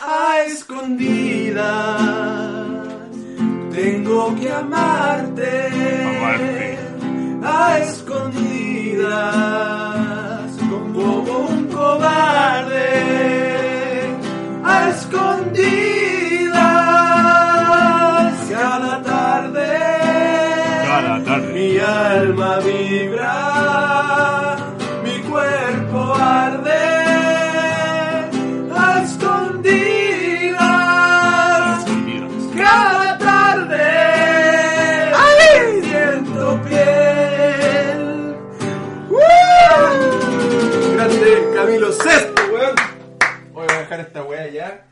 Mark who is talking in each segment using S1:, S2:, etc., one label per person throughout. S1: a escondidas. Tengo que amarte,
S2: Amarte.
S1: a escondidas, como un cobarde, a escondidas, cada tarde.
S2: Cada tarde.
S1: Mi alma vibra, mi cuerpo arde, a escondidas. Cada tarde siento piel. ¡Uh! Grande Camilo Sesto, weón. Voy a dejar esta weá ya.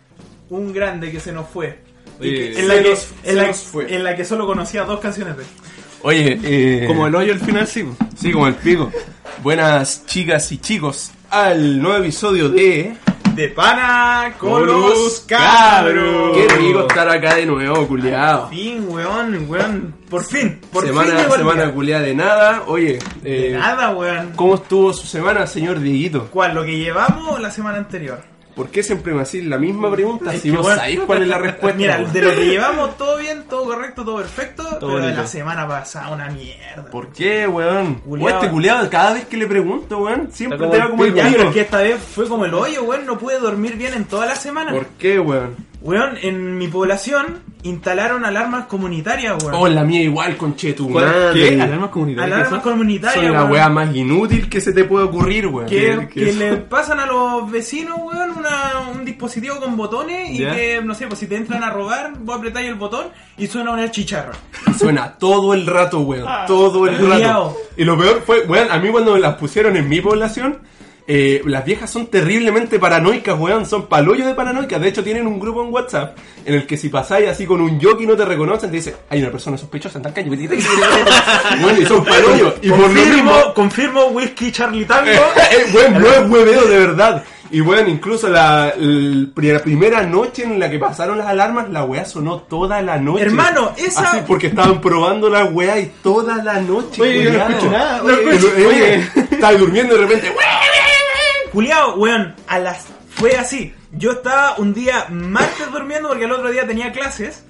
S3: Un grande que se nos fue.
S4: Oye,
S3: En la,
S1: Se
S3: que,
S1: nos-
S3: en
S1: se
S3: la-
S1: nos fue.
S3: en la que solo conocía dos canciones de él.
S4: Oye, eh,
S5: Como el hoyo al final, sí.
S4: sí, como el pico. Buenas chicas y chicos al nuevo episodio de...
S3: De pana con los
S5: Colos
S3: cabros.
S4: Qué rico estar acá de nuevo, culiado.
S3: Fin, weón, weón. Por fin, por fin.
S4: Semana,
S3: llegó el
S4: semana
S3: día.
S4: culiada de nada. Oye,
S3: De
S4: eh,
S3: nada, weón.
S4: ¿cómo estuvo su semana, señor Dieguito?
S3: ¿Cuál? ¿Lo que llevamos o la semana anterior?
S4: ¿Por qué siempre me hacís la misma pregunta
S3: Es
S4: si
S3: que,
S4: vos
S3: weón,
S4: sabés cuál es la respuesta?
S3: Mira,
S4: weón?
S3: de lo que llevamos, todo bien, todo correcto, todo perfecto. pero de
S4: bonito.
S3: la semana pasada, una mierda.
S4: ¿Por qué, weón?
S3: Culiao.
S4: Weón, este culiado, cada vez que le pregunto, weón, siempre
S5: Está
S4: te
S5: como
S4: va como
S5: el
S4: el
S3: Ya, pero es
S4: tiro.
S3: que esta vez fue como el hoyo, weón. No pude dormir bien en toda la semana.
S4: ¿Por qué, weón?
S3: Weón, en mi población instalaron alarmas comunitarias, weón.
S4: Oh, la mía igual, conchetu.
S5: ¿Qué?
S4: madre.
S5: ¿Alarmas comunitarias?
S3: alarmas
S5: ¿Qué son?
S3: comunitarias,
S4: Son la
S3: weón.
S4: weá más inútil que se te puede ocurrir, weón.
S3: Que,
S4: ¿Qué- qué
S3: que
S4: son?
S3: le pasan a los vecinos, weón, una- un dispositivo con botones y
S5: Ya.
S3: que, no sé, pues si te entran a robar, vos apretáis el botón y suena una chicharra.
S4: Suena todo el rato, weón. Todo el
S3: Ah, Culiao.
S4: rato. Y lo peor fue, weón, a mí cuando me las pusieron en mi población, eh, las viejas son terriblemente paranoicas, weón. Son palollos de paranoicas. De hecho, tienen un grupo en WhatsApp en el que si pasáis así con un yoki y no te reconocen, te dicen, hay una persona sospechosa en tal calle. Weón, y son palollos. Y por lo mismo,
S3: confirmo, confirmo, whisky Charlie Tango.
S4: Eh, weón, no es hueveo de verdad. Y bueno, incluso la, el- pri- la primera noche en la que pasaron las alarmas, la weá sonó toda la noche.
S3: Hermano, esa-
S4: Así, porque estaban probando la weá y toda la noche.
S5: Oye, yo no
S4: culiao.
S5: escucho nada.
S4: Y-
S5: oye.
S4: oye, estaba durmiendo y de repente. "Weá".
S3: Culiao, weón, a las. Fue así. Yo estaba un día martes durmiendo porque el otro día tenía clases.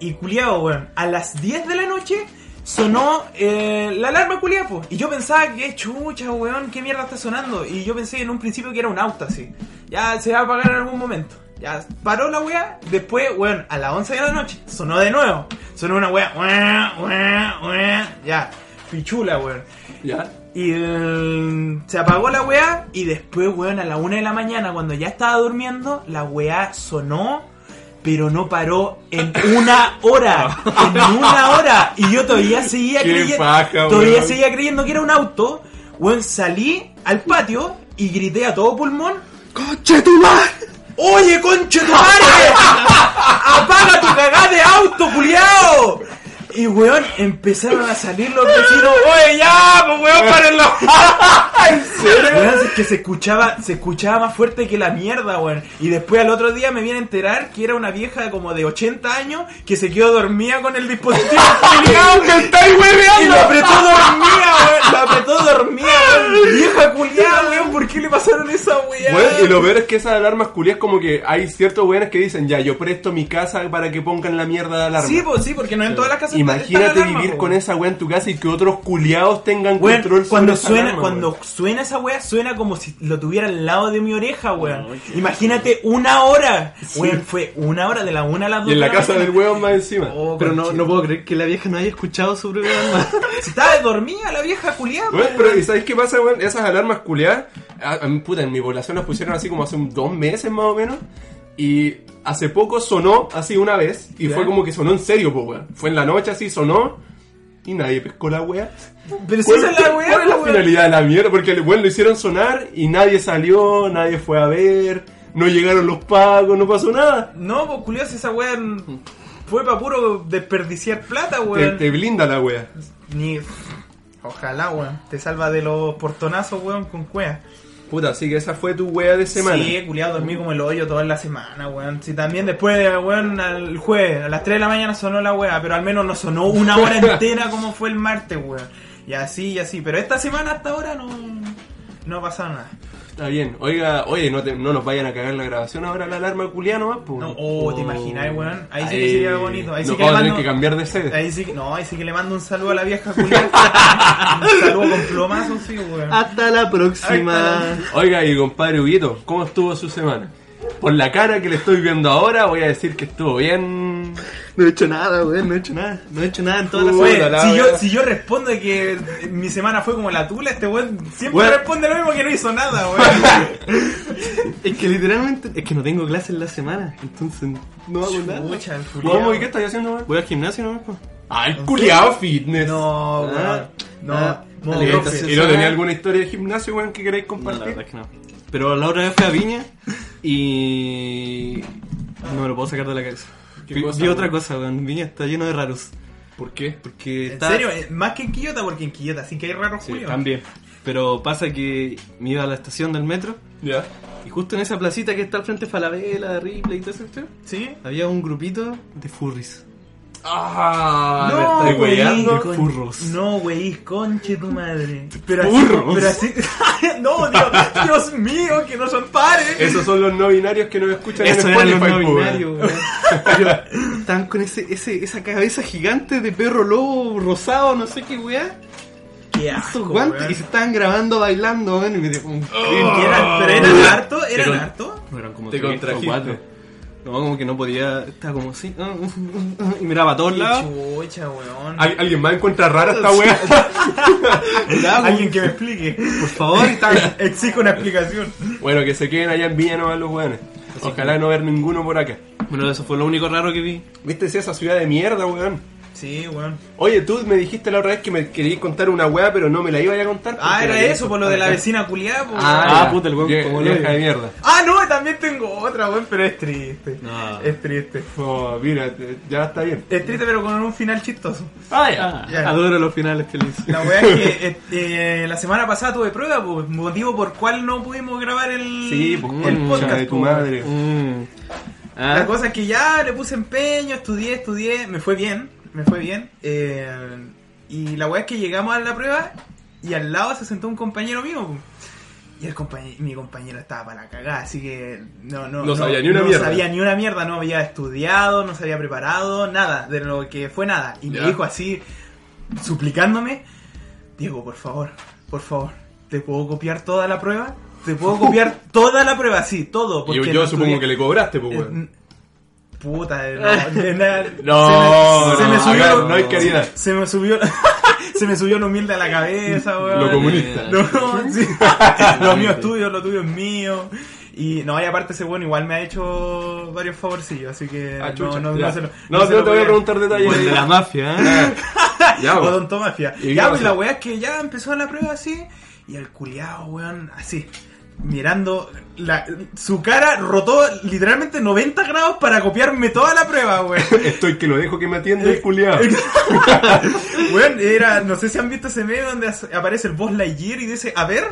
S3: Y culiao, weón, a las 10 de la noche sonó eh, la alarma culiapo. Y yo pensaba que chucha, weón, qué mierda está sonando. Y yo pensé en un principio que era un auto así. Ya se va a apagar en algún momento. Ya paró la weá. Después, weón, a las 11 de la noche sonó de nuevo. Sonó una weá. weá, weá, weá, Ya, pichula, weón.
S4: Ya.
S3: Y eh, se apagó la weá. Y después, weón, a la una de la mañana, cuando ya estaba durmiendo, la weá sonó. Pero no paró en una hora. En una hora. Y yo todavía seguía
S4: Qué
S3: creyendo.
S4: paja,
S3: todavía
S4: weón.
S3: seguía creyendo que era un auto. Weón, salí al patio y grité a todo pulmón. ¡Oye, conche tu madre! ¡Apaga tu cagada de auto, culiao! Y weón, empezaron a salir los vecinos. ¡Oye, ya! Pues weón, párenlo. Weón, es que se escuchaba, se escuchaba más fuerte que la mierda, weón. Y después al otro día me vine a enterar que era una vieja como de 80 años que se quedó dormida con el dispositivo. culiao. Y lo apretó dormida, weón. Lo apretó dormida, weón. Vieja culiada, weón. ¿Por qué le pasaron esa weá?
S4: Weón, y lo peor es que esas alarmas culias, como que hay ciertos weones que dicen, ya, yo presto mi casa para que pongan la mierda de alarma.
S3: Sí, pues, sí, porque no en todas las casas. está- está la
S4: Imagínate
S3: alarma,
S4: vivir
S3: po.
S4: con esa weá en tu casa y que otros culiados tengan
S3: Weón,
S4: control sobre
S3: cuando
S4: esa
S3: suena,
S4: alarma,
S3: cuando
S4: weón.
S3: suena esa weá, suena como si lo tuviera al lado de mi oreja, weón. Imagínate una hora. Weón, fue una hora de la una a las dos.
S4: Y en
S3: de
S4: la casa
S3: mañana.
S4: del weón más encima.
S3: Oh,
S5: Pero no,
S3: conche-
S5: no puedo creer que la vieja no haya escuchado su propia alma.
S3: Si estaba dormida la vieja culiada,
S4: Weón, pero ¿y sabéis qué pasa, weón? Esas alarmas culeadas, a, a mí, puta, en mi población las pusieron así como hace un, dos meses más o menos. Y hace poco sonó así una vez. Y fue como que sonó en serio, pues, weón. Fue en la noche así, sonó. Y nadie pescó la weá.
S3: Pero si
S4: ¿Cuál,
S3: esa es la
S4: cuál es la
S3: weá, weón.
S4: finalidad de la mierda? Porque, weón, lo hicieron sonar y nadie salió, nadie fue a ver, no llegaron los pagos, no pasó nada.
S3: No, pues culiada, si esa weá fue para puro desperdiciar plata,
S4: Te,
S3: weón.
S4: te blinda la weá.
S3: Ni. Ojalá, weón. Te salva de los portonazos, weón, con cuea.
S4: Puta, así que esa fue tu weá de semana.
S3: Sí, culiado, dormí como el hoyo toda la semana, weón. Sí, también después, weón, al jueves, a las 3 de la mañana sonó la weá, pero al menos no sonó una hora entera como fue el martes, weón. Y así, y así. Pero esta semana hasta ahora no, no ha pasado nada.
S4: Está bien. Oiga, oye, no, te- no nos vayan a cagar la grabación ahora la alarma culiá nomás, pues.
S3: No, oh, te imagináis, weón. Ahí sí que
S4: Ahí-
S3: sería bonito. Ahí sí
S4: nos
S3: que le
S4: vamos a tener
S3: mando-
S4: que cambiar de sede.
S3: Ahí sí que- no, ahí sí que le mando un saludo a la vieja culiada. un saludo con plomazo, sí, weón.
S5: Hasta la próxima.
S4: Oiga, y compadre Huguito, ¿cómo estuvo su semana? Por la cara que le estoy viendo ahora, voy a decir que estuvo bien.
S5: No he hecho nada, weón, no he hecho nada. No he hecho nada en toda la
S3: Oye,
S5: semana.
S3: si, yo, si yo respondo que mi semana fue como la tula, este weón siempre
S4: Weón.
S3: responde lo mismo que no hizo nada, weón.
S5: Es que literalmente, es que no tengo clase en la semana, entonces no hago nada.
S3: Mucha,
S4: ¿Cómo y qué estás haciendo, man?
S5: Voy al gimnasio nomás, po.
S4: Ah, el culiado fitness.
S3: No,
S5: Ah,
S3: weón. No,
S5: ah,
S3: modo
S5: alimentación.
S3: profe.
S4: ¿Y no tenía alguna historia de gimnasio, weón, que queréis
S5: No, la verdad
S4: compartir?
S5: es que no. Pero la otra vez fui a Viña y. No me lo puedo sacar de la cabeza.
S4: ¿Qué
S5: Vi,
S4: cosa,
S5: vi otra
S4: weón?
S5: cosa, weón. Viña está lleno de raros.
S4: ¿Por qué?
S5: Porque
S3: En
S5: está.
S3: serio, eh, más que en Quillota, porque en Quillota sí que hay raros
S5: Sí,
S3: Julio.
S5: también. Pero pasa que me iba a la estación del metro
S4: Ya.
S5: y justo en esa placita que está al frente de Falabella, Ripley y todo eso,
S3: ¿Sí?
S5: había un grupito de furries.
S4: Ah,
S3: No,
S4: me estáis
S3: güey,
S4: weyando.
S3: con-
S5: Furros.
S3: No, güey, conche tu madre. Pero así,
S4: Furros.
S3: Pero así. no, Dios, Dios mío, que no son pares.
S4: Esos son los no binarios que nos escuchan
S5: Eso
S4: en
S5: eran
S4: Spotify,
S5: los no
S4: po, weón.
S5: binarios, weón. Pero Estaban con ese, ese, esa cabeza gigante de perro lobo rosado, no sé qué weá.
S3: Qué
S5: Estos
S3: asco,
S5: guantes
S3: weón. Oh.
S5: y se estaban grabando bailando, weón. Y me dio un
S3: Y
S5: cringe.
S3: eran- pero eran harto, eran
S4: con-
S3: harto.
S5: No, eran como
S4: Te
S5: tres o
S4: contrajiste.
S5: cuatro. No, como que no podía. Estaba como así. ah, ah, ah, Y miraba a todos lados.
S3: Qué chucha, weón.
S4: ¿Al- ¿Alguien más encuentra rara esta weá?
S5: Miraba como,
S3: Alguien que me explique.
S5: Por favor, estaban-
S3: Exijo una explicación.
S4: bueno, que se queden allá en Villa nomás los weones. Ojalá no ver ninguno por acá.
S5: Bueno, eso fue lo único raro que vi.
S4: ¿Viste si esa ciudad de mierda, weón?
S3: Sí, weón.
S4: Oye, tú me dijiste la otra vez que me querías contar una weá, pero no me la iba a contar.
S3: Ah,
S4: porque
S3: era
S4: la-
S3: eso, por lo de la vecina culiada, po,
S4: Ah,
S5: Ah,
S4: ya.
S5: puta, el weón
S4: Vie-
S5: como lo
S4: vieja
S5: odia.
S4: de mierda.
S3: Ah, no, también tengo otra, weón, pero es triste.
S5: No.
S3: Es triste.
S4: Oh, mira, te- ya está bien.
S3: Es triste, pero con un final chistoso.
S4: Ah,
S5: Ah,
S3: Ya.
S5: Adoro los finales felices.
S3: La weá es que este, eh, la semana pasada tuve prueba, po, motivo por cual no pudimos grabar el,
S4: Sí, pues
S3: el
S4: concha
S3: podcast.
S4: de tu
S3: po.
S4: madre.
S5: Mm. Ah,
S3: La cosa es que ya le puse empeño, estudié, estudié, me fue bien, me fue bien. eh, y la weá es que llegamos a la prueba y al lado se sentó un compañero mío. po. Y el compañe- mi compañero estaba para la cagada, así que no, no,
S4: No sabía ni una mierda.
S3: sabía ni una mierda, no había estudiado, no se había preparado, nada, de lo que fue nada. Y
S4: Ya.
S3: me dijo así, suplicándome, Diego, por favor, por favor, ¿te puedo copiar toda la prueba? ¿Te puedo copiar toda la prueba? Sí, todo.
S4: Y yo,
S3: porque
S4: yo
S3: no
S4: supongo
S3: estudié".
S4: que le cobraste, pues,
S3: Eh,
S4: weón.
S3: n- Puta, eh, no, de nada.
S4: No,
S3: se
S4: no,
S3: me, se me
S4: acá
S3: subió,
S4: no hay caridad.
S3: Se me subió, se me subió lo humilde a la cabeza, weón.
S4: Lo comunista.
S3: No, sí. lo mío es tuyo, lo tuyo es mío. Y no, y aparte ese bueno igual me ha hecho varios favorcillos, así que
S4: Ah,
S3: no,
S4: chucha,
S3: no,
S4: ya.
S3: se lo-
S4: No,
S3: se
S4: no te voy a
S3: lo podía-
S4: preguntar detalles. Ah,
S5: o el Pues de la mafia, ¿eh?
S4: Ya, weón.
S3: Odontomafia.
S4: ¿Y qué
S3: Ya, pues
S4: pasó?
S3: la weá es que ya empezó la prueba así. Y el culiao, weón, así. Mirando. La, su cara rotó literalmente 90 grados para copiarme toda la prueba, weón.
S4: Estoy que lo dejo que me atienda el culiado.
S3: weón, era. No sé si han visto ese meme donde as- aparece el boss Lightyear y dice, a ver.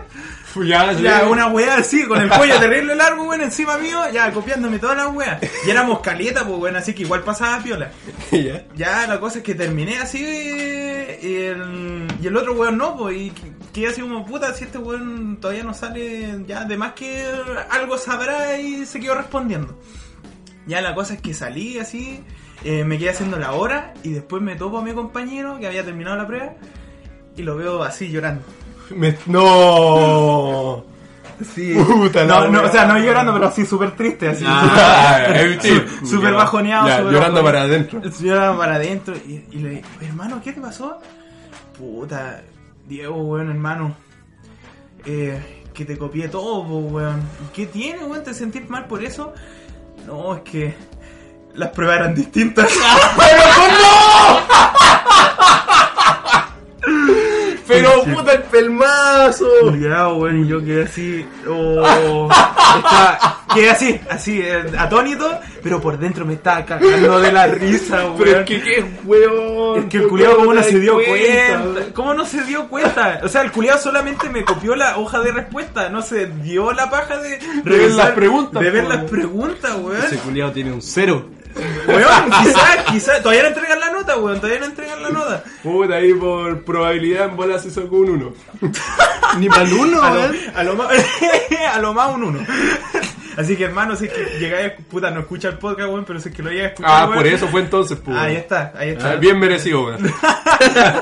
S4: ya,
S3: Ya,
S4: sí.
S3: una weá así, con el cuello terrible largo, weón, encima mío, ya copiándome todas las weas. Y éramos caleta, pues, weón, así que igual pasaba piola.
S4: Ya.
S3: Ya, la cosa es que terminé así eh, y el, y el otro weón no, pues, y que- quedé así como puta, si este weón todavía no sale, ya, además que algo sabrá y se quedó respondiendo. Ya, la cosa es que salí así, eh, me quedé haciendo la hora y después me topo a mi compañero que había terminado la prueba y lo veo así llorando.
S4: Me- No.
S3: Sí.
S4: Puta la
S3: no, no,
S4: wea.
S3: o sea, no llorando, pero así súper triste, así.
S4: Ah, el chip.
S3: Súper bajoneado,
S4: Ya,
S3: súper
S4: llorando para
S3: bajoneado.
S4: adentro.
S3: El señor era para adentro y, y le dije, hermano, ¿qué te pasó? Puta, Diego, weón, hermano. Eh, que te copié todo, po, weón. ¿Qué tiene, weón? ¿Te sentís mal por eso? No, es que las pruebas eran distintas. "Ah,
S4: Pero puta el pelmazo.
S3: Ya, weón, y yo quedé así. Oh, estaba- quedé así, así, eh, atónito, pero por dentro me estaba cagando de la risa, weón.
S4: Pero es que qué weón.
S3: Es que el culiado como no
S4: te
S3: se dio
S4: das
S3: cuenta.
S4: weón?
S3: ¿Cómo no se dio cuenta? O sea, el culiado solamente me copió la hoja de respuesta, no se dio la paja de
S4: ver
S3: revisar-
S4: las preguntas,
S3: De ver
S4: po,
S3: las
S4: weón.
S3: preguntas, weón.
S5: Ese culiado tiene un cero.
S3: Weón, quizás, quizás, todavía no entregan la nota, weón. Todavía no entregan la nota.
S4: Puta, ahí por probabilidad en bola se sacó un 1.
S5: Ni para el uno,
S3: A lo,
S5: weón.
S3: a lo más, a lo más un 1. Así que hermano, si es que llegáis, a- puta, no escucha el podcast, weón, pero si es que lo llegas a escuchar.
S4: Ah,
S3: weón,
S4: por eso fue entonces, puta.
S3: Ahí está, ahí
S4: Ah,
S3: está.
S4: bien merecido, weón.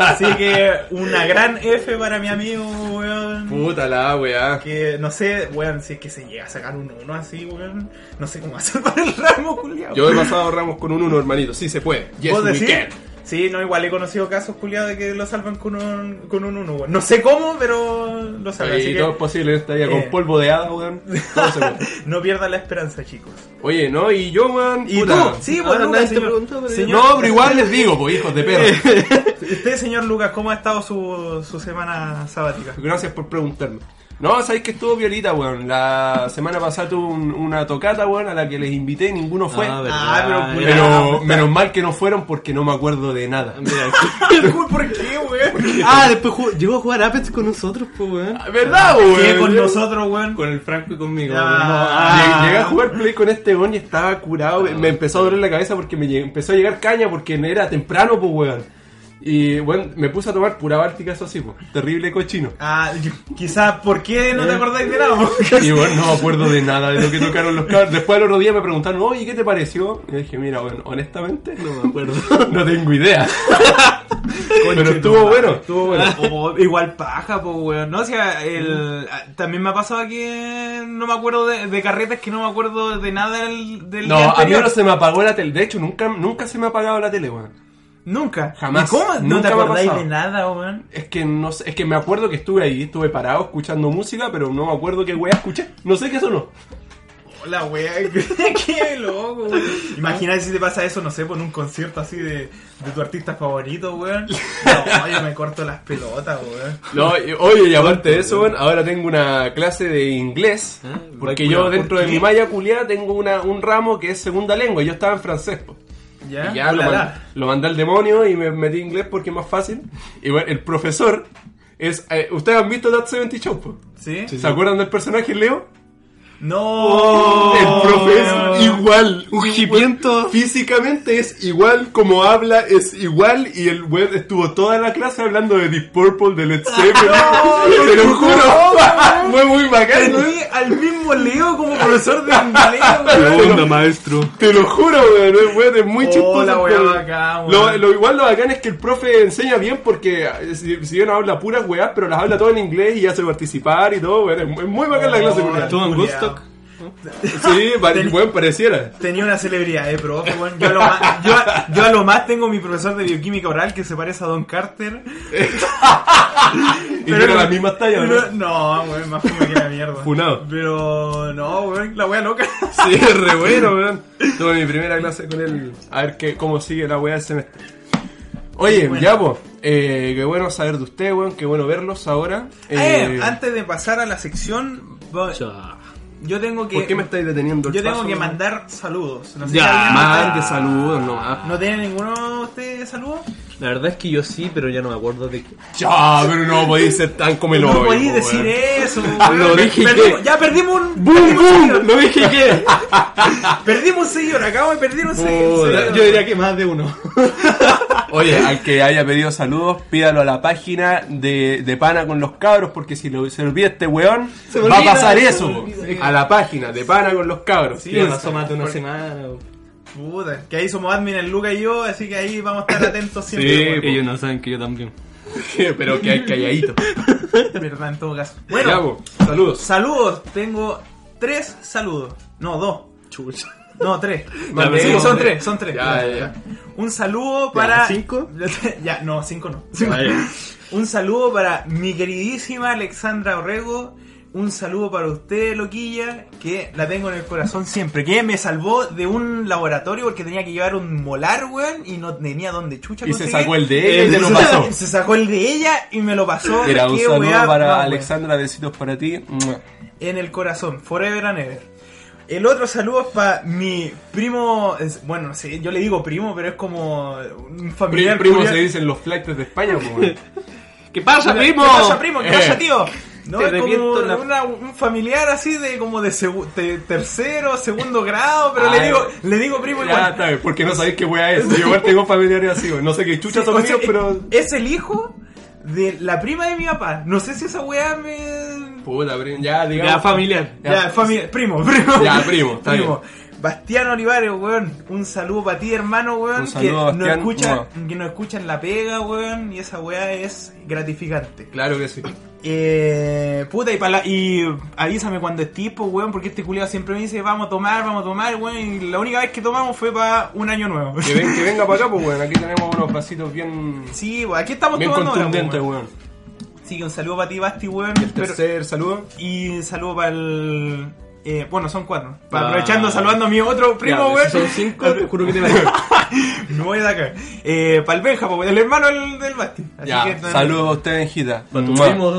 S3: Así que una gran F para mi amigo, weón.
S4: Puta la weá.
S3: Que no sé, weón, si es que se llega a sacar un 1 así, weón. No sé cómo hacer para el ramo, culiado.
S4: Yo he pasado Ramos con un 1, hermanito. Sí se puede. Yes,
S3: ¿Vos
S4: we
S3: decís?
S4: can.
S3: Sí, no, igual he conocido casos, culiado, de que lo salvan con un, con un 1, weón. No sé cómo, pero lo salvan.
S4: Ahí
S3: Así
S4: todo es
S3: que
S4: posible, esta vida
S3: Eh.
S4: con polvo de hada, weón. Todo se puede.
S3: no pierdan la esperanza, chicos.
S4: Oye, no, y yo, weón.
S3: ¿Y
S4: puta.
S3: tú? Sí,
S5: Ahora
S3: bueno,
S5: pues, nadie te
S3: señor,
S5: preguntó, pero Ah, yo-
S3: señor-
S4: No, pero igual les digo, pues, hijos de perro.
S3: Usted, señor Lucas, ¿cómo ha estado su, su semana sabática?
S4: Gracias por preguntarme. No, sabéis que estuvo violita, weón. La semana pasada tuve un- una tocata, weón, a la que les invité y ninguno fue.
S5: Ah, verdad.
S3: Ah, pero,
S4: Pero menos mal que no fueron porque no me acuerdo de nada.
S3: Mira, ¿Por qué, weón?
S5: Ah, después jugó- llegó a jugar Apex con nosotros, pues, weón.
S4: Ah, ¿Verdad,
S3: ¿Qué con nosotros, weón?
S5: Con el Franco y conmigo.
S3: Ah.
S4: Llegué a jugar play con este weón y estaba curado. Me empezó a doler la cabeza porque me lle- empezó a llegar caña porque era temprano, pues, weón. Y, weón, me puse a tomar pura báltica, eso así, pues. Terrible cochino.
S3: Ah, yo- quizás, ¿por qué
S4: Eh.
S3: no te acordáis de nada?
S4: Y bueno, no me acuerdo de nada de lo que tocaron los cabros. Después al otro día me preguntaron, oye, ¿qué te pareció? Y dije, mira, bueno, honestamente, no me acuerdo. No tengo idea. Pero estuvo bueno, estuvo bueno. Mm.
S3: Oh, igual paja, pues, weón. No, o sea, el, ah, también me ha pasado que no me acuerdo de, de carretes que no me acuerdo de nada del, del
S4: No,
S3: día
S4: a mí
S3: anterior.
S4: no se me apagó la tele. De hecho, nunca, nunca se me ha apagado la tele, weón.
S3: Nunca.
S4: Jamás.
S3: ¿Y ¿Cómo? ¿No
S4: Nunca
S3: te
S4: me ha
S3: acordáis de
S4: pasado.
S3: nada, weón?
S4: Es que no sé, es que me acuerdo que estuve ahí, estuve parado escuchando música, pero no me acuerdo qué weá escuché. No sé qué sonó.
S3: Hola, wea, qué loco, weón. Imagínate si te pasa eso, no sé, por un concierto así de, de tu artista favorito, weón. No, yo me corto las pelotas, weón.
S4: No, y- oye, y aparte de eso, weón, ahora tengo una clase de inglés.
S5: Ah,
S4: Porque
S5: va
S4: yo
S5: culiao.
S4: dentro
S5: ¿Por
S4: de
S5: qué?
S4: mi malla culiada tengo una, un ramo que es segunda lengua. Yo estaba en francés, po.
S3: Ya,
S5: Ah,
S4: Y ya lo,
S3: ulala.
S4: mandé, lo mandé al demonio y me metí inglés porque es más fácil. Y bueno, el profesor es... eh, ¿Ustedes han visto That 70 Show, po?
S3: ¿Sí?
S4: ¿Se acuerdan del personaje Leo?
S3: No.
S4: Oh, el profesor
S3: weón.
S4: igual,
S5: Oh, Un
S4: igual.
S5: jipiento.
S4: Físicamente es igual, como habla es igual y el web estuvo toda la clase hablando de Deep Purple, de Led Zeppelin. te lo juro, fue muy bacán.
S3: Tení al mismo Leo como profesor de inglés,
S5: ¿Qué
S3: weón.
S5: onda, maestro?
S4: Te lo juro, weón, es, weón, es muy
S3: Oh,
S4: chistoso.
S3: la weá
S4: pero-
S3: bacán,
S4: lo,
S3: weón.
S4: lo igual lo bacán es que el profe enseña bien porque eh, si, si bien habla puras weas, pero las habla todo en inglés y hace participar y todo, weón. Es muy- es muy bacán la clase,
S3: Oh,
S4: weón.
S5: ¿Estuvo en
S3: culiao.
S5: Woodstock?
S4: Sí, pare- weón, pareciera.
S3: Tenía una celebridad, eh, profe, weón. Yo a, lo más, yo, a- yo a lo más tengo mi profesor de bioquímica oral que se parece a Don Carter.
S4: Y tiene las mismas tallas, ¿no?
S3: pero- No, weón, más fuma que la mierda.
S4: Funado.
S3: Pero no, weón, la wea loca.
S4: Sí, es re bueno, weón. Tuve mi primera clase con él. A ver qué, cómo sigue la weá del semestre. Oye,
S3: Bueno.
S4: ya, po. Eh, qué bueno saber de ustedes, weón. Qué bueno verlos ahora. Eh,
S3: Eh, antes de pasar a la sección, va-
S5: Ya.
S3: yo tengo que
S4: ¿Por qué me estáis deteniendo el
S3: yo tengo
S4: paso,
S3: que
S4: weón?
S3: mandar saludos. No sé si
S5: Ya,
S3: alguien-
S4: Mande saludos, no. ah.
S3: ¿No tiene ninguno de ustedes saludos?
S5: La verdad es que yo sí, pero ya no me acuerdo de qué.
S4: Ya, pero no podéis ser tan como el
S3: No
S4: hoyo,
S3: podéis
S4: weón.
S3: decir eso.
S4: Ah,
S3: weón.
S4: lo dije
S3: Perdimos-
S4: que-
S3: Ya perdimos un
S4: ¡Bum,
S3: perdimos un
S4: bum!
S3: seguidor.
S4: ¿Lo dije qué?
S3: Perdimos un seguidor, acabo de perder un seguidor.
S4: Puta.
S5: Yo diría que más de uno.
S4: Oye, al que haya pedido saludos, pídalo a la página de, de Pana con los cabros, porque si lo- se olvida este weón,
S5: Se me
S4: va a
S5: olvida,
S4: pasar
S5: se me
S4: eso.
S5: olvida.
S4: weón. A la página de Pana con los cabros.
S5: Sí,
S4: Piensa.
S5: pasó más de una semana.
S3: Puta, que ahí somos admin el Luca y yo, así que ahí vamos a estar atentos siempre.
S4: Sí,
S3: weón.
S5: Ellos no saben que yo también.
S4: Pero que hay calladito.
S3: verdad, en todo caso. Bueno,
S4: Bueno, saludos.
S3: saludos. Tengo tres saludos. No, dos.
S5: Chucha.
S3: No, tres.
S4: Ya,
S3: Sí,
S4: pero
S3: son
S4: sí.
S3: tres, son tres.
S4: Ya, ya, ya.
S3: Un saludo para.
S5: ¿cinco?
S3: ya, no, cinco no.
S5: Vaya.
S3: Un saludo para mi queridísima Alexandra Orrego. Un saludo para usted, Loquilla, que la tengo en el corazón siempre. Que me salvó de un laboratorio porque tenía que llevar un molar, weón, y no tenía dónde chucha
S4: Y se
S3: conseguir.
S4: sacó el de él y te lo
S3: Se-
S4: pasó.
S3: Se sacó el de ella y me lo pasó.
S4: Era un
S3: Qué
S4: saludo
S3: weá más,
S4: para
S3: weón.
S4: Alexandra, besitos para ti.
S3: En el corazón, forever and ever. El otro saludo es para mi primo, es- bueno, no sé, yo le digo primo, pero es como un familiar.
S4: Primo
S3: culiao.
S4: se dicen los flights de España, po, weón.
S5: ¿Qué pasa,
S3: ¿Qué pasa, primo? ¿Qué
S4: Eh.
S3: pasa, tío? No,
S5: te
S3: es como
S5: reviento la-
S3: una- un familiar así de como de, segu- de tercero, segundo grado, pero le
S4: Ay.
S3: digo, le digo primo
S4: Ya,
S3: igual.
S4: está bien, porque no sabéis qué weá es. Yo igual tengo familiares así, weón. No sé qué chuchas son
S3: O sea,
S4: míos, pero.
S3: Es el hijo de la prima de mi papá. No sé si esa weá me.
S4: Puta, primo. Ya, digamos.
S5: Ya, familiar.
S3: Ya, familia, primo, primo.
S4: Ya, primo, está
S3: Bastián Olivares, weón. Un saludo para ti, hermano, weón.
S4: Un
S3: que,
S4: saludo,
S3: nos
S4: Bastián.
S3: escucha, que nos escuchan la pega, weón. Y esa weá es gratificante.
S4: Claro que sí.
S3: Eh, puta, y, pa la- y avísame cuando es tipo, weón, porque este culiado siempre me dice, vamos a tomar, vamos a tomar, weón, y la única vez que tomamos fue para un año nuevo.
S4: Que, ven- que venga para acá, pues, weón. Aquí tenemos unos vasitos bien.
S3: sí, weón, aquí estamos
S4: Bien
S3: tomando ahora,
S4: contundentes,
S3: weón.
S4: weón.
S3: Sí, que un saludo para ti, Basti, weón. pero-
S4: Tercer saludo.
S3: y un saludo para el... eh, bueno, son cuatro. Pa-
S5: Ah.
S3: Aprovechando, saludando a mi otro primo,
S5: Ya,
S3: weón.
S5: si Son cinco, te juro que te la
S3: Me voy de acá. Eh, para el Benja, po, el hermano del, del Basti. Así
S4: Ya,
S3: que-
S4: saludos a ustedes, hijita. Para tu mamá.
S5: Primo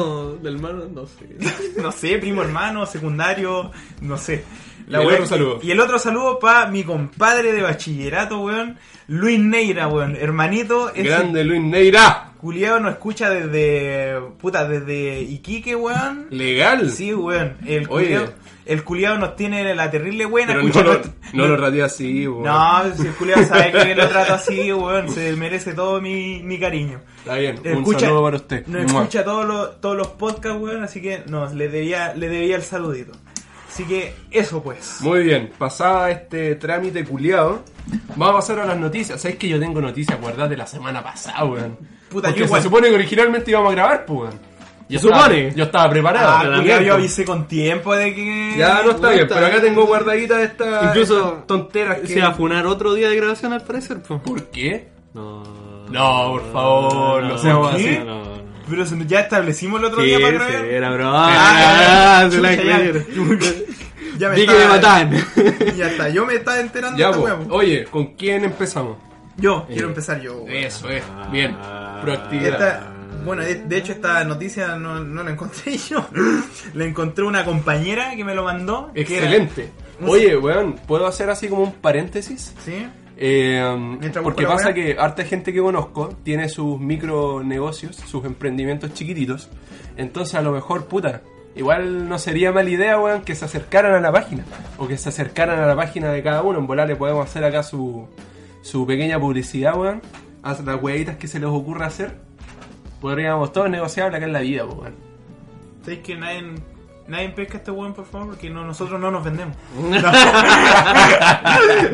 S5: del hermano, no sé.
S3: No sé, primo hermano, secundario, no sé.
S4: Y el
S3: weón-
S4: otro saludo.
S3: Y el otro saludo para mi compadre de bachillerato, weón. Luis Neira, weón. Hermanito, ese
S4: Grande Luis Neira.
S3: culiao nos escucha desde. puta, desde Iquique, weón.
S4: Legal.
S3: Sí, weón. El
S4: Oye.
S3: culiao, el culiao nos tiene la terrible buena.
S4: Pero no
S3: escucha
S4: lo,
S3: nuestro-
S4: no lo ratea así, weón.
S3: No, si el culiao sabe que lo trato así, weón. Se merece todo mi, mi cariño.
S4: Está bien, un
S3: Escucha-
S4: saludo para usted.
S3: Nos
S4: Mua.
S3: escucha todos los, todos los podcasts, weón, así que no, le debía, le debía el saludito. Así que eso pues.
S4: Muy bien, pasada este trámite culiado, vamos a pasar a las noticias. ¿Sabes que yo tengo noticias guardadas de la semana pasada, weón?
S3: Puta, yo
S4: Porque
S3: igual.
S4: se supone que originalmente íbamos a grabar, pues, weón. Yo
S5: Se
S4: estaba-
S5: supone.
S4: Yo estaba preparado.
S3: Ah,
S5: la
S3: culiao,
S5: mierda.
S3: yo avisé con tiempo de que.
S4: ya no está bien,
S5: puta.
S4: pero acá tengo guardaditas estas
S5: Incluso-
S4: estas tonteras que...
S5: Se va Ah, a funar otro día de grabación al parecer, pues.
S4: ¿Por qué?
S5: No.
S4: No, por favor, no
S3: seamos así.
S5: No, no.
S3: Pero se- ya establecimos el otro
S5: Sí,
S3: día para
S5: sí,
S3: grabar.
S5: era broma.
S3: Ah,
S5: Ah, se la
S3: chucha, ya.
S5: creyeron.
S3: Ya
S5: Di que
S3: estaba-
S5: me mataban.
S3: Ya está, yo me estaba enterando
S4: Ya,
S3: de esta
S4: pues,
S3: weá, po.
S4: oye, ¿con quién empezamos?
S3: Yo, quiero empezar yo. weón.
S4: Eso es, bien, proactividad.
S3: Ah. Esta- bueno, de, de hecho esta noticia no, no la encontré yo. la encontré una compañera que me lo mandó. que era-
S4: Excelente. Oye, weón, ¿puedo hacer así como un paréntesis?
S3: ¿Sí?
S4: Eh,
S3: Mientras
S4: porque
S3: busco
S4: pasa
S3: la weá.
S4: que harta gente que conozco tiene sus micro negocios, sus emprendimientos chiquititos. Entonces, a lo mejor, puta, igual no sería mala idea, weón, que se acercaran a la página. O que se acercaran a la página de cada uno. En volar le podemos hacer acá su, su pequeña publicidad, weón. Haz las huevitas que se les ocurra hacer. Podríamos todos negociar acá en la vida, po, weón.
S3: ¿Sabéis que nadie, nadie pesca a este weón, por favor? Porque no, nosotros no nos vendemos.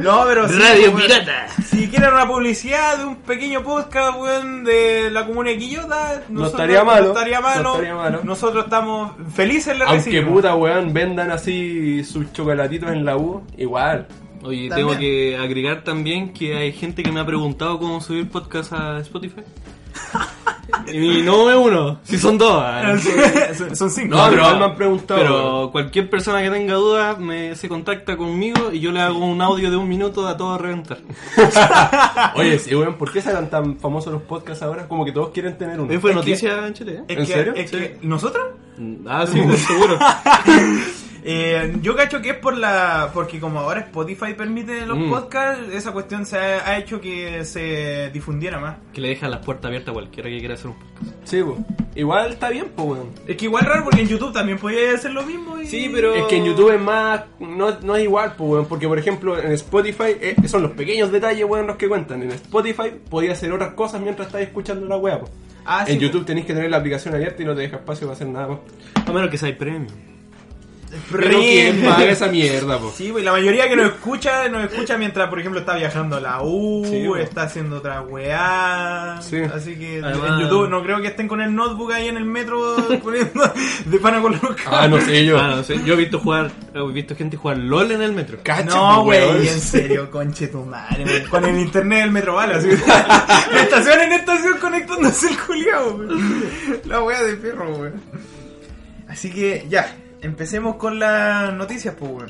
S3: No, pero sí,
S5: Radio
S3: weón.
S5: Pirata.
S3: Si quieren una publicidad de un pequeño podcast, weón, de la comuna de Quillota, nosotros-
S4: estaría malo,
S3: No estaría
S4: no
S3: malo.
S4: estaría malo.
S3: Nosotros estamos felices en la
S4: Aunque
S3: recibimos.
S4: puta, weón, vendan así sus chocolatitos en la U, igual.
S5: Oye,
S3: También.
S5: tengo que agregar también que hay gente que me ha preguntado cómo subir podcast a Spotify. y no es uno, si son dos. ah, no.
S3: son, son cinco.
S4: No, pero
S5: pero-
S4: me han preguntado. weón.
S5: Pero cualquier persona que tenga dudas me, se contacta conmigo y yo le hago un audio de un minuto a todo reventar.
S4: Oye, sí, weón, ¿por qué salen tan famosos los podcasts ahora? Como que todos quieren tener uno.
S5: ¿Eso fue
S3: Es que-
S5: noticia en Chile? ¿eh?
S3: Es
S4: ¿En
S3: que-
S4: serio?
S3: es
S5: Sí.
S3: que- ¿Nosotros?
S5: Ah, sí, por seguro.
S3: Eh, yo cacho que es por la. Porque como ahora Spotify permite los
S4: Mm.
S3: podcasts, esa cuestión se ha, ha hecho que se difundiera más.
S5: Que le dejan las puertas abiertas a cualquiera que quiera hacer un podcast.
S4: Sí, weón. Igual está bien, pues, weón.
S3: Es que igual raro porque en YouTube también podía hacer lo mismo. Y...
S5: Sí, pero-
S4: Es que en YouTube es más. No, no es igual, pues, weón. Porque, por ejemplo, en Spotify eh, son los pequeños detalles, weón, los que cuentan. En Spotify podías hacer otras cosas mientras estás escuchando la weá, pues.
S3: Ah, sí,
S4: en
S3: po.
S4: YouTube tenéis que tener la aplicación abierta y no te deja espacio para hacer nada más.
S5: A menos que sea el premio.
S4: Pero quién
S3: Prende.
S4: paga esa mierda, pues.
S3: Sí, pues la mayoría que nos escucha, nos escucha mientras, por ejemplo, está viajando a la U,
S4: Sí, po.
S3: está haciendo otra weá.
S4: Sí.
S3: Así que
S5: Además-
S3: en YouTube no creo que estén con el notebook ahí en el metro poniendo de pana con los
S4: Ah, no sé yo.
S5: Ah, no sé, yo he visto jugar, he visto gente jugar LOL en el metro.
S4: Cacha,
S3: No,
S4: po, weón.
S3: güey, en serio, conche tu madre. güey. Con el internet del metro vale, así. De estación en estación conectándose el culiao, güey. La wea de perro, güey. Así que ya, empecemos con las noticias, pues, güey.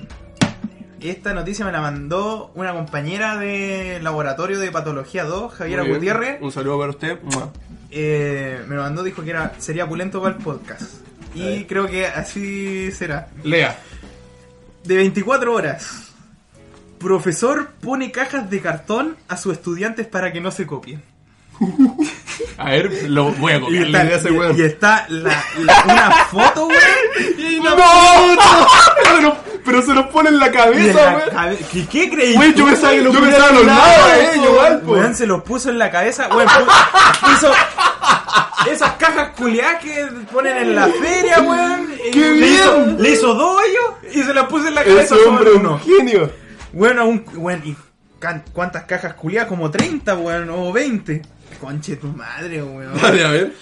S3: Esta noticia me la mandó una compañera de laboratorio de patología 2, Javiera
S4: Muy bien.
S3: Gutiérrez.
S4: Un saludo para usted. Mua.
S3: Eh, me lo mandó, dijo que era, sería pulento para el podcast. Y creo que así será.
S4: Lea.
S3: De 24 horas. Profesor pone cajas de cartón a sus estudiantes para que no se copien.
S4: A ver, lo voy a
S3: Y
S4: copiar la
S3: está,
S4: idea a ese weón.
S3: y está la, la- una foto, weón.
S4: Pero, no- pero se nos pone en la
S3: y en
S4: cabeza,
S3: la
S4: weón.
S3: cabe- ¿Qué, ¿Qué creí?
S4: Weón,
S3: tú?
S4: yo pensaba que lo
S3: Yo
S4: ponían
S3: pensaba
S4: al
S3: nada,
S4: lado,
S3: weón.
S4: eh, igual, po.
S3: Weón, se los puso en la cabeza. Weón, pu- puso esas cajas culiadas que ponen en la feria, weón. y
S4: ¡Qué
S3: le, hizo,
S4: bien!
S3: le hizo dos hoyos y se las puso en la cabeza.
S4: Ese hombre
S3: sobre
S4: es
S3: uno.
S4: un genio.
S3: Bueno, un, bueno, ¿y can- cuántas cajas culiadas? Como 30, weón, o 20. Conche tu madre, weón.
S4: Vale, a ver.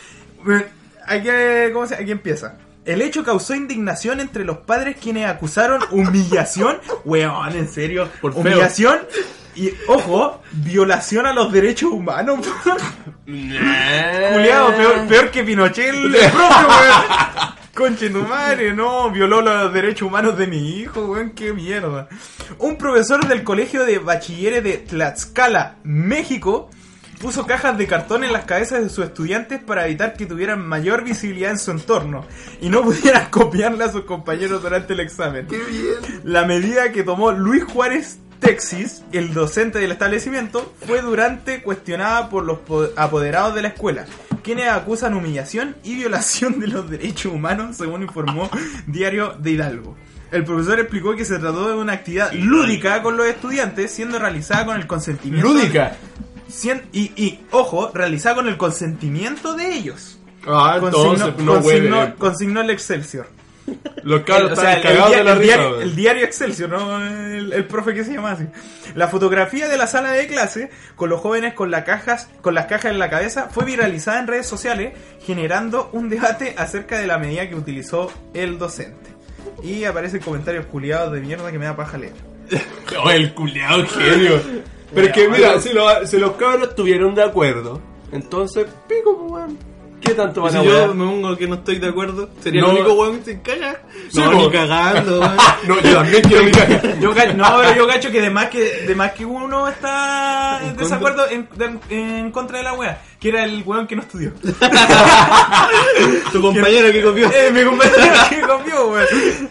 S3: Bueno, Aquí, eh, ¿cómo se- aquí empieza. El hecho causó indignación entre los padres quienes acusaron humillación, weón, en serio,
S4: Por feo.
S3: humillación y, ojo, violación a los derechos humanos.
S5: Eh,
S3: Juliado, peor, peor que Pinochet el propio, weón. Conche tu madre, no, violó los derechos humanos de mi hijo, weón, qué mierda. Un profesor del colegio de bachilleres de Tlaxcala, México, puso cajas de cartón en las cabezas de sus estudiantes para evitar que tuvieran mayor visibilidad en su entorno y no pudieran copiarla a sus compañeros durante el examen. La medida que tomó Luis Juárez Texis, el docente del establecimiento, fue durante cuestionada por los po- apoderados de la escuela, quienes acusan humillación y violación de los derechos humanos, según informó Diario de Hidalgo. El profesor explicó que se trató de una actividad lúdica con los estudiantes, siendo realizada con el consentimiento.
S4: Lúdica.
S3: Cien- y, y, ojo, realizada con el consentimiento de ellos.
S4: Ah, entonces,
S3: Consignó-
S4: no
S3: consignó-
S4: huele.
S3: consignó el Excelsior.
S4: Los
S3: El-
S4: cabros
S3: o sea,
S4: están
S3: el,
S4: cagados
S3: dia-
S4: de la
S3: el
S4: risa,
S3: diario,
S4: weón.
S3: el diario Excelsior, ¿no? El, el profe que se llama así. La fotografía de la sala de clase con los jóvenes con, las cajas, con las cajas en la cabeza fue viralizada en redes sociales, generando un debate acerca de la medida que utilizó el docente. Y aparecen comentarios culiados de mierda que me da paja leer.
S4: Oh, el culiao genio. Pero es que mira, si, lo- si los cabros estuvieron de acuerdo, entonces, pico, pues, weón. ¿Qué tanto van
S5: Si
S4: a
S5: yo
S4: wear?
S5: me pongo que no estoy de acuerdo, sería
S4: No.
S5: el único weón que se caga.
S4: Sí,
S5: no,
S4: po.
S5: ni cagando, weón.
S4: No, yo también quiero mi caja.
S3: Yo ga- no, pero yo gacho que de más que, de más que uno está en
S5: contra.
S3: desacuerdo en, de- en contra de la wea, que era el weón que no estudió.
S5: Tu compañero que copió.
S3: Eh, mi compañero que comió, weón.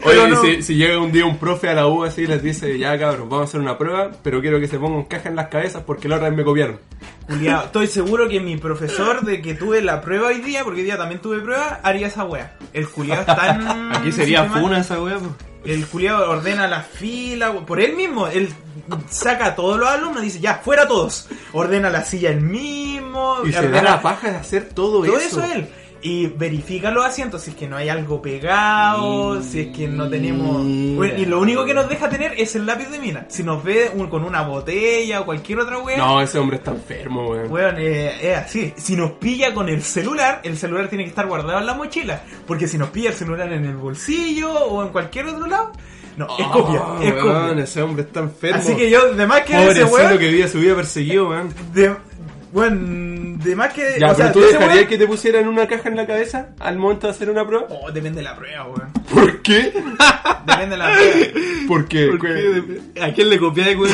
S3: Pero
S4: Oye,
S3: no.
S4: y si, si llega un día un profe a la U así y les dice, ya cabros, vamos a hacer una prueba, pero quiero que se pongan caja en las cabezas porque la otra vez me copiaron.
S3: Culiao, estoy seguro que mi profesor de que tuve la prueba hoy día, porque hoy día también tuve prueba, haría esa wea. El culiao es tan.
S5: Aquí sería
S3: sistemático.
S5: funa esa weá, po.
S3: El culiao ordena la fila, we- por él mismo. Él saca a todos los alumnos y dice, ya, fuera todos. Ordena la silla él mismo.
S4: Y se
S3: ordena
S4: da la paja de hacer todo,
S3: todo
S4: eso.
S3: eso él. Y verifica los asientos, si es que no hay algo pegado, si es que no tenemos... Bueno, y lo único que nos deja tener es el lápiz de mina. Si nos ve un- con una botella o cualquier otra wea...
S4: No, ese hombre está enfermo, weón.
S3: Weón, eh, es así. Si nos pilla con el celular, el celular tiene que estar guardado en la mochila. Porque si nos pilla el celular en el bolsillo o en cualquier otro lado, no, es copia,
S4: Ah,
S3: es
S4: weón,
S3: copia.
S4: ese hombre está enfermo.
S3: Así que yo, de más que ese
S4: Pobrecito
S3: weón,
S4: que vive su vida perseguido, weón.
S3: de, weón, de más que.
S4: Ya,
S3: Eh, o sea,
S4: pero tú
S3: de ese
S4: dejarías
S3: weón-
S4: que te pusieran una caja en la cabeza al momento de hacer una prueba.
S3: Oh, depende de la prueba, weón.
S4: ¿Por qué?
S3: Depende de la prueba.
S4: ¿Por qué?
S5: ¿Por qué? ¿A quién le copiáis, weón?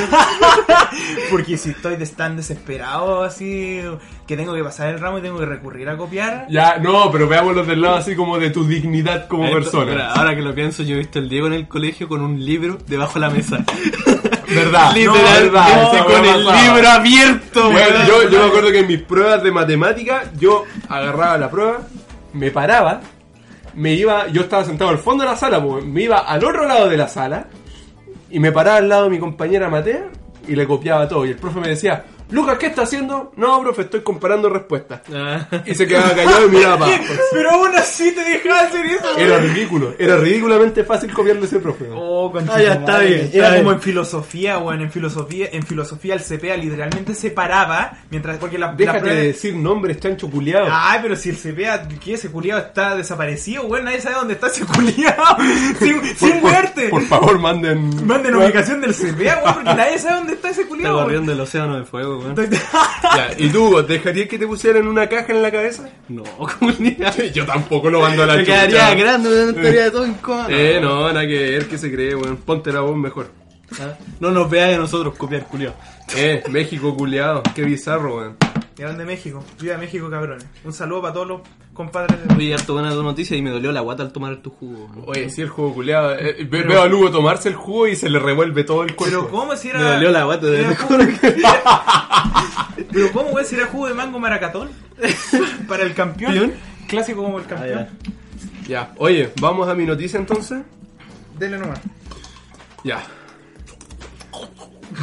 S3: Porque si estoy de- tan desesperado así, que tengo que pasar el ramo y tengo que recurrir a copiar.
S4: Ya, no, pero veámoslo del lado así como de tu dignidad como
S5: Esto- mira,
S4: persona.
S5: ahora que lo pienso, yo he visto el Diego en el colegio con un libro debajo de la mesa.
S4: ¿Verdad?
S5: Literalmente
S4: verdad, esa
S5: con
S4: weá
S5: el
S4: pasaba.
S5: libro abierto,
S4: Bueno,
S5: weón.
S4: yo, yo me acuerdo que en mis pruebas de matemática, yo agarraba la prueba, me paraba, me iba, yo estaba sentado al fondo de la sala, pues, me iba al otro lado de la sala y me paraba al lado de mi compañera Matea y le copiaba todo. Y el profe me decía, Lucas, ¿qué está haciendo? No, profe, estoy comparando respuestas.
S5: Ah.
S4: Y se quedaba callado y miraba para abajo.
S3: Pero aún así te dejaba hacer eso, weón.
S4: Era ridículo, era ridículamente fácil copiarle ese profe. weón.
S3: Oh, conchita
S5: Ah, ya está
S3: madre.
S5: bien, está
S3: Era como
S5: bien.
S3: en filosofía, weón. En filosofía, en filosofía el CPA literalmente se paraba mientras. Porque la, la
S4: Déjate
S3: prueba- Ah,
S4: de decir nombres, chancho culiado.
S3: Ay, pero si el CPA, ¿qué? Ese culiado está desaparecido, weón. Nadie sabe dónde está ese culiado. sin sin muerte.
S4: Por favor, manden.
S3: Manden ubicación del CPA, weón, porque nadie sabe dónde está ese
S5: Está
S3: culiado.
S5: corriendo del océano de fuego, weón.
S4: Ya, ¿Y tú, dejarías que te pusieran una caja en la cabeza?
S5: No, comunidad.
S4: Yo tampoco lo mando a la
S5: Me
S4: chucha.
S5: quedaría grande, weón. Estaría todo en coma.
S4: Eh, no, nada que ver, que se cree, weón. Ponte la voz mejor.
S5: Ah, No nos veáis a nosotros copiar, culiao.
S4: Eh, México culiado, qué bizarro, weón.
S3: Grande México. Viva México, cabrones. Un saludo para todos los compadres de...
S5: Oye, harto buena tu noticia y me dolió la guata al tomar tu jugo. ¿no?
S4: Oye, sí, el jugo culeado. eh, ve- veo a Lugo tomarse el jugo y se le revuelve todo el cuerpo.
S3: Pero cómo si era...
S5: Me dolió la guata.
S3: era
S5: De...
S3: jugo- Pero cómo, weón, si era jugo de mango maracatón. Para el campeón.
S5: ¿Pion?
S3: Clásico como el
S5: Ah,
S3: campeón.
S4: Ya, oye, vamos a mi noticia entonces.
S3: Dele nomás.
S4: Ya.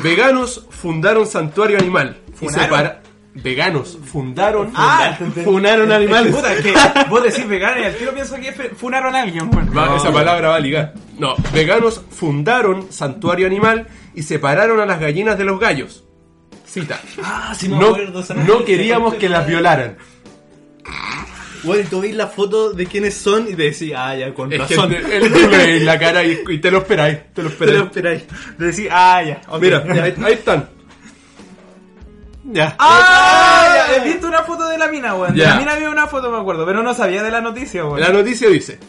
S4: Veganos fundaron santuario animal. Y
S3: ¿Funaron?
S4: separa- Veganos fundaron.
S3: Ah,
S4: funaron animales.
S3: Puta, es que vos decís vegano y al tiro pienso que fe- funaron a alguien, weón.
S4: Va, Esa palabra va a ligar. No, veganos fundaron santuario animal y separaron a las gallinas de los gallos. Cita.
S5: Ah, si
S4: No, no queríamos que las violaran.
S5: Bueno, tú veis la foto de quiénes son y te decís, ah, ya, con
S4: Es que
S5: razón.
S4: el- el- tú lees la cara y, y te lo esperáis. Te lo
S3: Pero
S4: esperáis.
S3: esperáis. Decís, ah, ya. ok.
S4: Mira, ahí, ahí están.
S5: Ya.
S3: ¡Ah! Ya, He visto una foto de la mina, weón. De
S4: Ya.
S3: la mina había una foto, me acuerdo, pero no sabía de la noticia, weón.
S4: La noticia dice: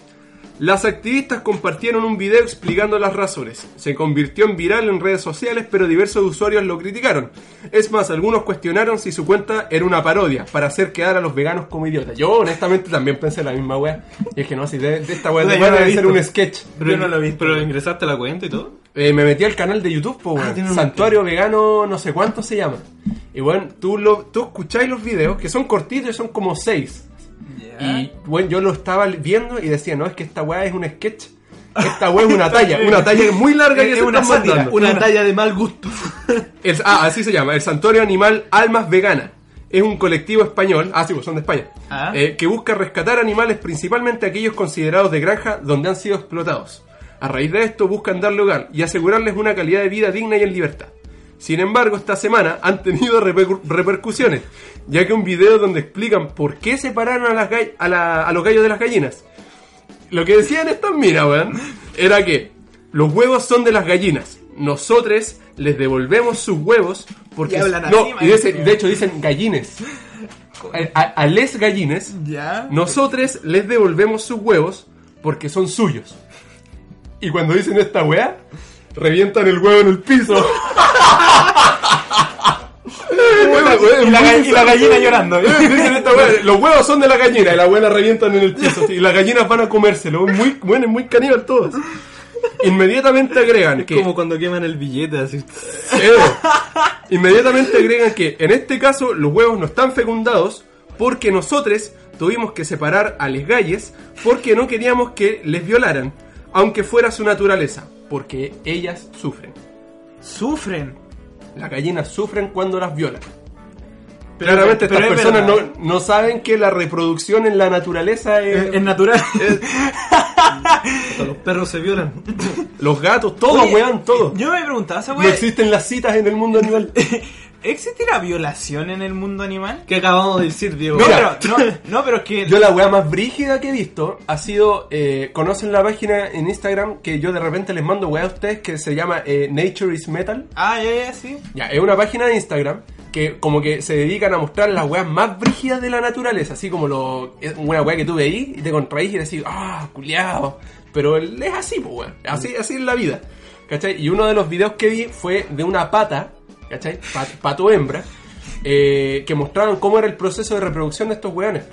S4: Las activistas compartieron un video explicando las razones. Se convirtió en viral en redes sociales, pero diversos usuarios lo criticaron. Es más, algunos cuestionaron si su cuenta era una parodia para hacer quedar a los veganos como idiotas. Yo, honestamente, también pensé la misma wea. Y es que no, si de, de esta wea
S3: Puta,
S4: de
S3: yo no la he
S4: debe ser
S3: visto.
S4: un sketch.
S5: Pero,
S3: Yo no lo he visto.
S5: Pero ingresaste a la cuenta y todo.
S4: Eh, me metí al canal de YouTube,
S3: Ah,
S4: po, weón.
S5: tiene un-
S4: Santuario Vegano, no sé cuánto se llama. Y bueno, tú, lo, tú escucháis los videos, que son cortitos y son como seis. Y bueno, yo lo estaba viendo y decía, no, es que esta weá es un sketch. Esta weá es una talla, una talla muy larga que
S3: Es
S4: se
S3: una
S4: están
S3: sátira,
S4: mandando.
S5: Una talla de mal gusto.
S4: El- ah, así se llama, el Santuario Animal Almas Vegana. Es un colectivo español, ah, sí, pues son de España,
S3: Ah.
S4: eh, que busca rescatar animales, principalmente aquellos considerados de granja donde han sido explotados. A raíz de esto buscan darle hogar y asegurarles una calidad de vida digna y en libertad. Sin embargo, esta semana han tenido repercu- repercusiones, ya que un video donde explican por qué separaron a, las gall- a, la- a los gallos de las gallinas. Lo que decían estas minas, weón, era que los huevos son de las gallinas. Nosotros les devolvemos sus huevos porque...
S3: Y hablan
S4: no,
S3: así,
S4: y dice-
S3: maestro.
S4: de hecho dicen gallines. A, a- a les gallines,
S3: Ya.
S4: nosotros les devolvemos sus huevos porque son suyos. Y cuando dicen esta weá, revientan el huevo en el piso. Puta, weón,
S3: Y la,
S4: muy
S3: ga- y la gallina llorando.
S4: eh, dicen esta wea, los huevos son de la gallina y la abuela revientan en el piso así, y las gallinas van a comérselo. Es Muy, bueno, es muy caníbal todos. Inmediatamente agregan que.
S5: Como cuando queman el billete, así.
S4: Eh, inmediatamente agregan que en este caso los huevos no están fecundados porque nosotros tuvimos que separar a les galles porque no queríamos que les violaran, aunque fuera su naturaleza, porque ellas sufren.
S3: Sufren.
S4: Las gallinas sufren cuando las violan. Claramente
S3: pero
S4: estas
S3: es
S4: personas
S3: verdad. Eh,
S4: no, no saben que la reproducción en la naturaleza es...
S3: Es, es natural.
S5: Hasta los perros se violan.
S4: Los gatos, todos,
S3: Oye,
S4: weón, todos.
S3: Yo me preguntaba, esa
S4: No
S3: weón.
S4: existen las citas en el mundo animal.
S3: ¿Existirá violación en el mundo animal?
S5: ¿Qué acabamos de decir, Diego?
S4: Mira.
S3: No, pero, no, no, pero es que.
S4: Yo la weá más brígida que he visto ha sido, eh, conocen la página en Instagram que yo de repente les mando weá a ustedes que se llama eh, Nature is Metal.
S3: Ah, ya, ya, sí.
S4: Ya, es una página de Instagram que como que se dedican a mostrar las weas más brígidas de la naturaleza, así como lo, es una wea que tú veís y te contraís y decís, ah, culiao. Pero él es así, pues weón. Así, así es la vida. ¿Cachai? Y uno de los videos que vi fue de una pata, ¿cachai? Pa- pato hembra, eh, que mostraron cómo era el proceso de reproducción de estos weones.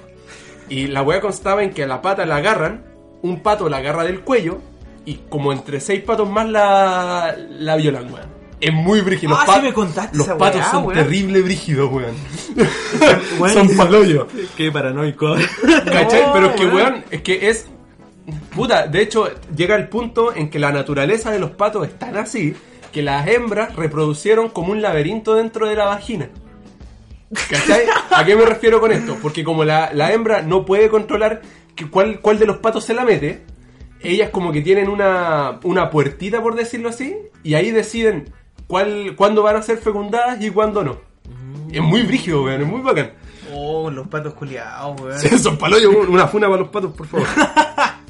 S4: Y la wea constaba en que a la pata la agarran, un pato la agarra del cuello y como entre seis patos más la, la violan, weón. Es muy brígido. Los,
S3: Ah,
S4: pa-
S3: sí me contaste
S4: los
S3: esa
S4: patos
S3: weá,
S4: son
S3: weón.
S4: terrible brígidos, weón.
S5: Weón.
S4: son paloyo.
S5: Qué paranoico.
S4: ¿Cachai?
S3: No,
S4: Pero es que,
S3: weón.
S4: weón, es que es... Puta, de hecho, llega el punto en que la naturaleza de los patos es tan así que las hembras reproducieron como un laberinto dentro de la vagina. ¿Cachai? ¿A qué me refiero con esto? Porque como la, la hembra no puede controlar que cuál, cuál de los patos se la mete, ellas como que tienen una, una puertita, por decirlo así, y ahí deciden cuál, cuándo van a ser fecundadas y cuándo no. Es muy brígido, weón, es muy bacán.
S3: Oh, los patos culiados, weón.
S4: Son paloyos, una funa para los patos, por favor.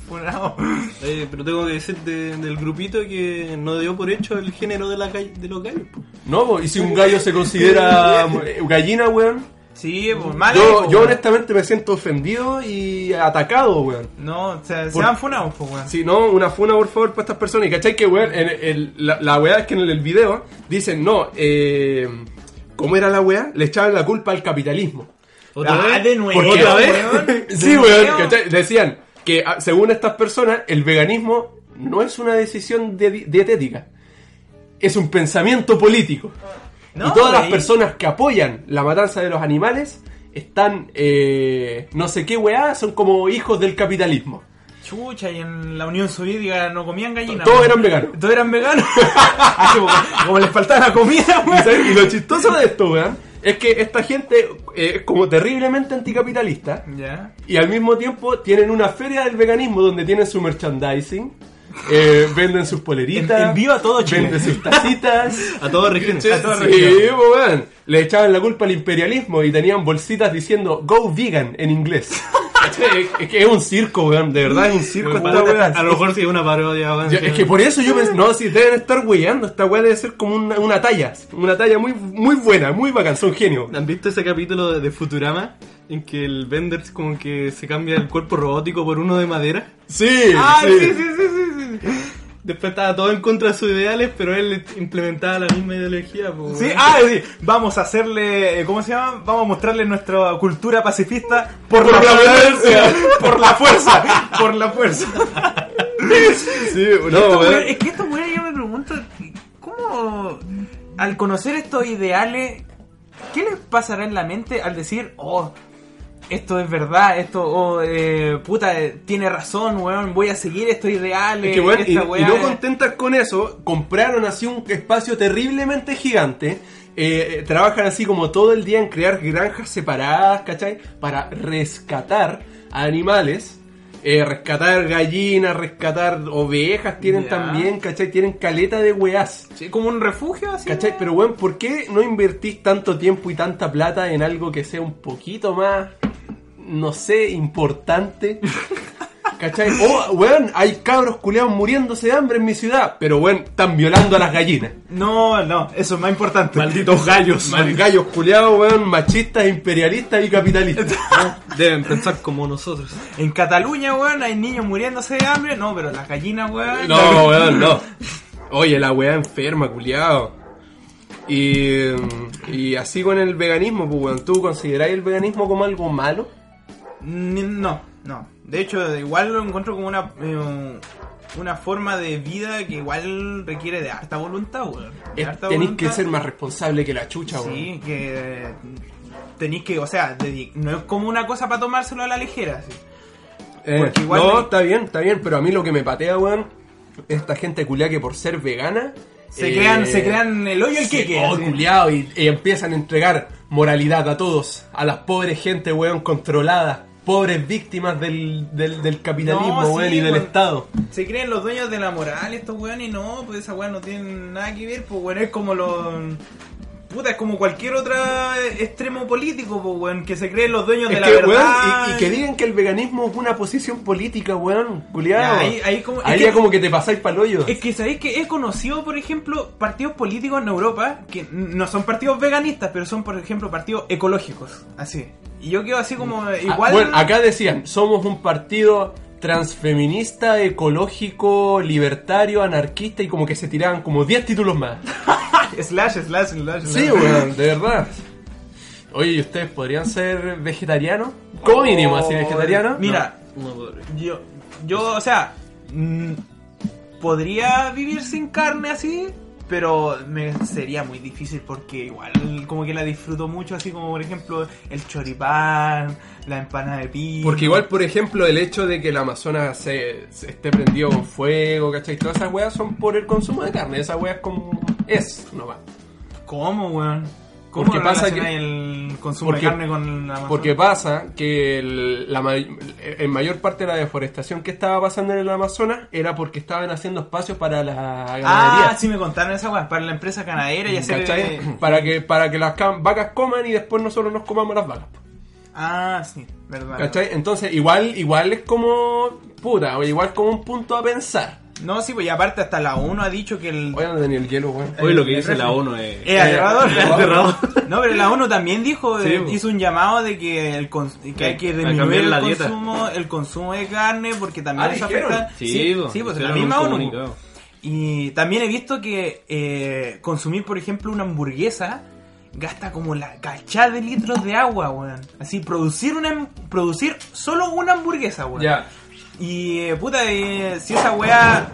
S3: Funado.
S5: Eh, pero tengo que decir de- del grupito que no dio por hecho el género de, la gall- de los gallos. po.
S4: No, po, y si un gallo se considera eh, gallina, weón.
S3: Sí, pues mal.
S4: Yo, este- yo honestamente me siento ofendido y atacado, weón.
S3: No, o sea, se
S4: Por-
S3: han funado, pues, weón.
S4: Si no, una funa, por favor, para estas personas. Y cachai que, weón, en el- la, la weá es que en el video dicen, no, eh, ¿Cómo era la weá? Le echaban la culpa al capitalismo.
S3: ¿Otra vez? Ah, de nuevo,
S4: Porque-
S3: weón.
S4: sí,
S3: ¿De
S4: weón.
S3: nuevo?
S4: ¿cachai? Decían que ah, según estas personas, el veganismo no es una decisión de- dietética. Es un pensamiento político.
S3: No,
S4: y todas las
S3: güey.
S4: personas que apoyan la matanza de los animales están, eh, no sé qué weá, son como hijos del capitalismo.
S3: Chucha, y en la Unión Soviética no comían gallinas.
S4: Todos
S3: weón.
S4: eran veganos.
S3: Todos eran veganos. Así como, como les faltaba la comida,
S4: Y,
S3: weón.
S4: ¿sabes? Y lo chistoso de esto, weón, es que esta gente eh, es como terriblemente anticapitalista.
S3: Ya.
S4: Y al mismo tiempo tienen una feria del veganismo donde tienen su merchandising, eh, venden sus poleritas,
S3: En- en vivo a todo Chile.
S4: venden sus tacitas.
S5: A todos regiones.
S4: Sí,
S3: A toda
S4: sí,
S3: región.
S4: po, weón. Le echaban la culpa al imperialismo y tenían bolsitas diciendo Go vegan en inglés. es, es que es un circo, weón, de verdad es un circo
S5: Weón,
S4: esta weá.
S5: a lo mejor sí es una parodia, weón.
S4: Yo- es que por eso yo pensé, no, si deben estar weyando, esta weá debe ser como una, una talla, una talla muy, muy buena, muy bacán, son genios.
S5: ¿Han visto ese capítulo de- de Futurama? En que el Bender como que se cambia el cuerpo robótico por uno de madera.
S4: Sí,
S5: Ah,
S4: sí.
S5: sí, sí, sí, sí, sí. Después estaba todo en contra de sus ideales, pero él implementaba la misma ideología. po,
S3: Sí,
S5: weón.
S3: ah, sí. Vamos a hacerle, eh, ¿cómo se llama? Vamos a mostrarle nuestra cultura pacifista por,
S4: Por la
S3: fuerza. Por la fuerza. Por la fuerza.
S4: Sí, no,
S3: Esta
S4: weón.
S3: weá- es que esta weá yo me pregunto, ¿cómo al conocer estos ideales, qué les pasará en la mente al decir, oh, esto es verdad, esto, oh, eh, puta, eh, tiene razón, weón, voy a seguir estos ideales,
S4: Es que, weón, y,
S3: esta
S4: y
S3: weá
S4: no
S3: es-
S4: contentas con eso, compraron así un espacio terriblemente gigante. eh, eh, trabajan así como todo el día en crear granjas separadas, ¿cachai? Para rescatar a animales. eh, rescatar gallinas, rescatar ovejas tienen
S3: Ya.
S4: también, ¿cachai? Tienen caleta de weás.
S3: Sí, como un refugio así.
S4: ¿Cachai?
S3: weón.
S4: Pero, weón, ¿por qué no invertís tanto tiempo y tanta plata en algo que sea un poquito más, no sé, importante? ¿Cachai? Oh, weón, hay cabros culeados muriéndose de hambre en mi ciudad, pero, weón, están violando a las gallinas.
S3: No, no, eso es más importante.
S5: Malditos gallos.
S4: Mal gallos culeados, weón, machistas, imperialistas y capitalistas.
S5: Deben pensar como nosotros.
S3: En Cataluña, weón, hay niños muriéndose de hambre, no, pero las gallinas, weón.
S4: No, weón, no. Oye, la weá enferma, culiao. Y, y así con el veganismo, pues, weón. ¿Tú consideráis el veganismo como algo malo?
S3: Ni- No, no. De hecho, igual lo encuentro como una eh, una forma de vida que igual requiere de harta voluntad, weón. De
S4: Es-
S3: harta
S4: Tenéis
S3: voluntad.
S4: que ser más responsable que la chucha, weón.
S3: Sí, que eh, tenéis que, o sea, dedi- no es como una cosa para tomárselo a la ligera. sí.
S4: Eh,
S3: Porque igual
S4: no,
S3: hay-
S4: está bien, está bien, pero a mí lo que me patea, weón, esta gente culia que por ser vegana...
S3: Se
S4: eh,
S3: crean, se crean el hoyo y el
S4: se-
S3: queque.
S4: oh,
S3: así.
S4: culiao, y, y empiezan a entregar moralidad a todos, a las pobres gente, weón, controladas, pobres víctimas del, del, del capitalismo,
S3: No, sí,
S4: weón, y del
S3: weón.
S4: Estado.
S3: Se creen los dueños de la moral estos weones, no, pues esa weá no tiene nada que ver, pues weón, es como los... Puta, es como cualquier otro extremo político, pues weón, que se creen los dueños de
S4: Es
S3: la
S4: que, weón,
S3: verdad.
S4: y, y que digan que el veganismo es una posición política, weón, culiao.
S3: Ya, ahí- ahí como- es
S4: Ahí
S3: que-
S4: ya como que te pasáis palollo.
S3: Es que sabéis que he conocido, por ejemplo, partidos políticos en Europa que n- no son partidos veganistas, pero son, por ejemplo, partidos ecológicos. Así. Y yo quedo así como eh,
S4: Ah,
S3: igual.
S4: bueno, acá decían, somos un partido transfeminista, ecológico, libertario, anarquista y como que se tiraban como 10 títulos más.
S3: ah, Slash, slash, slash.
S4: Sí, weón, de verdad. Oye, ¿y ustedes podrían ser vegetarianos? Como mínimo, así
S3: Oh,
S4: vegetariano.
S3: Mira,
S5: No podré.
S3: yo, yo, o sea, mm, podría vivir sin carne así, pero me sería muy difícil porque igual como que la disfruto mucho, así como por ejemplo el choripán, la empanada de pino.
S4: Porque igual, por ejemplo, el hecho de que el Amazonas se, se esté prendido con fuego, ¿cachai? Todas esas weas son por el consumo de carne. Esas weas como... Es, no va.
S3: ¿Cómo, weón? ¿Cómo
S4: Porque pasa
S3: relacionas
S4: que-
S3: el consumo
S4: porque-
S3: de carne con la Amazonas?
S4: Porque pasa que el- la, may- en mayor parte de la deforestación que estaba pasando en el Amazonas era porque estaban haciendo espacios para la
S3: Ah,
S4: ganadería.
S3: sí me contaron esa weón, para la empresa ganadera y hacer... eh,
S4: ¿cachai? Para que para que las cam- vacas coman y después nosotros nos comamos las vacas.
S3: Ah, sí, verdad.
S4: ¿Cachai? Entonces, igual igual es como puta, o igual como un punto a pensar.
S3: No, sí, pues y aparte hasta la ONU ha dicho que el...
S4: Oye, no tenía el hielo, weón.
S5: Hoy lo que dice la ONU es...
S3: Es aterrador.
S4: Eh, aterrador. pues.
S3: No, pero la ONU también dijo,
S5: Sí,
S3: eh,
S5: po.
S3: hizo un llamado de que, el cons- que
S4: Eh,
S3: hay que
S5: Hay que
S3: disminuir
S5: cambiar
S3: el
S5: la dieta.
S3: consumo, el consumo de carne porque también
S4: Ah,
S3: eso
S4: dijeron.
S3: afecta.
S5: Sí, po,
S3: sí, pues la
S5: hicieron
S3: misma
S5: un
S3: ONU. po.
S5: comunicado.
S3: Y también he visto que eh, consumir, por ejemplo, una hamburguesa gasta como la cachá de litros de agua, weón. Así, producir una ham- producir solo una hamburguesa, weón.
S4: Ya.
S3: Y eh, puta, eh, si esa weá.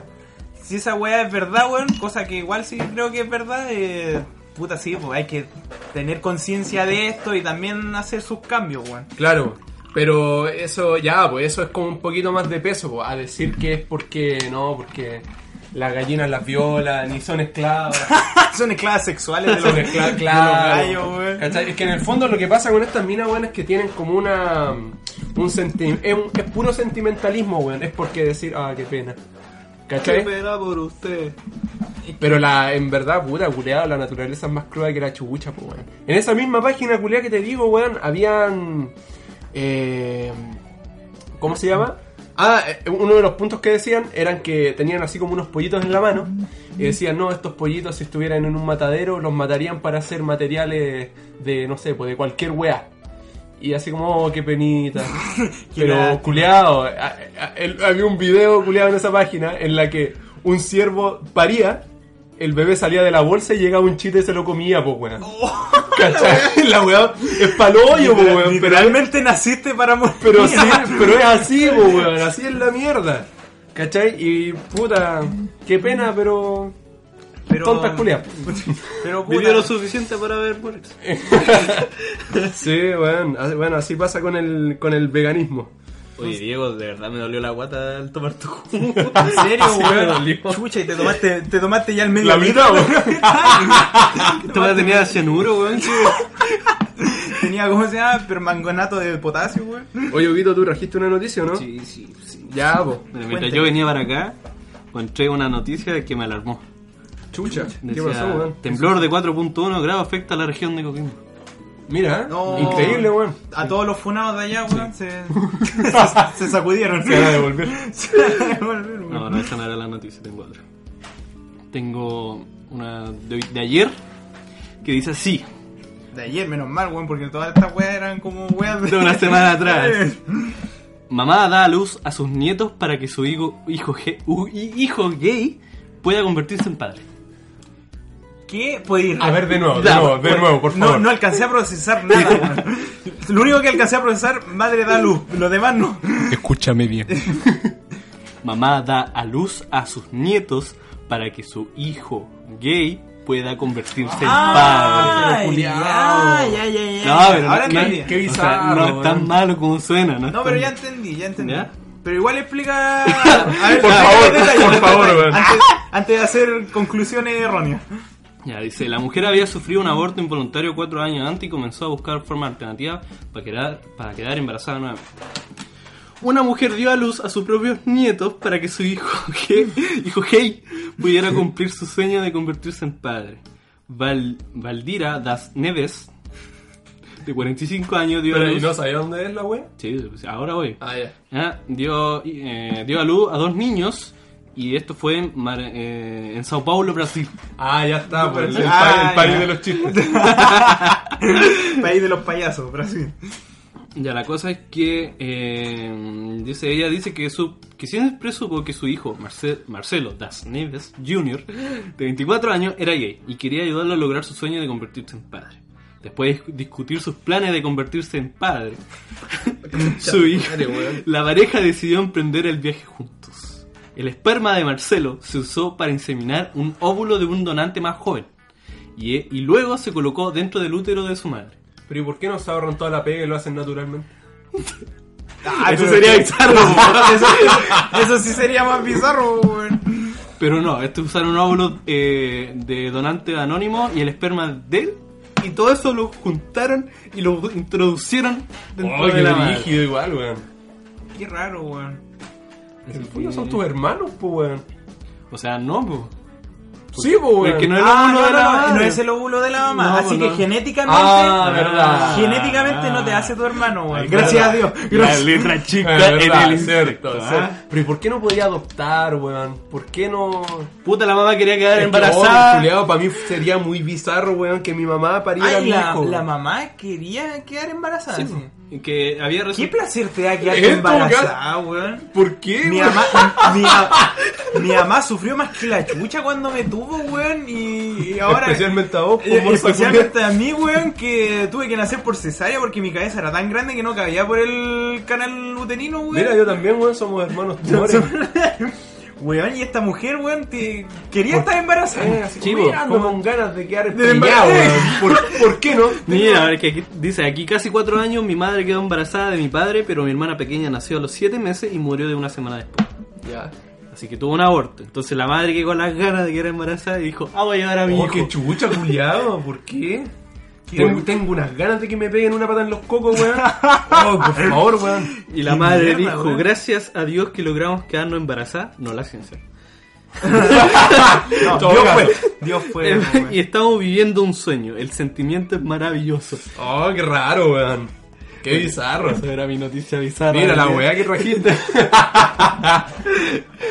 S3: Si esa weá es verdad, weón, cosa que igual sí creo que es verdad, eh, puta, sí, pues hay que tener conciencia de esto y también hacer sus cambios, weón.
S4: Claro, pero eso ya, pues eso es como un poquito más de peso, pues, a decir que es porque no, porque las gallinas las violan y son esclavas.
S3: Ah, Son esclavas sexuales de los,
S4: Son esclavas,
S3: de los gallos,
S4: claro.
S3: weón.
S4: ¿Cachai? Es que en el fondo lo que pasa con estas minas, weón, es que tienen como una. Un senti- es, un- es puro sentimentalismo, weón. Es porque decir, ah, qué pena. ¿Cachai?
S5: pena por usted.
S4: Pero la, en verdad, puta, culeado, la naturaleza es más cruda que la chubucha, pues, weón. En esa misma página, culeada, que te digo, weón, habían... eh, ¿Cómo se llama? Ah, eh, uno de los puntos que decían eran que tenían así como unos pollitos en la mano y decían, no, estos pollitos si estuvieran en un matadero los matarían para hacer materiales de, no sé, pues de cualquier weá. Y así como, oh, qué penita. Pero,
S3: lástima.
S4: culeado, a- a- el- había un video culeado en esa página en la que un ciervo paría, el bebé salía de la bolsa y llegaba un chiste y se lo comía, pues, weón. ¿Cachai? La weá es palollo, pues, weón. Pero,
S3: Literalmente naciste para morir.
S4: pero, sí, pero es así, pues, weón. Así es la mierda. ¿Cachai? Y, puta, qué pena, pero...
S3: Pero-
S4: Tontas culiadas.
S3: Pero puta,
S5: Vivió lo suficiente para ver morirse.
S4: Sí, weón. así- Bueno, así pasa con el, con el veganismo.
S5: Oye, Diego, de verdad me dolió la guata al tomar tu jugo.
S3: en serio,
S4: Sí, me dolió.
S3: weón. Chucha, y te tomaste, te tomaste ya el medio.
S4: La mitad,
S3: litro,
S4: weón.
S5: Esta guata tenía cianuro, weón. sí.
S3: Tenía, ¿cómo se llama? Permangonato de potasio, weón.
S4: Oye, Huguito, tú trajiste una noticia, o ¿no?
S5: Sí, sí, sí.
S4: Ya, pues.
S5: Mira,
S3: Cuéntame.
S5: mientras yo venía para acá, encontré una noticia que me alarmó.
S4: Chucha. ¿Qué
S5: Decía,
S4: pasó, weón?
S5: temblor de 4.1 grados afecta a la región de Coquimbo.
S4: Mira,
S3: No.
S4: increíble, weón.
S3: A todos los funados de allá, weón, se, se, se sacudieron.
S4: Se van a devolver.
S3: Se van a devolver, weón.
S5: No, no, esa no era la noticia, tengo otra. Tengo una de, de ayer que dice así,
S3: De ayer, menos mal, weón, porque todas estas weas eran como weas
S5: de una semana atrás. Mamá da a luz a sus nietos para que su hijo, hijo, ge- u- hi- hijo gay pueda convertirse en padre.
S3: ¿Qué? Puede ir.
S4: A ver, de nuevo, de
S5: Ya,
S4: nuevo, de nuevo, por favor.
S3: No, no alcancé a procesar nada, weón. Lo único que alcancé a procesar, madre da luz. Lo demás no.
S4: Escúchame bien.
S5: Mamá da a luz a sus nietos para que su hijo gay pueda convertirse en Este padre.
S3: Ah, ya, ya, ya, ya.
S5: No, pero
S3: Ahora
S5: no,
S3: entendí.
S5: no-
S4: Qué
S5: o sea,
S4: bizarro,
S5: no es tan
S4: weón.
S5: malo como suena. No, es
S3: No, pero
S5: tan-
S3: ya entendí, ya entendí.
S5: ¿Ya?
S3: Pero igual explica. A ver,
S4: Por
S3: explica
S4: favor,
S3: los detalles,
S4: por
S3: los
S4: favor,
S3: detalles,
S4: weón.
S3: Antes, antes de hacer conclusiones erróneas.
S5: Ya dice, la mujer había sufrido un aborto involuntario cuatro años antes y comenzó a buscar forma alternativa para quedar, para quedar embarazada nuevamente. Una mujer dio a luz a sus propios nietos para que su hijo, gay- hijo gay pudiera cumplir su sueño de convertirse en padre. Val- Valdira Das Neves, de 45 años, dio a
S4: Pero, ¿y
S5: luz...
S4: no sabía dónde es la weón?
S5: Sí, pues, ahora voy.
S4: Ah, ya.
S5: Ah, dio, eh, dio a luz a dos niños y esto fue en, Mar- eh, en Sao Paulo, Brasil.
S4: Ah, ya está, pues, el, el,
S3: Ah,
S4: pari- el pari
S3: ya.
S4: de los chistes.
S3: País de los payasos, Brasil.
S5: Ya, la cosa es que eh, dice ella dice que su que siempre supo que su hijo Marce- Marcelo Das Neves Jr. de 24 años era gay y quería ayudarlo a lograr su sueño de convertirse en padre. Después de discutir sus planes de convertirse en padre, su hijo, la pareja decidió emprender el viaje juntos. El esperma de Marcelo se usó para inseminar un óvulo de un donante más joven y, y luego se colocó dentro del útero de su madre.
S4: Pero, ¿y por qué no se ahorran toda la pega y lo hacen naturalmente?
S5: Eso sería bizarro, po.
S3: Eso, eso sí sería más bizarro, weón.
S5: Pero no, este usaron un óvulo eh, de donante anónimo y el esperma de él. Y todo eso lo juntaron y lo introducieron dentro
S4: Oh,
S5: de
S4: qué
S5: la madre.
S4: rígido igual, weón.
S3: Qué raro, weón.
S4: En el fondo son tus hermanos, pues, weón.
S5: O sea, no, po.
S4: Sí, pues, weón.
S5: Porque no es el
S3: Ah,
S5: óvulo
S3: no,
S5: de la
S3: no,
S5: madre.
S3: no es el óvulo de la mamá.
S5: No,
S3: así
S5: no.
S3: que genéticamente.
S4: Ah, verdad.
S3: Genéticamente no te hace tu hermano, weón. Gracias a Dios.
S6: La
S3: Gracias.
S6: letra chica
S4: Ah,
S6: en
S4: verdad,
S6: el
S4: cierto,
S6: insecto,
S4: cierto.
S6: ¿ah?
S4: Pero ¿y por qué no podía adoptar, weón? ¿Por qué no...?
S5: Puta, la mamá quería quedar
S4: Es que, oh,
S5: embarazada.
S4: culiao, para mí sería muy bizarro, weón, que mi mamá pariera a
S3: Ay,
S4: mi
S3: la,
S4: hijo.
S3: la mamá quería quedar embarazada.
S5: Sí,
S3: sí.
S5: po. que había
S3: ¿Qué
S5: resultado.
S3: placer te da que
S4: Esto,
S3: alguien embarazada, weón?
S4: ¿Por qué?
S3: Mi
S4: weón?
S3: mamá, mi, mamá- mi mamá sufrió más que la chucha cuando me tuvo, weón, y, y ahora...
S4: Especialmente a vos,
S3: Eh,
S4: por morsa
S3: Especialmente a mí, weón, que tuve que nacer por cesárea porque mi cabeza era tan grande que no cabía por el canal uterino, weón.
S4: Mira, yo también, weón, somos hermanos tumores.
S3: Weón, y esta mujer, weón, te... quería estar embarazada.
S5: Chivo,
S4: Ando con ganas de quedar
S3: De
S4: empeñado,
S3: embarazar.
S4: weón. ¿Por, por qué no?
S5: Mira, a ver, que aquí- dice, aquí casi cuatro años mi madre quedó embarazada de mi padre, pero mi hermana pequeña nació a los siete meses y murió de una semana después.
S4: Ya.
S5: Así que tuvo un aborto. Entonces la madre que con las ganas de quedar embarazada y dijo, ah, voy a llevar a mi
S4: Oh,
S5: hijo.
S4: qué chucha, culiado, ¿por qué?
S3: ¿Qué?
S4: Tengo, tengo unas ganas de que me peguen una pata en los cocos, weón. Oh, por favor, weón.
S5: Y la madre
S3: mierda,
S5: dijo,
S3: weón.
S5: gracias a Dios que logramos quedarnos embarazadas, no la ciencia.
S3: No,
S4: Todo
S3: Dios
S4: caso.
S3: fue. Dios fue,
S5: y
S3: weón.
S5: estamos viviendo un sueño, el sentimiento es maravilloso.
S4: Oh, qué raro, weón. Qué bizarro.
S5: Esa era mi noticia bizarra.
S4: Mira la
S5: Del día.
S4: weá que trajiste.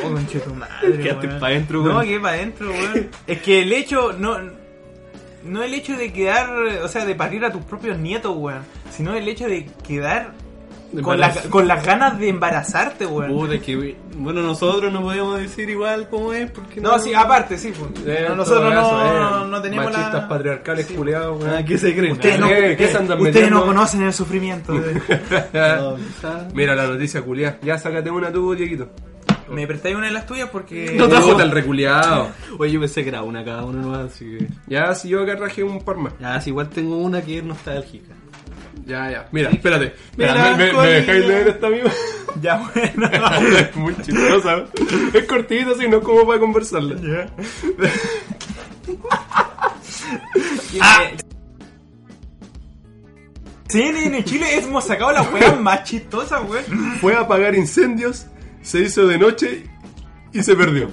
S3: Oh, conchetumadre,
S5: Quedaste
S3: weón.
S5: pa' dentro,
S3: No,
S5: weón.
S3: quedé pa' dentro, weón. Es que el hecho, no. No el hecho de quedar, o sea, de parir a tus propios nietos, weón. Sino el hecho de quedar con, la-
S5: Embarazo.
S3: con las ganas de embarazarte, weón.
S5: Puta, que- bueno, nosotros no podíamos decir igual cómo es, porque
S3: No, sí, aparte, sí, pues.
S4: Eh,
S3: No, nosotros
S4: todo caso, eh,
S3: no, no tenemos la.
S4: Machistas patriarcales
S3: Sí.
S4: culiados, weón.
S5: Ah, ¿qué se creen?
S3: Ustedes no,
S4: ¿Qué- qué se andan
S3: ustedes no
S4: metiendo?
S3: conocen el sufrimiento. de-
S5: No, quizá-
S4: Mira la noticia culiada. Ya sácate una tú, Dieguito.
S3: Me prestáis una de las tuyas porque.
S5: No trajo.
S4: Puta, el reculiado.
S5: Oye, yo pensé que era una cada uno nomás, así que...
S4: Ya, si yo acá traje un par más.
S5: Ya, si igual tengo una que es nostálgica.
S4: Ya, ya. Mira, espérate. Mira, me- me, me
S3: Melancolía.
S4: dejáis leer esta misma. Ah,
S3: Ya, bueno.
S4: es muy chistosa. Es cortita, así no es como para conversarla.
S3: Ah. CNN Chile hemos sacado la weá más chistosa, weón.
S4: Fue a apagar incendios, se hizo de noche y se perdió.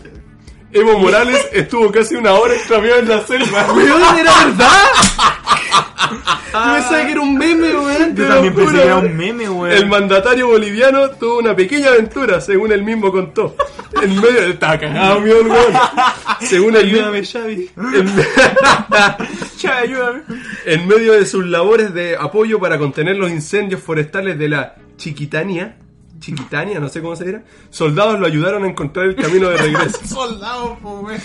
S4: Evo Morales estuvo casi una hora extraviado en la selva.
S5: ¡Weón, era verdad!
S4: Ah.
S5: Yo pensaba que era un meme, weón.
S3: Yo
S4: Te
S3: también
S4: lo
S3: pensé
S4: juro,
S3: que era
S4: weón.
S3: un meme, weón.
S4: El mandatario boliviano tuvo una pequeña aventura, según él mismo contó. En medio del estaba cagado, mi weón. Según él mismo-
S5: Ayúdame, Xavi.
S4: en,
S3: Chá, ayúdame.
S4: en medio de sus labores de apoyo para contener los incendios forestales de la Chiquitania, Chiquitania, no sé cómo se dirá, soldados lo ayudaron a encontrar el camino de regreso.
S3: Soldado, po, weón.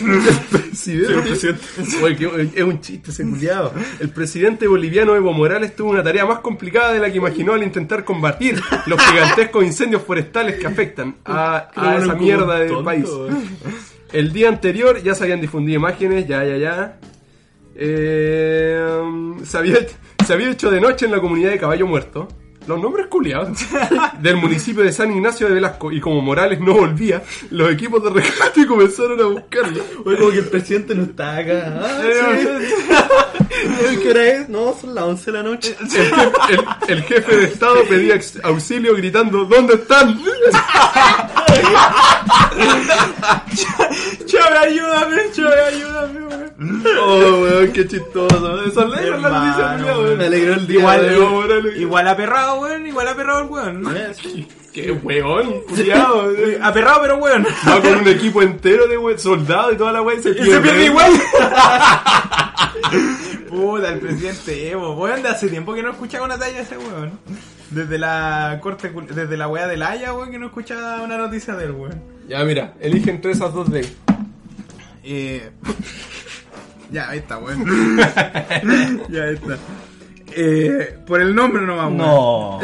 S4: presidente. Oye, qué- es un chiste ese culiao. El presidente boliviano Evo Morales tuvo una tarea más complicada de la que imaginó al intentar combatir los gigantescos incendios forestales que afectan a, a
S5: Claro,
S4: Ah, esa
S5: como
S4: mierda
S5: un
S4: del
S5: tonto, ¿eh?
S4: país.
S5: weón.
S4: El día anterior ya se habían difundido imágenes, ya, ya, ya. Eh, se, había, se había hecho de noche en la comunidad de Caballo Muerto. Los nombres culiados. Del municipio de San Ignacio de Velasco. Y como Morales no volvía, los equipos de rescate comenzaron a buscarlo.
S5: Oye, como que el presidente no está acá. Ah, sí. ¿Qué hora es? No, son las 11 de la noche.
S4: El jefe, el- el jefe de Estado pedía ex- auxilio gritando, ¿dónde están?
S3: Chá, ayúdame, chá, ayúdame, weón.
S4: Oh, weón, qué chistoso. Esa ley era la noticia,
S3: Hermano,
S4: culiao,
S5: Me
S4: weón.
S5: alegró el día.
S3: Igual,
S4: Evo Morales.
S3: igual aperrado, weón. Igual aperrado el weón.
S4: Qué weón, culiao. eh.
S3: Aperrado, pero weón.
S4: Va con un equipo entero de we- soldados y toda la weá y se
S3: Y
S4: pierde.
S3: se pierde igual. Puta, el presidente Evo. Weón, de hace tiempo que no escuchaba una talla de ese weón. Desde la corte, cul- desde la weá del Haya, weón, que no escuchaba una noticia del weón.
S4: Ya, mira, elige entre esas dos de
S3: Eh... Ya, ahí está, weón. ya, ahí está. Eh, por el nombre nomás, weón.
S5: No.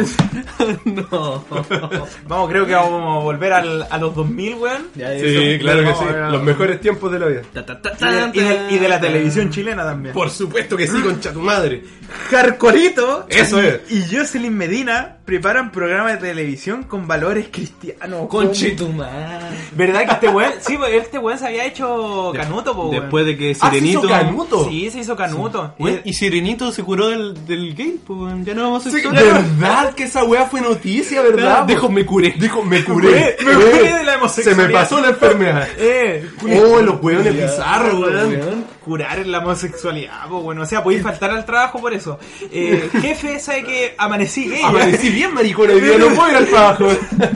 S5: no.
S3: Vamos, creo que vamos a volver al- a los 2000, weón.
S5: Ya,
S4: Sí,
S5: eso.
S4: claro que
S3: No,
S4: sí.
S3: no, no.
S4: Los mejores tiempos de la vida.
S5: Ta, ta, ta,
S3: Y
S5: ta,
S3: de, y de- y de la
S5: ta.
S3: televisión chilena también.
S4: Por supuesto que sí, concha tu madre.
S3: Jarcorito
S4: Eso es.
S3: y Jocelyn Medina preparan programa de televisión con valores cristianos.
S5: Conchetumar.
S3: ¿Verdad que este weón? Sí, pues, este weón se había hecho canuto, po, weón.
S5: Después de que
S4: Ah, ¿se hizo
S5: Sirenito.
S4: canuto?
S3: Sí, se hizo canuto.
S5: Güey,
S3: Eh,
S5: y Sirenito se curó del, del gay, pues, güey, ya no vamos a hacer historia.
S4: ¿Verdad que esa weá fue noticia, verdad?
S5: Dijo, me curé.
S4: Dijo, me
S3: curé,
S4: curé. Eh,
S3: me curé de la
S4: Se
S3: homosexualidad.
S4: me pasó la enfermedad.
S3: Eh, cu-
S4: Oh, los hueones bizarros, weón.
S5: Weón.
S3: curar en la homosexualidad, po, bueno, o sea, podéis faltar al trabajo por eso. Eh, jefe, sabe que amanecí Eh, gay.
S4: Amanecí bien, maricón, hoy día no puedo ir al trabajo.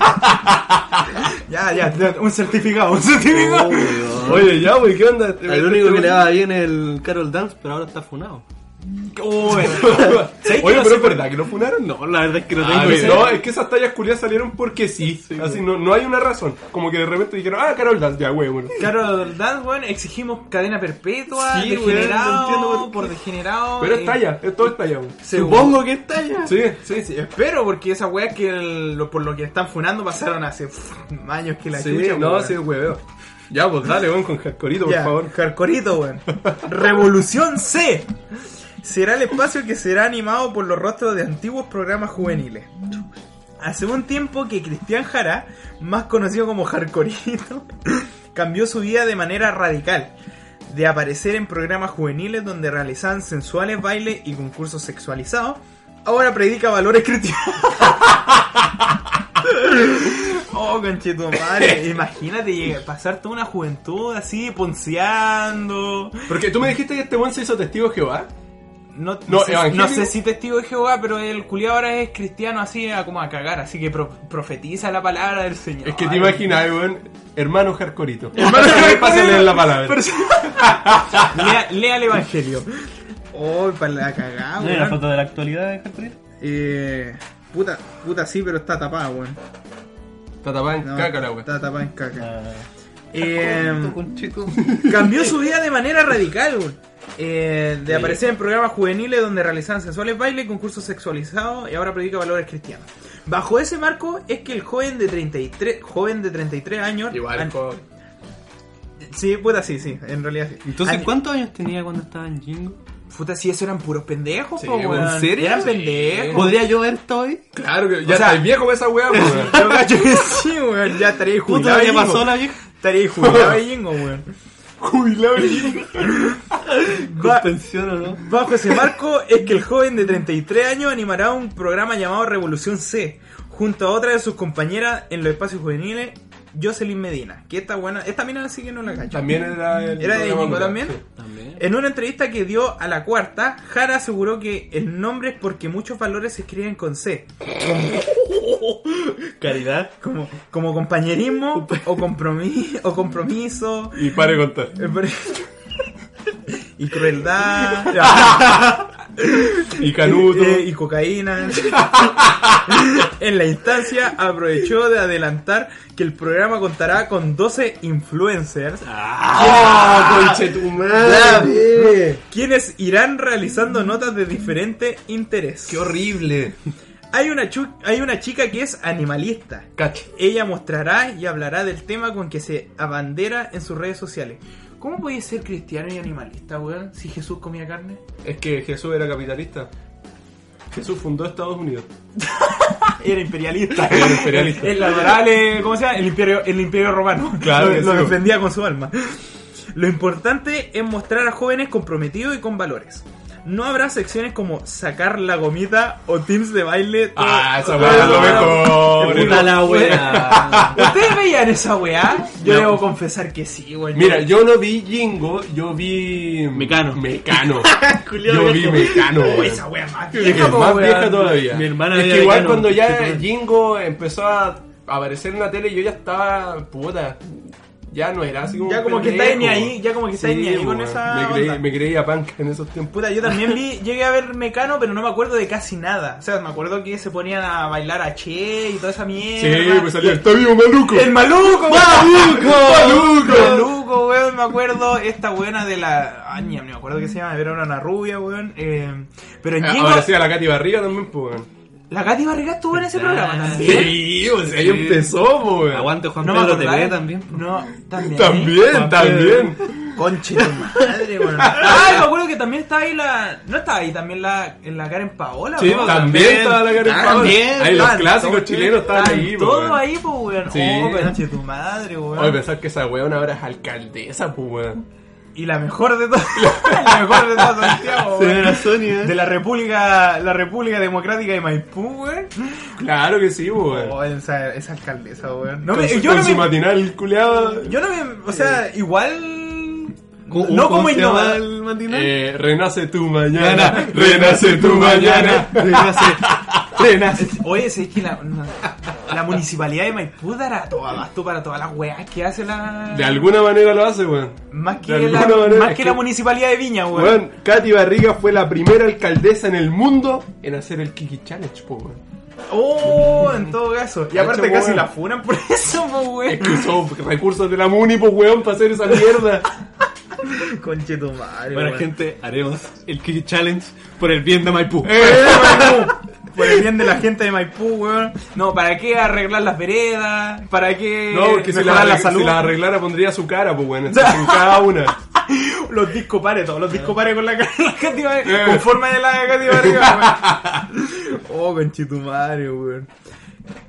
S3: Ya, ya, ya, un certificado, un certificado.
S4: Oye, ya, wey, ¿qué onda?
S5: Al único que le daba bien el Carol Dance, pero ahora está funado.
S3: Oh, ¿Sabes que
S4: Oh. Oye,
S3: no
S4: pero
S3: sé
S4: es verdad que lo funaron, no.
S5: No, la verdad es que no
S4: Ah,
S5: tengo
S4: no,
S5: idea.
S4: no, es que esas tallas culiadas salieron porque sí. así no, no hay una razón. Como que de repente dijeron, ah, Carol Dance, ya, güey, bueno.
S3: Claro, Dan, weón, exigimos cadena perpetua,
S4: Sí, weón,
S3: degenerado,
S4: no entiendo por qué.
S3: por degenerado.
S4: Pero es
S3: eh,
S4: talla, es todo es talla, güey.
S3: seguro.
S5: que es talla.
S4: Sí,
S3: Sí, sí, espero, porque esa weá que el- lo- por lo que están funando pasaron hace pff, años que la
S4: sí,
S3: chucha,
S4: no,
S3: weón.
S4: sí, güey. Ya, pues dale, güey, con Jascorito, por
S3: Ya,
S4: favor.
S3: hardcoreito, weón. Revolución C. Será el espacio que será animado por los rostros de antiguos programas juveniles. Hace un tiempo que Cristian Jara, más conocido como Hardcoreito, cambió su vida de manera radical. De aparecer en programas juveniles donde realizaban sensuales bailes y concursos sexualizados, ahora predica valores cristianos. Oh, conchito madre, imagínate llegar- pasar toda una juventud así, ponceando.
S4: Porque tú me dijiste que este buen se hizo testigo de Jehová.
S3: No,
S4: No,
S3: no, sé,
S4: evangélico.
S3: no sé si testigo de Jehová, pero el culiado ahora es cristiano así a- como a cagar, así que pro- profetiza la palabra del Señor.
S4: Es que te imaginas, güey, hermano Jascorito.
S3: Hermano Jascorito.
S4: Pásale la palabra.
S3: Lea, lea el Evangelio. Oh, para la cagada,
S5: ¿No hay una
S3: weón.
S5: foto de la actualidad de Hardcore?
S3: Eh, puta, puta sí, pero está tapada, weón.
S4: Está tapada en
S3: No,
S4: caca la Ah. güey.
S3: Está tapada en caca.
S5: Eh,
S3: Eh, cambió su vida de manera radical, weón. Eh, de aparecer en programas juveniles donde realizaban sensuales bailes, concursos sexualizados y ahora predica valores cristianos. Bajo ese marco es que el joven de 33, joven de 33 años...
S4: Igual,
S3: an-
S4: joder.
S3: Sí, puta, sí, sí, en realidad sí.
S5: Entonces,
S3: An-
S5: ¿cuántos años tenía cuando estaba en Jingo?
S3: Puta, sí, eso eran puros pendejos,
S4: Sí,
S3: po,
S4: ¿en
S3: weón.
S5: serio?
S3: Eran pendejos.
S5: ¿Podría yo haber estado ahí?
S4: Claro que ya
S3: sea-
S4: estás viejo para esa weá, güey.
S3: Yo cacho que sí, weón. Ya estaría
S5: Puta, ya
S3: jubilado. de Jingo.
S5: pasó la vieja.
S3: Estaría jubilado de Jingo, weón.
S4: Jubilado el niño.
S3: Va-
S5: Pensión o no.
S3: Bajo ese marco es que el joven de 33 años animará un programa llamado Revolución C, junto a otra de sus compañeras en los espacios juveniles, Jocelyn Medina. Que esta buena, esta mina sí que no la cacho.
S4: También era el.
S3: ¿Era
S4: programa
S3: de Jingo
S4: Moral,
S3: también?
S4: sí.
S5: También.
S3: En una entrevista que dio a la cuarta, Jara aseguró que el nombre es porque muchos valores se escriben con C,
S5: Caridad.
S3: como, como compañerismo o, compromiso, o compromiso,
S4: Y para de contar.
S3: eh, por- y crueldad,
S4: Y Canuto.
S3: eh, y cocaína. en la instancia aprovechó de adelantar que el programa contará con 12 influencers,
S4: ¡Ah, conchetumare!
S3: quienes irán realizando notas de diferente interés.
S4: ¡Qué horrible!
S3: Hay una, chu- hay una chica que es animalista.
S4: Cacho.
S3: Ella mostrará y hablará del tema con que se abandera en sus redes sociales. ¿Cómo puede ser cristiano y animalista, weón? Si Jesús comía carne.
S4: Es que Jesús era capitalista. Jesús fundó Estados Unidos.
S3: Era imperialista.
S4: Era imperialista.
S3: El laboral, eh, ¿cómo se llama? El imperio, el imperio romano.
S4: Claro
S3: Lo,
S4: que
S3: lo
S4: sí.
S3: defendía con su alma. Lo importante es mostrar a jóvenes comprometidos y con valores. No habrá secciones como sacar la gomita o teams de baile. todo-
S4: ¡Ah, esa
S3: todo
S4: weá es
S3: eso,
S4: lo
S3: weón.
S4: mejor!
S5: Puta la wea.
S3: ¿Ustedes veían esa weá? Yo debo confesar que sí, weón.
S4: Mira, yo no vi Jingo, yo vi.
S5: Mecano.
S4: Mecano. yo vi Mecano,
S3: Oh,
S4: weón.
S3: esa weá más
S4: Es que
S3: vieja,
S4: es
S3: po,
S4: más
S3: weón.
S4: vieja todavía.
S5: Mi hermana
S4: es
S5: veía
S4: que igual
S5: Mecano.
S4: cuando ya
S5: Sí,
S4: Jingo empezó a aparecer en la tele, yo ya estaba puta. Ya no era así como.
S3: Ya
S4: un
S3: como que
S4: pendejo.
S3: estáis ni ahí, ya como que estáis
S4: Sí,
S3: ni ahí con
S4: weón.
S3: esa
S4: me, creí,
S3: onda.
S4: me creía punk en esos tiempos.
S3: Puta, yo también vi, llegué a ver Mecano, pero no me acuerdo de casi nada. O sea, me acuerdo que se ponían a bailar a Che y toda esa
S4: Sí,
S3: mierda.
S4: pues salía. ¡Está vivo, maluco!
S3: ¡El maluco!
S4: ¡Maluco! ¡Maluco!
S3: Maluco, weón, me acuerdo esta buena de la... Ay, ni me acuerdo que se llama, pero era una rubia, weón. Eh, pero en
S4: Ah,
S3: Jingo...
S4: Ahora sí, a la Katy Barriga también, pues, weón.
S3: La Katy Barriga estuvo en ese programa también.
S4: Sí, o sea, ahí empezó, pues, weón.
S5: Aguante Juan
S3: No me
S5: Pedro
S3: acordaba.
S5: TV también.
S3: No, también.
S4: También, también.
S3: Conche tu madre, weón. Ay, me acuerdo que también estaba ahí la... ¿No estaba ahí también la, en la Karen Paola?
S4: Sí,
S3: weón?
S4: también estaba la Karen Paola. Ahí
S5: También,
S4: los
S3: Estaban
S4: clásicos
S3: todos-
S4: chilenos estaban
S3: estaban
S4: ahí, pues,
S3: Todo
S4: weón.
S3: ahí, pues, weón.
S4: Sí.
S3: Oh, conche tu madre,
S4: Oye,
S3: weón.
S4: pues. pensar que esa weón ahora es alcaldesa, pues, weón.
S3: Y la mejor de todas. la mejor de todas, Santiago, weón.
S4: eh.
S5: Sonia.
S3: De la República, la República Democrática de Maipú, weón.
S4: Claro que sí, pues, weón.
S3: Oh, esa, esa alcaldesa, weón. No
S4: Con
S3: me-
S4: su-
S3: yo,
S4: con
S3: no
S4: su
S3: me,
S4: matinal culeado.
S3: yo no me. O sea, igual.
S5: ¿Cómo-
S3: No
S5: cómo
S3: como
S5: se llama
S3: innovar.
S5: el matinal?
S4: Eh, renace tu mañana, renace tu mañana.
S5: Renace. Renace.
S3: Oye, sé que la. no. La municipalidad de Maipú dará todo abasto para todas las weas que hace la.
S4: De alguna manera lo hace, weón.
S3: más que,
S4: de
S3: la,
S4: alguna manera
S3: más
S4: es
S3: que
S4: que-
S3: la municipalidad de Viña, weón.
S4: Weón, Katy Barriga fue la primera alcaldesa en el mundo en hacer el Kiki Challenge, po, weón.
S3: Oh, en todo caso. Y aparte
S4: Cacha,
S3: casi
S4: weón.
S3: la funan por eso, po,
S4: Es
S3: weón.
S4: que usó recursos de la Muni, po, weón, para hacer esa mierda.
S3: Conche tu madre,
S5: Bueno,
S3: weón.
S5: gente, haremos el Kiki Challenge por el bien de Maipú.
S3: Eh, Maipú. Por el bien de la gente de Maipú, weón. No, ¿para qué arreglar las veredas? ¿Para qué
S4: No, porque si
S3: mejorar
S4: la,
S3: la
S4: arreg-
S3: salud?
S4: si la arreglara pondría su cara, pues bueno, en cada una.
S3: Los discos pares, todos los discos pares con la cara de la Katy Barriga, con forma de la Katy Barriga, weón. Oh, conchetumadre, weón.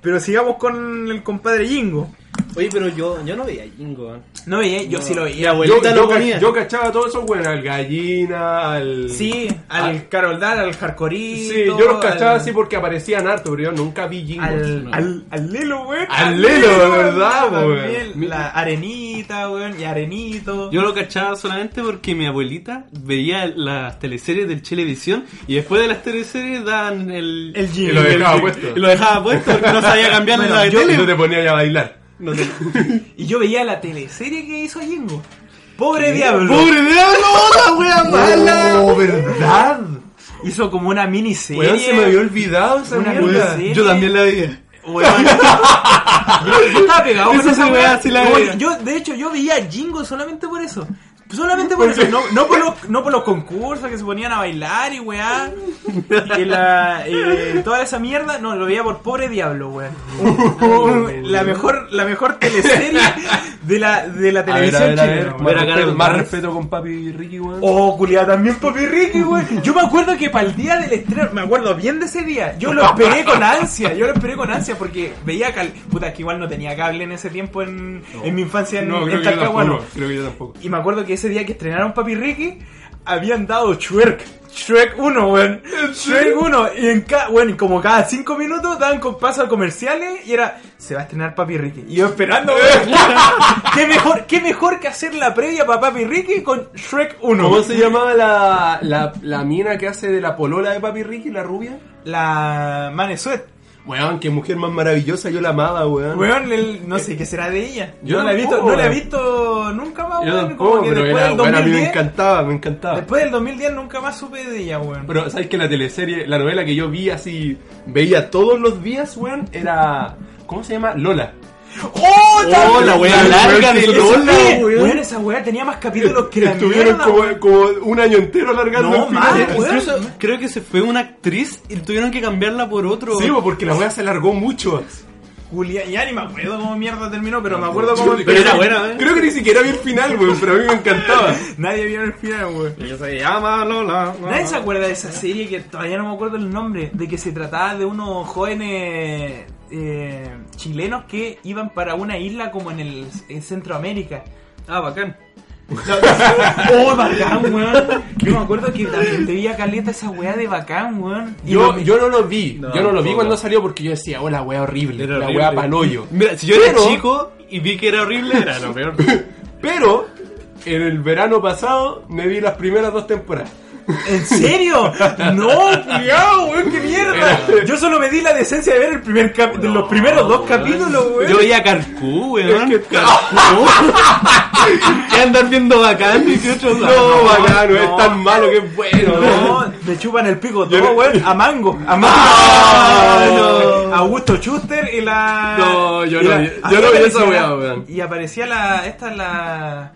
S3: Pero sigamos con el compadre Jingo.
S5: Oye, pero yo, yo no veía a Jingo.
S3: No veía, yo sí lo
S5: Mi
S3: veía.
S4: Yo,
S5: abuelita
S4: yo,
S5: lo ponía.
S4: ca- yo cachaba a todos esos weones, al gallina, al.
S3: Sí, al Carol Dan, al Jarcorito.
S4: Sí, yo los cachaba
S3: al-
S4: así porque aparecían harto, pero yo nunca vi Jingo.
S3: Al, al, al Lelo, weón.
S4: Al Lelo, de verdad,
S3: también.
S4: weón.
S3: La arenita, weón, y arenito.
S5: Yo lo cachaba solamente porque mi abuelita veía las teleseries del Televisión y después de las teleseries dan el...
S3: el
S4: Y
S3: Jingo.
S4: lo dejaba
S5: el-
S4: puesto.
S5: y lo dejaba puesto porque no sabía cambiar
S3: Bueno,
S5: la de
S3: yo-
S5: tele.
S4: No te ponía ya a bailar.
S5: No te-
S3: Y yo veía la teleserie que hizo Jingo. Pobre diablo.
S5: ¡Pobre diablo! ¡La wea mala!
S4: ¡Oh, verdad!
S3: Hizo como una miniserie.
S4: Weón, se me había olvidado esa
S3: Una
S4: mierda.
S3: miniserie.
S5: Yo también la veía.
S3: Weón. yo estaba pegado con
S5: Esa
S3: esa
S5: sí,
S3: weá.
S5: weá, sí la
S3: Weón,
S5: veía.
S3: Yo, de hecho, yo veía a Jingo solamente por eso. Solamente por eso, no, no, por los, no por los concursos que se ponían a bailar y weá. Y la, eh, toda esa mierda, no, lo veía por pobre diablo, weón. la mejor, la mejor teleserie de la, de la
S4: A ver, a
S3: televisión
S4: ver, a ver,
S3: chilena.
S4: más
S3: weón.
S5: Ver a Carol
S4: respeto- Más
S5: Dance.
S4: respeto con papi Ricky, weón.
S3: Oh, culiado, también Papi Ricky, güey. Yo me acuerdo que para el día del estreno, me acuerdo bien de ese día, yo lo esperé con ansia, yo lo esperé con ansia porque veía cal... Puta, que igual no tenía cable en ese tiempo en, en mi infancia en,
S4: no,
S3: en
S4: creo que, yo
S3: Talcahuano.
S4: tampoco, creo que yo tampoco.
S3: Y me acuerdo que ese día que estrenaron Papi Ricky, habían dado Shrek. Shrek 1, weón. Shrek 1. Y en ca weón, y como cada 5 minutos daban con paso a comerciales y era, se va a estrenar Papi Ricky. Y yo esperando, weón.
S4: eh.
S3: ¿Qué, mejor, ¿Qué mejor que hacer la previa para Papi Ricky con Shrek 1?
S4: ¿Cómo se llamaba la, la, la mina que hace de la polola de Papi Ricky, la rubia?
S3: La Manesuet.
S4: Weón, qué mujer más maravillosa, yo la amaba, weón.
S3: Weón, el- no sé qué será de ella.
S4: Yo
S3: no, la he visto,
S4: tampoco,
S3: no la he
S4: weón.
S3: visto nunca más,
S4: Yo
S3: weón.
S4: tampoco,
S3: como que
S4: pero
S3: después
S4: era,
S3: del
S4: weón, a mí me
S3: 2010.
S4: encantaba, me encantaba.
S3: después del 2010 nunca más supe de ella, weón.
S4: Pero, ¿sabes que La teleserie, la novela que yo vi así, veía todos los días, weón, era... ¿Cómo se llama? Lola.
S3: ¡Oh,
S5: Oh, la wea larga de
S3: Esa
S5: Lola,
S3: wea,
S5: weón.
S3: weón, esa weá tenía más capítulos que la
S4: Estuvieron
S3: mierda,
S4: como, como un año entero alargando
S3: No,
S4: el final.
S3: madre, weón.
S5: Eh, Incluso creo que se fue una actriz y tuvieron que cambiarla por otro.
S4: Sí, weón, porque la weá se alargó mucho.
S3: Julián, ya ni me acuerdo cómo mierda terminó, pero me acuerdo cómo
S5: Pero era buena, ¿eh?
S4: Creo que ni siquiera vi el final, weón, pero a mí me encantaba.
S3: Nadie vio el final, weón.
S5: se llama Lola.
S3: Nadie se acuerda de esa serie que todavía no me acuerdo el nombre, de que se trataba de unos jóvenes eh, chilenos que iban para una isla como en el en Centroamérica.
S5: Ah, bacán.
S3: ¡Oh, bacán, weón! Yo me acuerdo que también te veía caleta esa weá de bacán, weón. Y
S4: Yo,
S3: lo-
S4: yo no lo vi,
S5: No,
S4: yo no lo vi
S5: tampoco.
S4: cuando salió porque yo decía, oh, la weá horrible,
S5: Era
S4: la
S5: horrible.
S4: weá palollo.
S5: Mira, si yo era
S4: Pero-
S5: chico y vi que era horrible, era lo peor.
S4: Pero en el verano pasado me vi las primeras dos temporadas.
S3: ¿En serio? No, culiao, weón, qué mierda. Yo solo me di la decencia de ver el primer cap- de los primeros dos capítulos, weón.
S5: Yo veía Carcú, weón.
S4: Es que-
S5: Carcú. que andar viendo bacán y que otros.
S4: No, bacano,
S3: no.
S4: es tan malo que es bueno.
S3: No, me chupan el pico todo,
S4: Yo-
S3: weón. A mango. A mango.
S4: Ah, no.
S3: A Augusto Schuster y la.
S4: No, yo
S3: y
S4: no
S3: la-
S4: vi- yo
S3: Ah,
S4: no vi
S3: aparecía
S4: esa
S3: la-
S4: weá, weón.
S3: Y aparecía la. Esta la.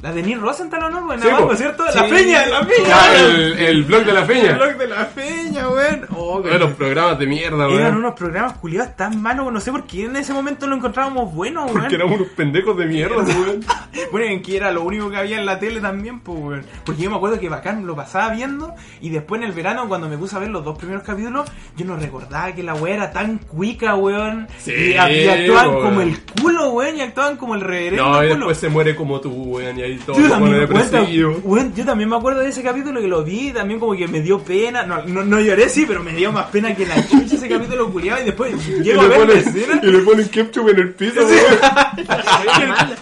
S3: La de Neil Rosenthal o no, weón.
S4: Sí,
S3: a mango,
S4: po.
S3: ¿cierto? La
S5: Sí.
S3: peña, la peña.
S4: Ya, el, el blog de la
S3: El
S4: feña.
S3: blog de la peña, weón. Oh,
S4: Uno de los programas de mierda,
S3: Eran
S4: weón.
S3: unos programas culiados tan malos, no sé por qué en ese momento lo encontrábamos bueno, weón.
S4: Porque eran unos pendejos de mierda, weón.
S3: Bueno, en que era lo único que había en la tele también, pues, weón. Porque yo me acuerdo que Bacán lo pasaba viendo y después en el verano, cuando me puse a ver los dos primeros capítulos, yo no recordaba que la weá era tan cuica, weón.
S4: Sí,
S3: y, a- y actuaban
S4: weón.
S3: como el culo, weón, y actuaban como el reverendo
S4: No, y
S3: culo.
S4: después se muere como tú, weón. Y ahí y todo
S3: Yo
S4: se
S3: también,
S4: pone
S3: me acuerdo,
S4: depresivo.
S3: weón, yo también me acuerdo de ese capítulo que lo vi, también como que me dio pena. No, no, no lloré, sí, pero me dio más pena que la chucha ese capítulo culiado y después
S4: Y
S3: llego a
S4: le,
S3: ver la
S4: ponen,
S3: escena.
S4: y le ponen ketchup en el piso, weón.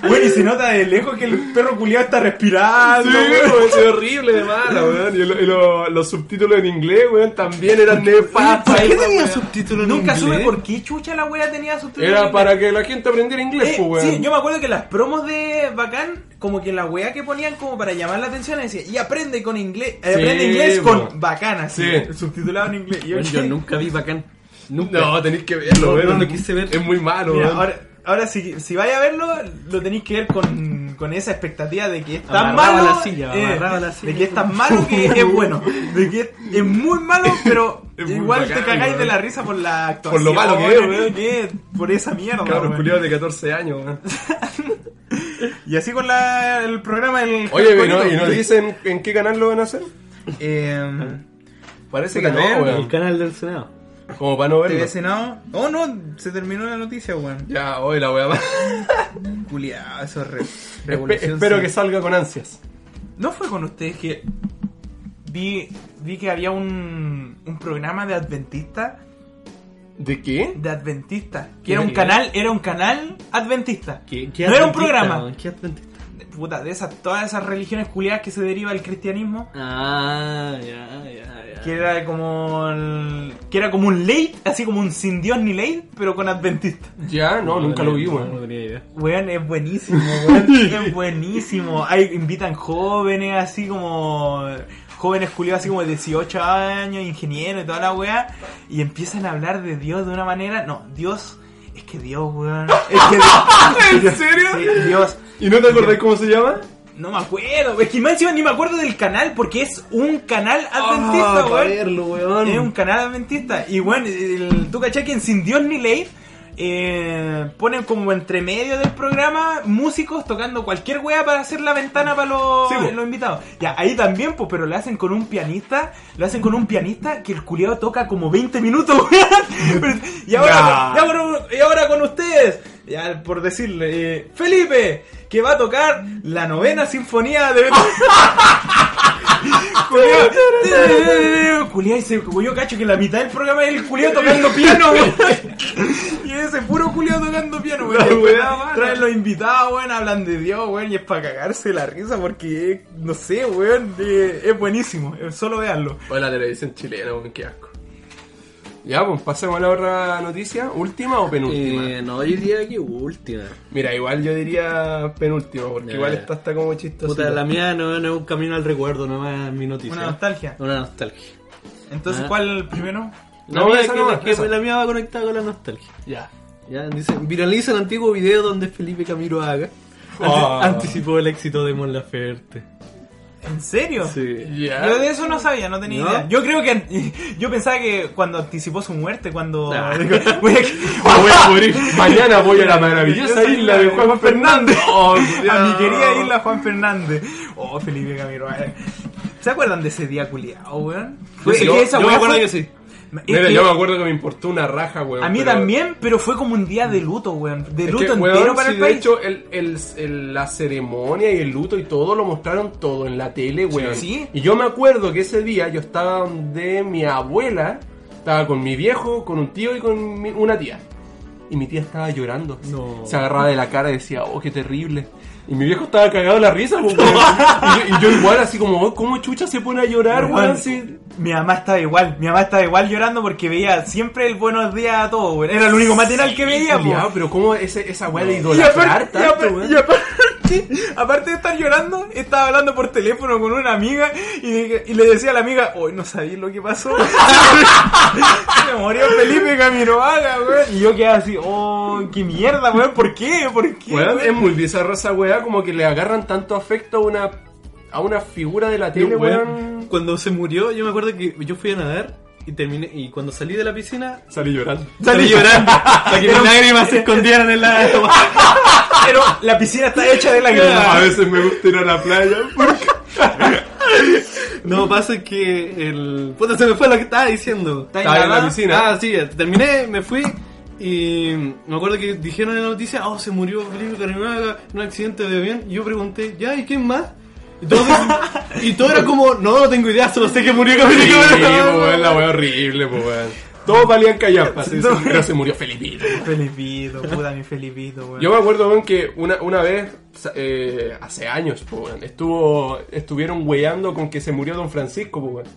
S3: Weón, y se nota de lejos que el perro culiado está respirando.
S4: Sí,
S3: ah, weón.
S4: weón, es horrible de mala, weón. Y, lo- y lo- los subtítulos en inglés, weón, también eran nefastos.
S3: Ahí, weón.
S5: subtítulos
S3: Nunca supe por qué chucha la wea tenía subtítulos.
S4: Era
S3: en
S4: para que la gente aprendiera inglés,
S3: Eh,
S4: pues, weón.
S3: sí, yo me acuerdo que las promos de Bacán, como que la weá que ponían como para llamar la atención, decía, y aprende con inglés, eh,
S4: Sí,
S3: aprende inglés
S4: po.
S3: con Bacán, así,
S4: Sí.
S3: subtitulado en inglés. Y yo,
S5: Bueno, yo
S3: ¿qué?
S5: nunca vi bacán. Nunca.
S4: No, tenéis que verlo,
S5: No,
S4: weón.
S5: no lo quise ver.
S4: Es muy malo,
S3: Mira,
S4: weón.
S3: ahora, ahora si, si vais a verlo, lo tenéis que ver con, con esa expectativa de que es tan
S5: Amarraba
S3: malo. eh,
S5: la silla, amarraba la silla.
S3: De que es tan malo que es bueno. De que es, es muy malo, pero
S4: Es muy
S3: igual te
S4: bacán,
S3: cagáis
S4: weón.
S3: de la risa por la
S4: Por
S3: actuación.
S4: lo malo que es, weón.
S3: que es, Por esa mierda,
S4: Cabros
S3: weón.
S4: culiados de 14 años, weón.
S3: Y así con la, el programa del.
S4: Oye, ¿y no, y no dicen en qué canal lo van a hacer?
S3: Eh,
S4: Parece
S3: Puta,
S4: que
S3: a ver,
S4: no,
S5: El
S4: weón.
S5: canal del Senado.
S4: Como para no verlo.
S3: TV Senado. Oh, no, se terminó la noticia, weón.
S4: Ya, hoy la weá.
S3: Culiado, eso es re-
S4: Espe-
S3: revolución.
S4: Espero que
S3: sí.
S4: salga con ansias.
S3: ¿No fue con ustedes que vi, vi que había un, un programa de adventista?
S4: ¿De qué?
S3: De adventista. Que
S5: ¿Qué
S3: era un
S5: era?
S3: canal, era un canal adventista.
S5: ¿Qué,
S3: no era un
S5: adventista,
S3: programa.
S5: weón? ¿Qué adventista?
S3: De- Puta, de esas, todas esas religiones culiadas que se deriva del cristianismo.
S5: Ah, ya, ya, ya.
S3: Que era como el- que era como un late, así como un sin Dios ni ley, pero con adventista.
S4: Ya, no, nunca lo vi,
S5: No, No
S4: weón.
S5: tenía idea.
S3: Weón, es buenísimo, weón. es buenísimo. Hay, invitan jóvenes, así como. Jóvenes culiados, así como de 18 años, ingenieros y toda la weá. Y empiezan a hablar de Dios de una manera. No, Dios. Es que Dios, weón. Es que Dios.
S4: ¿En serio?
S3: sí, Dios.
S4: ¿Y no te acordás cómo se llama?
S3: No me acuerdo. Es que más encima ni me acuerdo del canal porque es un canal adventista,
S4: Ah, pa'
S3: weón.
S4: verlo, weón.
S3: Es un canal adventista. Y bueno, el, tú cachai que en Sin Dios ni Ley eh, ponen como entre medio del programa músicos tocando cualquier wea para hacer la ventana para los,
S4: Sí, po.
S3: los invitados. Ya, ahí también, pues, pero lo hacen con un pianista. Lo hacen con un pianista que el culiado toca como 20 minutos, weón. Pero- Y
S4: Ya.
S3: ahora, y, ahora, y ahora con ustedes. Ya, por decirle, eh, Felipe, que va a tocar la novena sinfonía de Culiá, y se yo cacho que la mitad del programa es el culiao tocando piano, weón. Y ese puro culiao tocando piano, weón.
S4: La
S3: Y después
S4: weá mala.
S3: Traen los invitados, weón, hablan de Dios, weón, y es para cagarse la risa porque, eh, no sé, weón, eh, es buenísimo. Eh, Solo veanlo.
S4: O la televisión chilena, weón, qué asco. Ya, pues pasemos a la otra noticia. ¿Última o penúltima?
S5: Eh, no, yo diría que última.
S4: Mira, igual yo diría penúltima, porque
S5: Ya,
S4: igual
S5: ya.
S4: esta está como chistosa.
S5: Puta, la mía no, no es un camino al recuerdo, nomás es mi noticia.
S3: Una nostalgia.
S5: Una nostalgia.
S3: Entonces,
S5: Ah.
S3: ¿cuál primero?
S5: La,
S4: No,
S5: mía,
S4: esa
S5: que-
S4: nomás,
S5: que-
S4: esa.
S5: la mía va conectada con la nostalgia.
S4: Ya.
S5: Ya, dice, viraliza el antiguo video donde Felipe Camiroaga
S4: Ah.
S5: ante- anticipó el éxito de Mon Laferte.
S3: ¿En serio?
S5: Sí.
S4: Ya.
S3: Yo de eso no sabía, no tenía
S5: ¿No?
S3: idea. Yo creo que. Yo pensaba que cuando anticipó su muerte, cuando.
S5: Ah.
S4: Ah, voy a morir. Mañana voy a la maravillosa
S3: Maravillosa
S4: isla de Juan Fernández. Oh,
S3: A mi
S4: Dios.
S3: querida isla Juan Fernández. Oh, Felipe Camiroaga. ¿Se acuerdan de ese día culiao, weón?
S5: Yo,
S3: Fue-
S5: sí,
S3: Pues, es que esa
S5: yo me
S3: weá
S5: acuerdo
S3: fue-
S5: que sí.
S3: es
S4: Mira,
S3: que
S4: yo me acuerdo que me importó una raja, weón.
S3: A mí
S4: pero-
S3: también, pero fue como un día de luto, weón. De
S4: Es
S3: luto
S4: que,
S3: entero
S4: weón,
S3: para
S4: sí,
S3: el
S4: de
S3: país.
S4: hecho, el, el- el- la ceremonia y el luto y todo lo mostraron todo en la tele, weón.
S3: Sí.
S4: Y yo me acuerdo que ese día yo estaba donde mi abuela, estaba con mi viejo, con un tío y con mi- una tía. Y mi tía estaba llorando.
S5: No.
S4: Se agarraba de la cara y decía, oh, qué terrible. Y mi viejo estaba cagado de la risa, pues, weón. y, yo, y yo igual, así como, oh, ¿cómo chucha se pone a llorar,
S3: Weón,
S4: weón? Sí.
S3: Mi mamá estaba igual, mi mamá estaba igual llorando porque veía siempre el buenos días a todos, weón. Era el único matinal que veía, po.
S4: Culeado, pero cómo ese- esa weá de
S3: Y
S4: idolatrar
S3: aparte, y
S4: tanto,
S3: apar-
S4: weón.
S3: y aparte, aparte de estar llorando, estaba hablando por teléfono con una amiga y, dije- y le decía a la amiga, hoy no sabía lo que pasó. Se murió Felipe Camiroaga, weón. Y yo quedaba así, oh, qué mierda, weón, ¿por qué? ¿Por qué?
S4: Weón,
S3: weón?"
S4: es muy bizarra esa weá, como que le agarran tanto afecto a una, a una figura de la tele,
S5: Yo, weón,
S4: weón.
S5: Cuando se murió, yo me acuerdo que yo fui a nadar y terminé y cuando salí de la piscina
S4: Salí llorando.
S5: salí llorando para que mis lágrimas se escondieran en la
S3: Pero la piscina está hecha de
S4: A
S3: lágrimas.
S4: veces me gusta ir a la playa.
S5: No, pasa que el puta se me fue lo que estaba diciendo.
S3: Estaba en la
S4: piscina.
S5: Ah, sí, Ah, terminé, me fui Y me acuerdo que dijeron en la noticia, oh, se murió Felipe Carinaga en un accidente de avión. Y yo pregunté, ya, ¿y quién más? Y todo, y todo era como, no, no tengo idea, solo sé que murió Felipe
S4: Sí, pues,
S5: Carinaga.
S4: weón, la weá horrible, pues, weón. Todos valían callampas, sí, sí,
S3: No.
S4: pero se murió Felipito.
S3: Felipito, puta mi Felipito, weón.
S4: Yo me acuerdo, weón, que una, una vez, sa- eh, hace años, po, weón, estuvo, estuvieron weyando con que se murió Don Francisco, po, weón.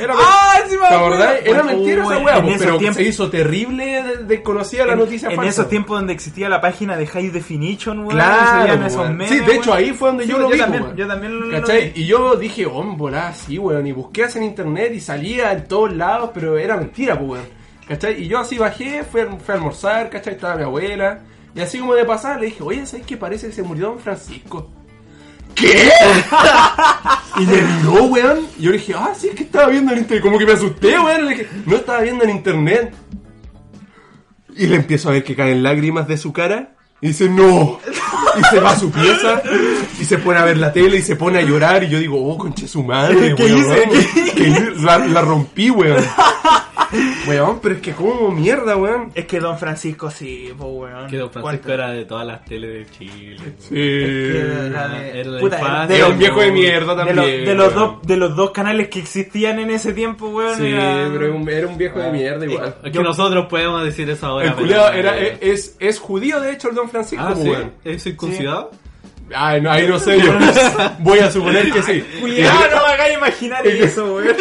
S4: Era
S3: ¡Ah, sí me
S4: ¿Te
S3: acuerdo!
S4: acordás? Era
S3: Weón,
S4: mentira esa
S3: weón,
S4: weá,
S3: en
S4: po,
S3: esos
S4: pero
S3: tiempos-
S4: se hizo terrible de- desconocida la
S3: en-
S4: noticia
S3: En
S4: falsa, pues.
S3: esos
S4: po.
S3: tiempos donde existía la página de High Definition, weón.
S4: Claro,
S3: salían
S4: po,
S3: esos
S4: weón.
S3: memes,
S4: Sí, de hecho
S3: weón.
S4: ahí fue donde
S3: Sí,
S4: yo lo vi, po,
S3: también,
S4: weón.
S3: Yo también lo- lo
S4: ¿Cachai?
S3: vi.
S4: Y yo dije, oh, volá, sí, weón. Y busqué así en internet y salía en todos lados, pero era mentira, pues, weón. ¿Cachai? Y yo así bajé, fui a, fui a almorzar, ¿cachai? Estaba mi abuela. Y así como de pasar, le dije, oye, ¿sabes qué parece que se murió Don Francisco? ¿Qué? y me miró, weón. Y yo le dije, ah, sí, es que estaba viendo en internet. Como que me asusté, weón. Le dije, no estaba viendo en internet. Y le empiezo a ver que caen lágrimas de su cara. Y dice, no. Y se va a su pieza. Y se pone a ver la tele y se pone a llorar. Y yo digo, oh, conche su madre.
S3: ¿Qué
S4: weón,
S3: hice?
S4: que la, la rompí, weón. Weón, pero es que como mierda, weón.
S3: Es que Don Francisco sí, po, weón.
S5: Que Don pues, Francisco
S3: ¿Cuánto?
S5: era de todas las teles de Chile. pues.
S4: Sí.
S3: Era
S5: Era
S3: de-
S5: la
S3: puta, era
S5: infancia,
S3: de
S4: Era
S3: los-
S4: un viejo de mierda
S3: de
S4: también.
S3: los- de los
S4: weón.
S3: dos de los dos canales que existían en ese tiempo, weón.
S4: Sí,
S3: era-
S4: pero era un- era un viejo de mierda igual.
S5: Es que nosotros podemos decir eso ahora.
S4: El
S5: pero- eh,
S4: culiao era, es, es judío, de hecho, el don Francisco,
S5: Ah, sí.
S4: weón.
S5: ¿Es circuncidado?
S4: Ay, no, ahí no sé yo. Voy a suponer que sí.
S3: Cuidado, no me hagáis imaginar eso, weón.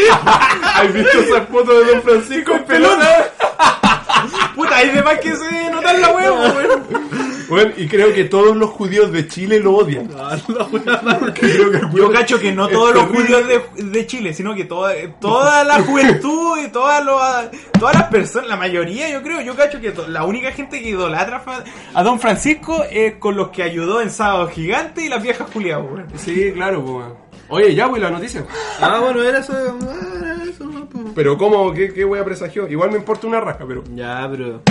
S4: ¿Has visto esa foto de Don Francisco en pelota?
S3: Puta, hay demás que se notar la huevo, weón.
S4: Bueno, y creo que todos los judíos de Chile lo odian. Creo que el
S3: Ah. Yo
S4: weón-
S3: cacho que no
S4: Es
S3: todos los
S4: terrible.
S3: judíos de, de Chile, sino que toda, toda la juventud y todas los- todas las personas, la mayoría yo creo, yo cacho que to- la única gente que idolatra fa- a Don Francisco es con los que ayudó en Sábado Gigante y las viejas culiadas, weón.
S4: Sí, claro, pues. weón. Oye, ya, güey, la noticia.
S5: Ah, bueno, era eso. ah, era eso, no, pues.
S4: Pero, ¿cómo? ¿Qué, qué wea presagió? Igual me importa una rasca, pero.
S5: Ya, pero.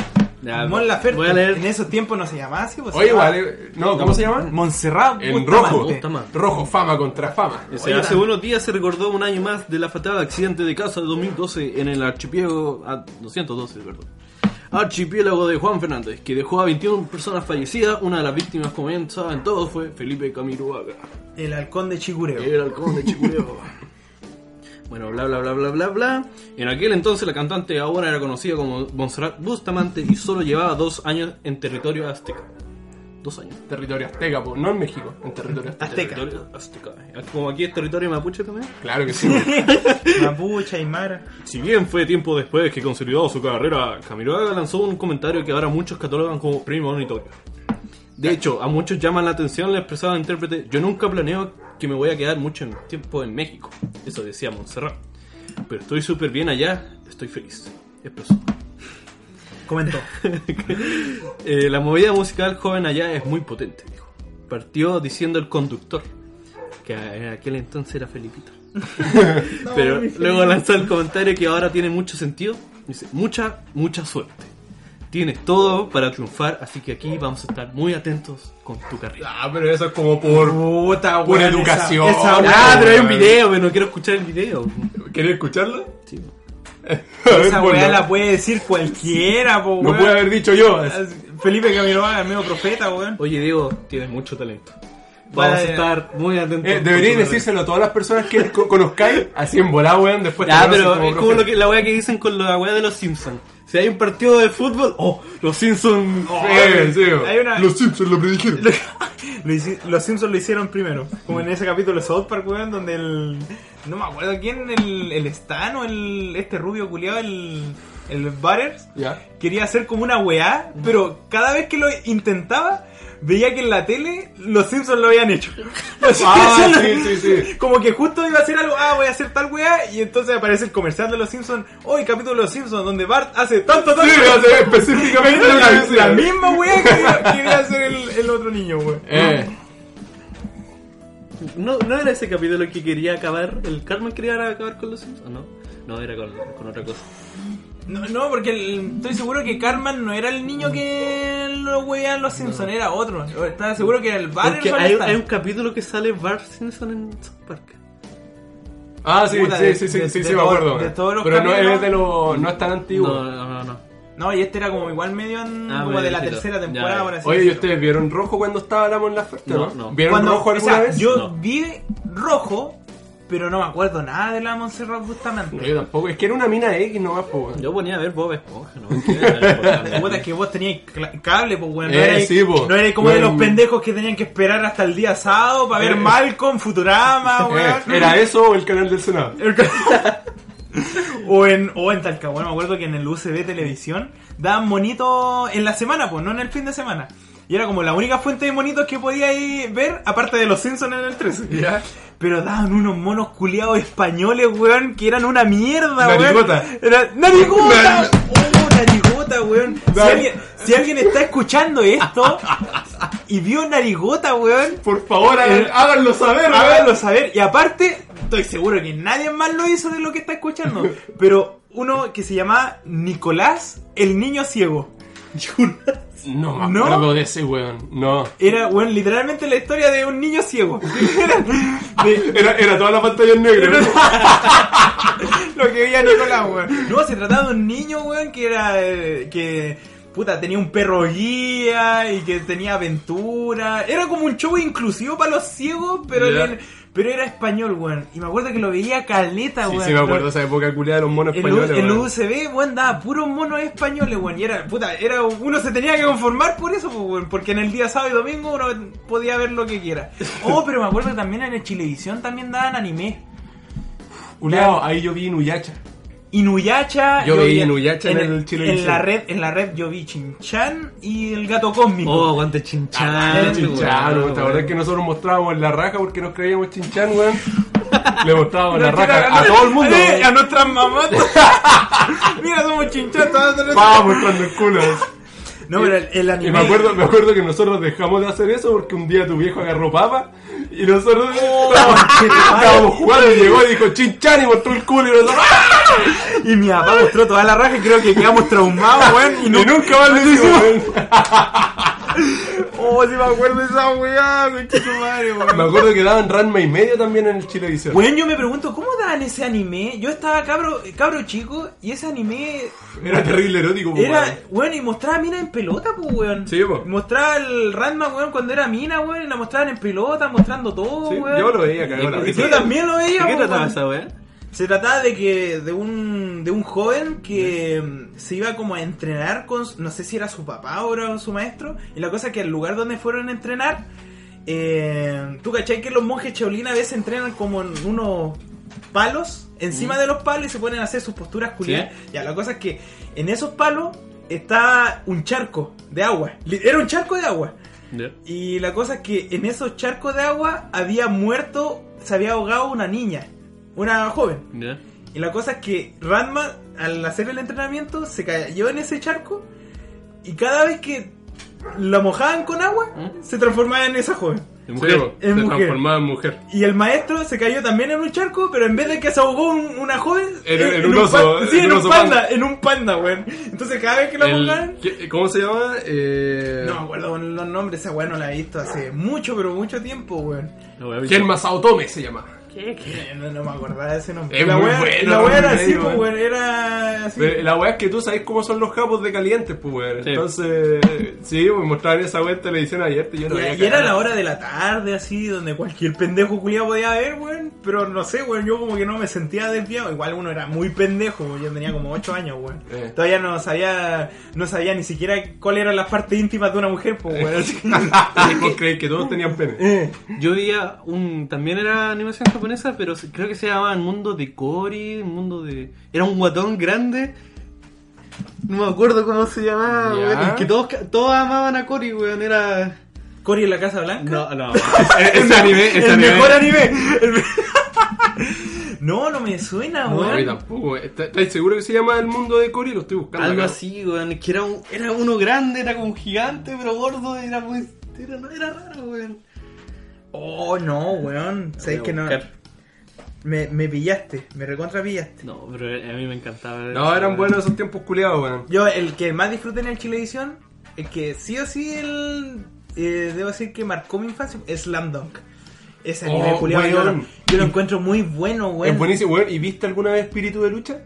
S5: Ya,
S3: Mon Laferte,
S5: Voy a leer.
S3: en este- esos tiempos no se llamaba así, pues, se
S4: Oye,
S3: llamaba
S4: igual. eh, No, ¿cómo se llama?
S3: Montserrat
S4: En
S3: Bustamante.
S4: rojo.
S5: Bustamante.
S4: Rojo, fama contra fama.
S5: O sea, hace unos días se recordó un año más de la fatal accidente de casa de 2012 en el archipiélago. ah, 212, perdón. Archipiélago de Juan Fernández, que dejó a 21 personas fallecidas. Una de las víctimas, como bien saben todos, fue Felipe Camiruaga,
S3: El halcón de Chigureo.
S5: el halcón de Chicureo. Bueno, bla bla bla bla bla bla. En aquel entonces la cantante ahora era conocida como Montserrat Bustamante y solo llevaba dos años en territorio azteca. Dos años.
S4: Territorio azteca, pues. No en México, en territorio azteca.
S3: Azteca.
S5: Territorio azteca. Como aquí es territorio mapuche también.
S4: Claro que sí. weón.
S3: Mapuche, Aymara.
S5: Si bien fue tiempo después que consolidó su carrera, Camiroaga lanzó un comentario que ahora muchos catalogan como premonitorio. De hecho, a muchos llaman la atención la expresada intérprete Yo nunca planeo que me voy a quedar mucho en- tiempo en México. Eso decía Montserrat. Pero estoy súper bien allá, estoy feliz. Expresó.
S3: Comentó.
S5: Eh, la movida musical joven allá es muy potente, dijo. Partió diciendo el conductor, que en aquel entonces era Felipito. Pero luego lanzó el comentario que ahora tiene mucho sentido. Dice, mucha, mucha suerte. Tienes todo para triunfar, así que aquí vamos a estar muy atentos con tu carrera.
S4: Ah, pero eso es como por.
S3: Puta,
S4: Por
S3: weón,
S4: educación.
S3: esa- esa-
S5: Ah, pero hay un
S4: weón.
S5: video, pero no quiero escuchar el video.
S4: ¿Querés escucharlo?
S5: Sí.
S4: A ver,
S3: Esa weá
S4: ponlo.
S3: la Ah, puede decir cualquiera, po,
S4: Lo
S3: weón.
S4: pude haber dicho yo.
S3: Felipe Camiroaga, el medio profeta, weón.
S5: Oye, Diego, tienes mucho talento. Vamos
S3: Vaya.
S5: a estar muy atentos.
S4: Eh, deberíais
S5: con tu carrera".
S4: decírselo a todas las personas que co- conozcáis, así en volá, weón, después te
S5: Ya,
S4: conocen
S5: pero es como
S4: profe.
S5: lo que, la weá que dicen con la weá de los Simpsons. Si hay un partido de fútbol, oh, los Simpsons. oh,
S4: Sí, sí, weón.
S3: Hay una-
S4: Los Simpsons lo predijeron.
S3: Lo hici- Los Simpsons lo hicieron primero. Como en ese capítulo de South Park, weón, donde el. No me acuerdo quién, el, el Stan o el, este rubio culiado, el. El Butters.
S4: Ya.
S3: Quería hacer como una weá, pero cada vez que lo intentaba, veía que en la tele los Simpsons lo habían hecho. Los
S4: Ah,
S3: Simpsons
S4: sí,
S3: lo-
S4: sí, sí.
S3: Como que justo iba a hacer algo, ah, voy a hacer tal weá, y entonces aparece el comercial de los Simpsons, hoy capítulo de los Simpsons, donde Bart hace tanto, tanto.
S4: Sí, o sea, específicamente
S3: la,
S4: una vez,
S3: la
S4: weón.
S3: misma weá que iba- que iba a hacer el, el otro niño, weón.
S4: Eh,
S5: No, no era ese capítulo que quería acabar. El Carmen quería acabar con los Simpsons, ¿no? No, era con, con otra cosa.
S3: No, no, porque el- estoy seguro que Carmen no era el niño que lo weían los Simpsons, era otro. Estaba seguro que era el Bart
S5: Porque
S3: el
S5: hay,
S3: Stan.
S5: hay un capítulo que sale Bart Simpson en South Park.
S4: Ah, sí,
S3: Puta,
S4: sí,
S3: de-
S4: sí, sí,
S3: de-
S4: Ah, sí,
S3: de
S4: sí, me
S3: todo-
S4: acuerdo.
S3: de todos los
S4: pero no
S3: caminos-
S4: es de los. No es tan
S5: No,
S4: antiguo.
S5: no, no, no.
S3: No, y este era como igual medio en-
S5: Ah,
S3: como
S5: medio
S3: de la
S5: viejito.
S3: tercera
S5: Ya,
S3: temporada,
S5: ya.
S3: por así
S4: Oye, ¿y
S3: decirlo.
S4: ustedes vieron rojo cuando estaba la Mon Laferte?
S5: No,
S4: No,
S5: no.
S4: ¿Vieron
S3: Cuando-
S4: rojo
S3: o
S4: alguna
S3: sea,
S4: vez?
S3: Yo
S5: No.
S3: vi rojo, pero no me acuerdo nada de la Montserrat Bustamante.
S4: No, yo tampoco. Es que era una mina X nomás, po, weón.
S5: Yo ponía a ver Bob Esponja, no me quiero
S3: Puta, es que vos tenías cla- cable, pues, weón. No
S4: Eh,
S3: erais
S4: sí, po.
S3: no erais como de
S4: Weón.
S3: los pendejos que tenían que esperar hasta el día sábado para ver
S4: Eh.
S3: Malcolm, Futurama,
S4: Eh,
S3: Ah, weón.
S4: ¿Era eso o el canal del Senado?
S3: o en, o en Talcahuano, me acuerdo que en el UCB Televisión daban monitos en la semana, pues, no en el fin de semana. Y era como la única fuente de monitos que podía ir ver, aparte de los Simpsons en el 13.
S4: Ya.
S3: Pero daban unos monos culiados españoles, weón, que eran una mierda, weón.
S4: Narigota.
S3: Era- ¡Narigota!
S4: Nar-
S3: ¡Oh, narigota, weón! Si
S4: Nar-
S3: alguien, si alguien está escuchando esto y vio narigota, weón,
S4: Por favor, hagan-
S3: Eh,
S4: háganlo saber, weón.
S3: háganlo saber. Y aparte, estoy seguro que nadie más lo hizo de lo que está escuchando. Pero uno que se llamaba Nicolás, el niño ciego.
S4: No me
S3: ¿No?
S4: acuerdo de ese weón. No.
S3: Era, bueno, literalmente la historia de un niño ciego. Era de-
S4: Era, era toda la pantalla en negro.
S3: Lo que veía Nicolás, weón. No, se trataba de un niño, weón, que era. eh, que. puta, tenía un perro guía y que tenía aventura. Era como un show inclusivo para los ciegos, pero.
S5: Ya.
S3: en- pero era español, weón. Y me acuerdo que lo veía caleta,
S4: Sí,
S3: weón.
S4: sí, me acuerdo de
S3: Lo-
S4: esa época culiada de los monos
S3: el, U-
S4: españoles.
S3: el
S4: weón.
S3: UCB, weón, daba puros monos españoles, weón. Y era, puta, era, uno se tenía que conformar por eso, pues, weón. Porque en el día sábado y domingo uno podía ver lo que quiera. Oh, pero me acuerdo que también en el Chilevisión también daban anime.
S4: Culiao, ahí yo vi Inuyacha.
S3: Inuyacha.
S4: Yo veía
S3: vi-
S4: Inuyacha en el Chilevisión.
S3: En la red, en la red yo vi Chinchan y el gato cósmico.
S5: Oh, aguante chinchán.
S3: Aguante
S4: Chinchán, weón. ¿Te acordás que nosotros mostrábamos la raja porque nos creíamos chinchán, weón? Le mostrábamos Oh, la raja a todo el mundo.
S3: Eh,
S4: weón.
S3: a nuestras mamás. Mira, somos Chinchan. todas las-
S4: Vamos mostrando el culo.
S3: No, pero el, el anime.
S4: Y me acuerdo, me acuerdo que nosotros dejamos de hacer eso porque un día tu viejo agarró papa y nosotros
S3: Oh,
S4: estábamos jugando y llegó y dijo chinchán y mostró el culo y nosotros ¡ah!
S3: Y mi papá mostró toda la raja y creo que quedamos traumados, weón. Y
S4: y
S3: no.
S4: nunca más lo hicimos. weón.
S3: Oh, si me acuerdo de esa weá, concha tu madre, weón.
S4: Me acuerdo que daban Ranma y medio también en el Chilevisión.
S3: Weón, yo me pregunto, ¿cómo dan ese anime? Yo estaba cabro, cabro chico y ese anime
S4: Era terrible erótico, pues,
S3: Era,
S4: weón.
S3: weón, y mostraba mina en pelota, pues, weón.
S4: Sí, po.
S3: Mostraba el Randman, weón, cuando era mina, weón, y la mostraban en pelota, mostrando todo,
S4: Sí,
S3: weón.
S4: yo lo veía cagado la
S5: ¿Y
S4: risa.
S3: Yo también lo
S5: ¿De
S3: veía,
S5: qué
S3: po,
S5: trataba
S3: weón.
S5: esa weá?
S3: Se trataba de que, de un, de un joven que mm, se iba como a entrenar con, su- no sé si era su papá o era su maestro, y la cosa es que el lugar donde fueron a entrenar, eh, tú cachai que los monjes Shaolin a veces entrenan como en unos palos, encima de los palos y se ponen a hacer sus posturas culiadas. Ya, la cosa es que en esos palos está un charco de agua. Li- Era un charco de agua. Y la cosa es que en esos charcos de agua había muerto, se había ahogado una niña, una joven.
S5: Ya.
S3: Y la cosa es que Ranma, al hacer el entrenamiento, se cayó en ese charco y cada vez que la mojaban con agua,
S4: ¿Mm?
S3: se transformaba en esa joven.
S5: De mujer.
S4: Sí,
S3: Es
S4: se
S3: mujer.
S4: transformaba en mujer.
S3: Y el maestro se cayó también en un charco, pero en vez de que se ahogó un- una joven,
S4: Era- era un oso,
S3: pan- sí,
S4: era
S3: en
S4: un
S3: un
S4: oso
S3: panda,
S4: panda.
S3: en un panda, weón. Entonces cada vez que la mojaban...
S4: El- ¿qué- ¿Cómo se llama? Eh,
S3: No me acuerdo los nombres, esa weón no la he visto hace mucho, pero mucho tiempo, weón.
S5: La weá
S4: Ken Masaotome se llama.
S3: No, no me acordaba de ese nombre.
S4: Es
S3: la
S4: muy
S3: weá-
S4: bueno,
S3: la weá era
S4: hombre,
S3: así,
S4: weón.
S3: pues, weón, era así.
S4: Pero La weá es que tú sabes cómo son los japos de calientes, pues, weón.
S5: Sí.
S4: Entonces, sí, me mostraban esa weá en televisión ayer y yo no
S3: Y,
S4: veía
S3: y era
S4: cagada.
S3: la hora de la tarde, así, donde cualquier pendejo culiado podía ver, weón. Pero no sé, weón, yo como que no me sentía desviado. Igual uno era muy pendejo, weón. Yo tenía como 8 años, weón.
S4: Eh.
S3: Todavía no sabía, no sabía ni siquiera cuáles eran las partes íntimas de una mujer, pues, weón. Así.
S4: ¿Vos creéis que todos tenían pene?
S3: Eh.
S5: Yo veía un. También era animación japonesa, pero se- creo que se llamaba El Mundo de Cory, El Mundo de. Era un guatón grande. No me acuerdo cómo se llamaba,
S4: Ya.
S5: weón. Es que todos, todos amaban a Cory, weón. Era.
S3: Cory en la Casa Blanca.
S5: No, no.
S4: E- ese anime, ese
S3: el
S4: anime.
S3: mejor anime. El me- no, no me suena,
S4: No, a mí
S3: weón.
S4: tampoco. weón. ¿Está- ¿Estáis seguro que se llama El Mundo de Cory? Lo estoy buscando.
S5: Algo
S4: acá.
S5: así, weón. es Que era, un- era uno grande, era como un gigante, pero gordo. Era muy. Era, era raro, weón.
S3: Oh, no, weón. Sabes
S5: Voy a
S3: que no.
S5: buscar.
S3: Me, me pillaste, me recontra pillaste.
S5: No, pero a mí me encantaba.
S4: No, eran buenos esos tiempos culiados, weón.
S3: Yo, el que más disfruté en el Chilevisión, el que sí o sí, el, eh, debo decir que marcó mi infancia, es Slam Dunk. Ese anime
S4: Oh,
S3: culiao, yo,
S4: weón.
S3: lo- yo lo encuentro muy bueno, weón.
S4: Es buenísimo, weón. ¿Y viste alguna vez Espíritu de Lucha?
S3: Sí,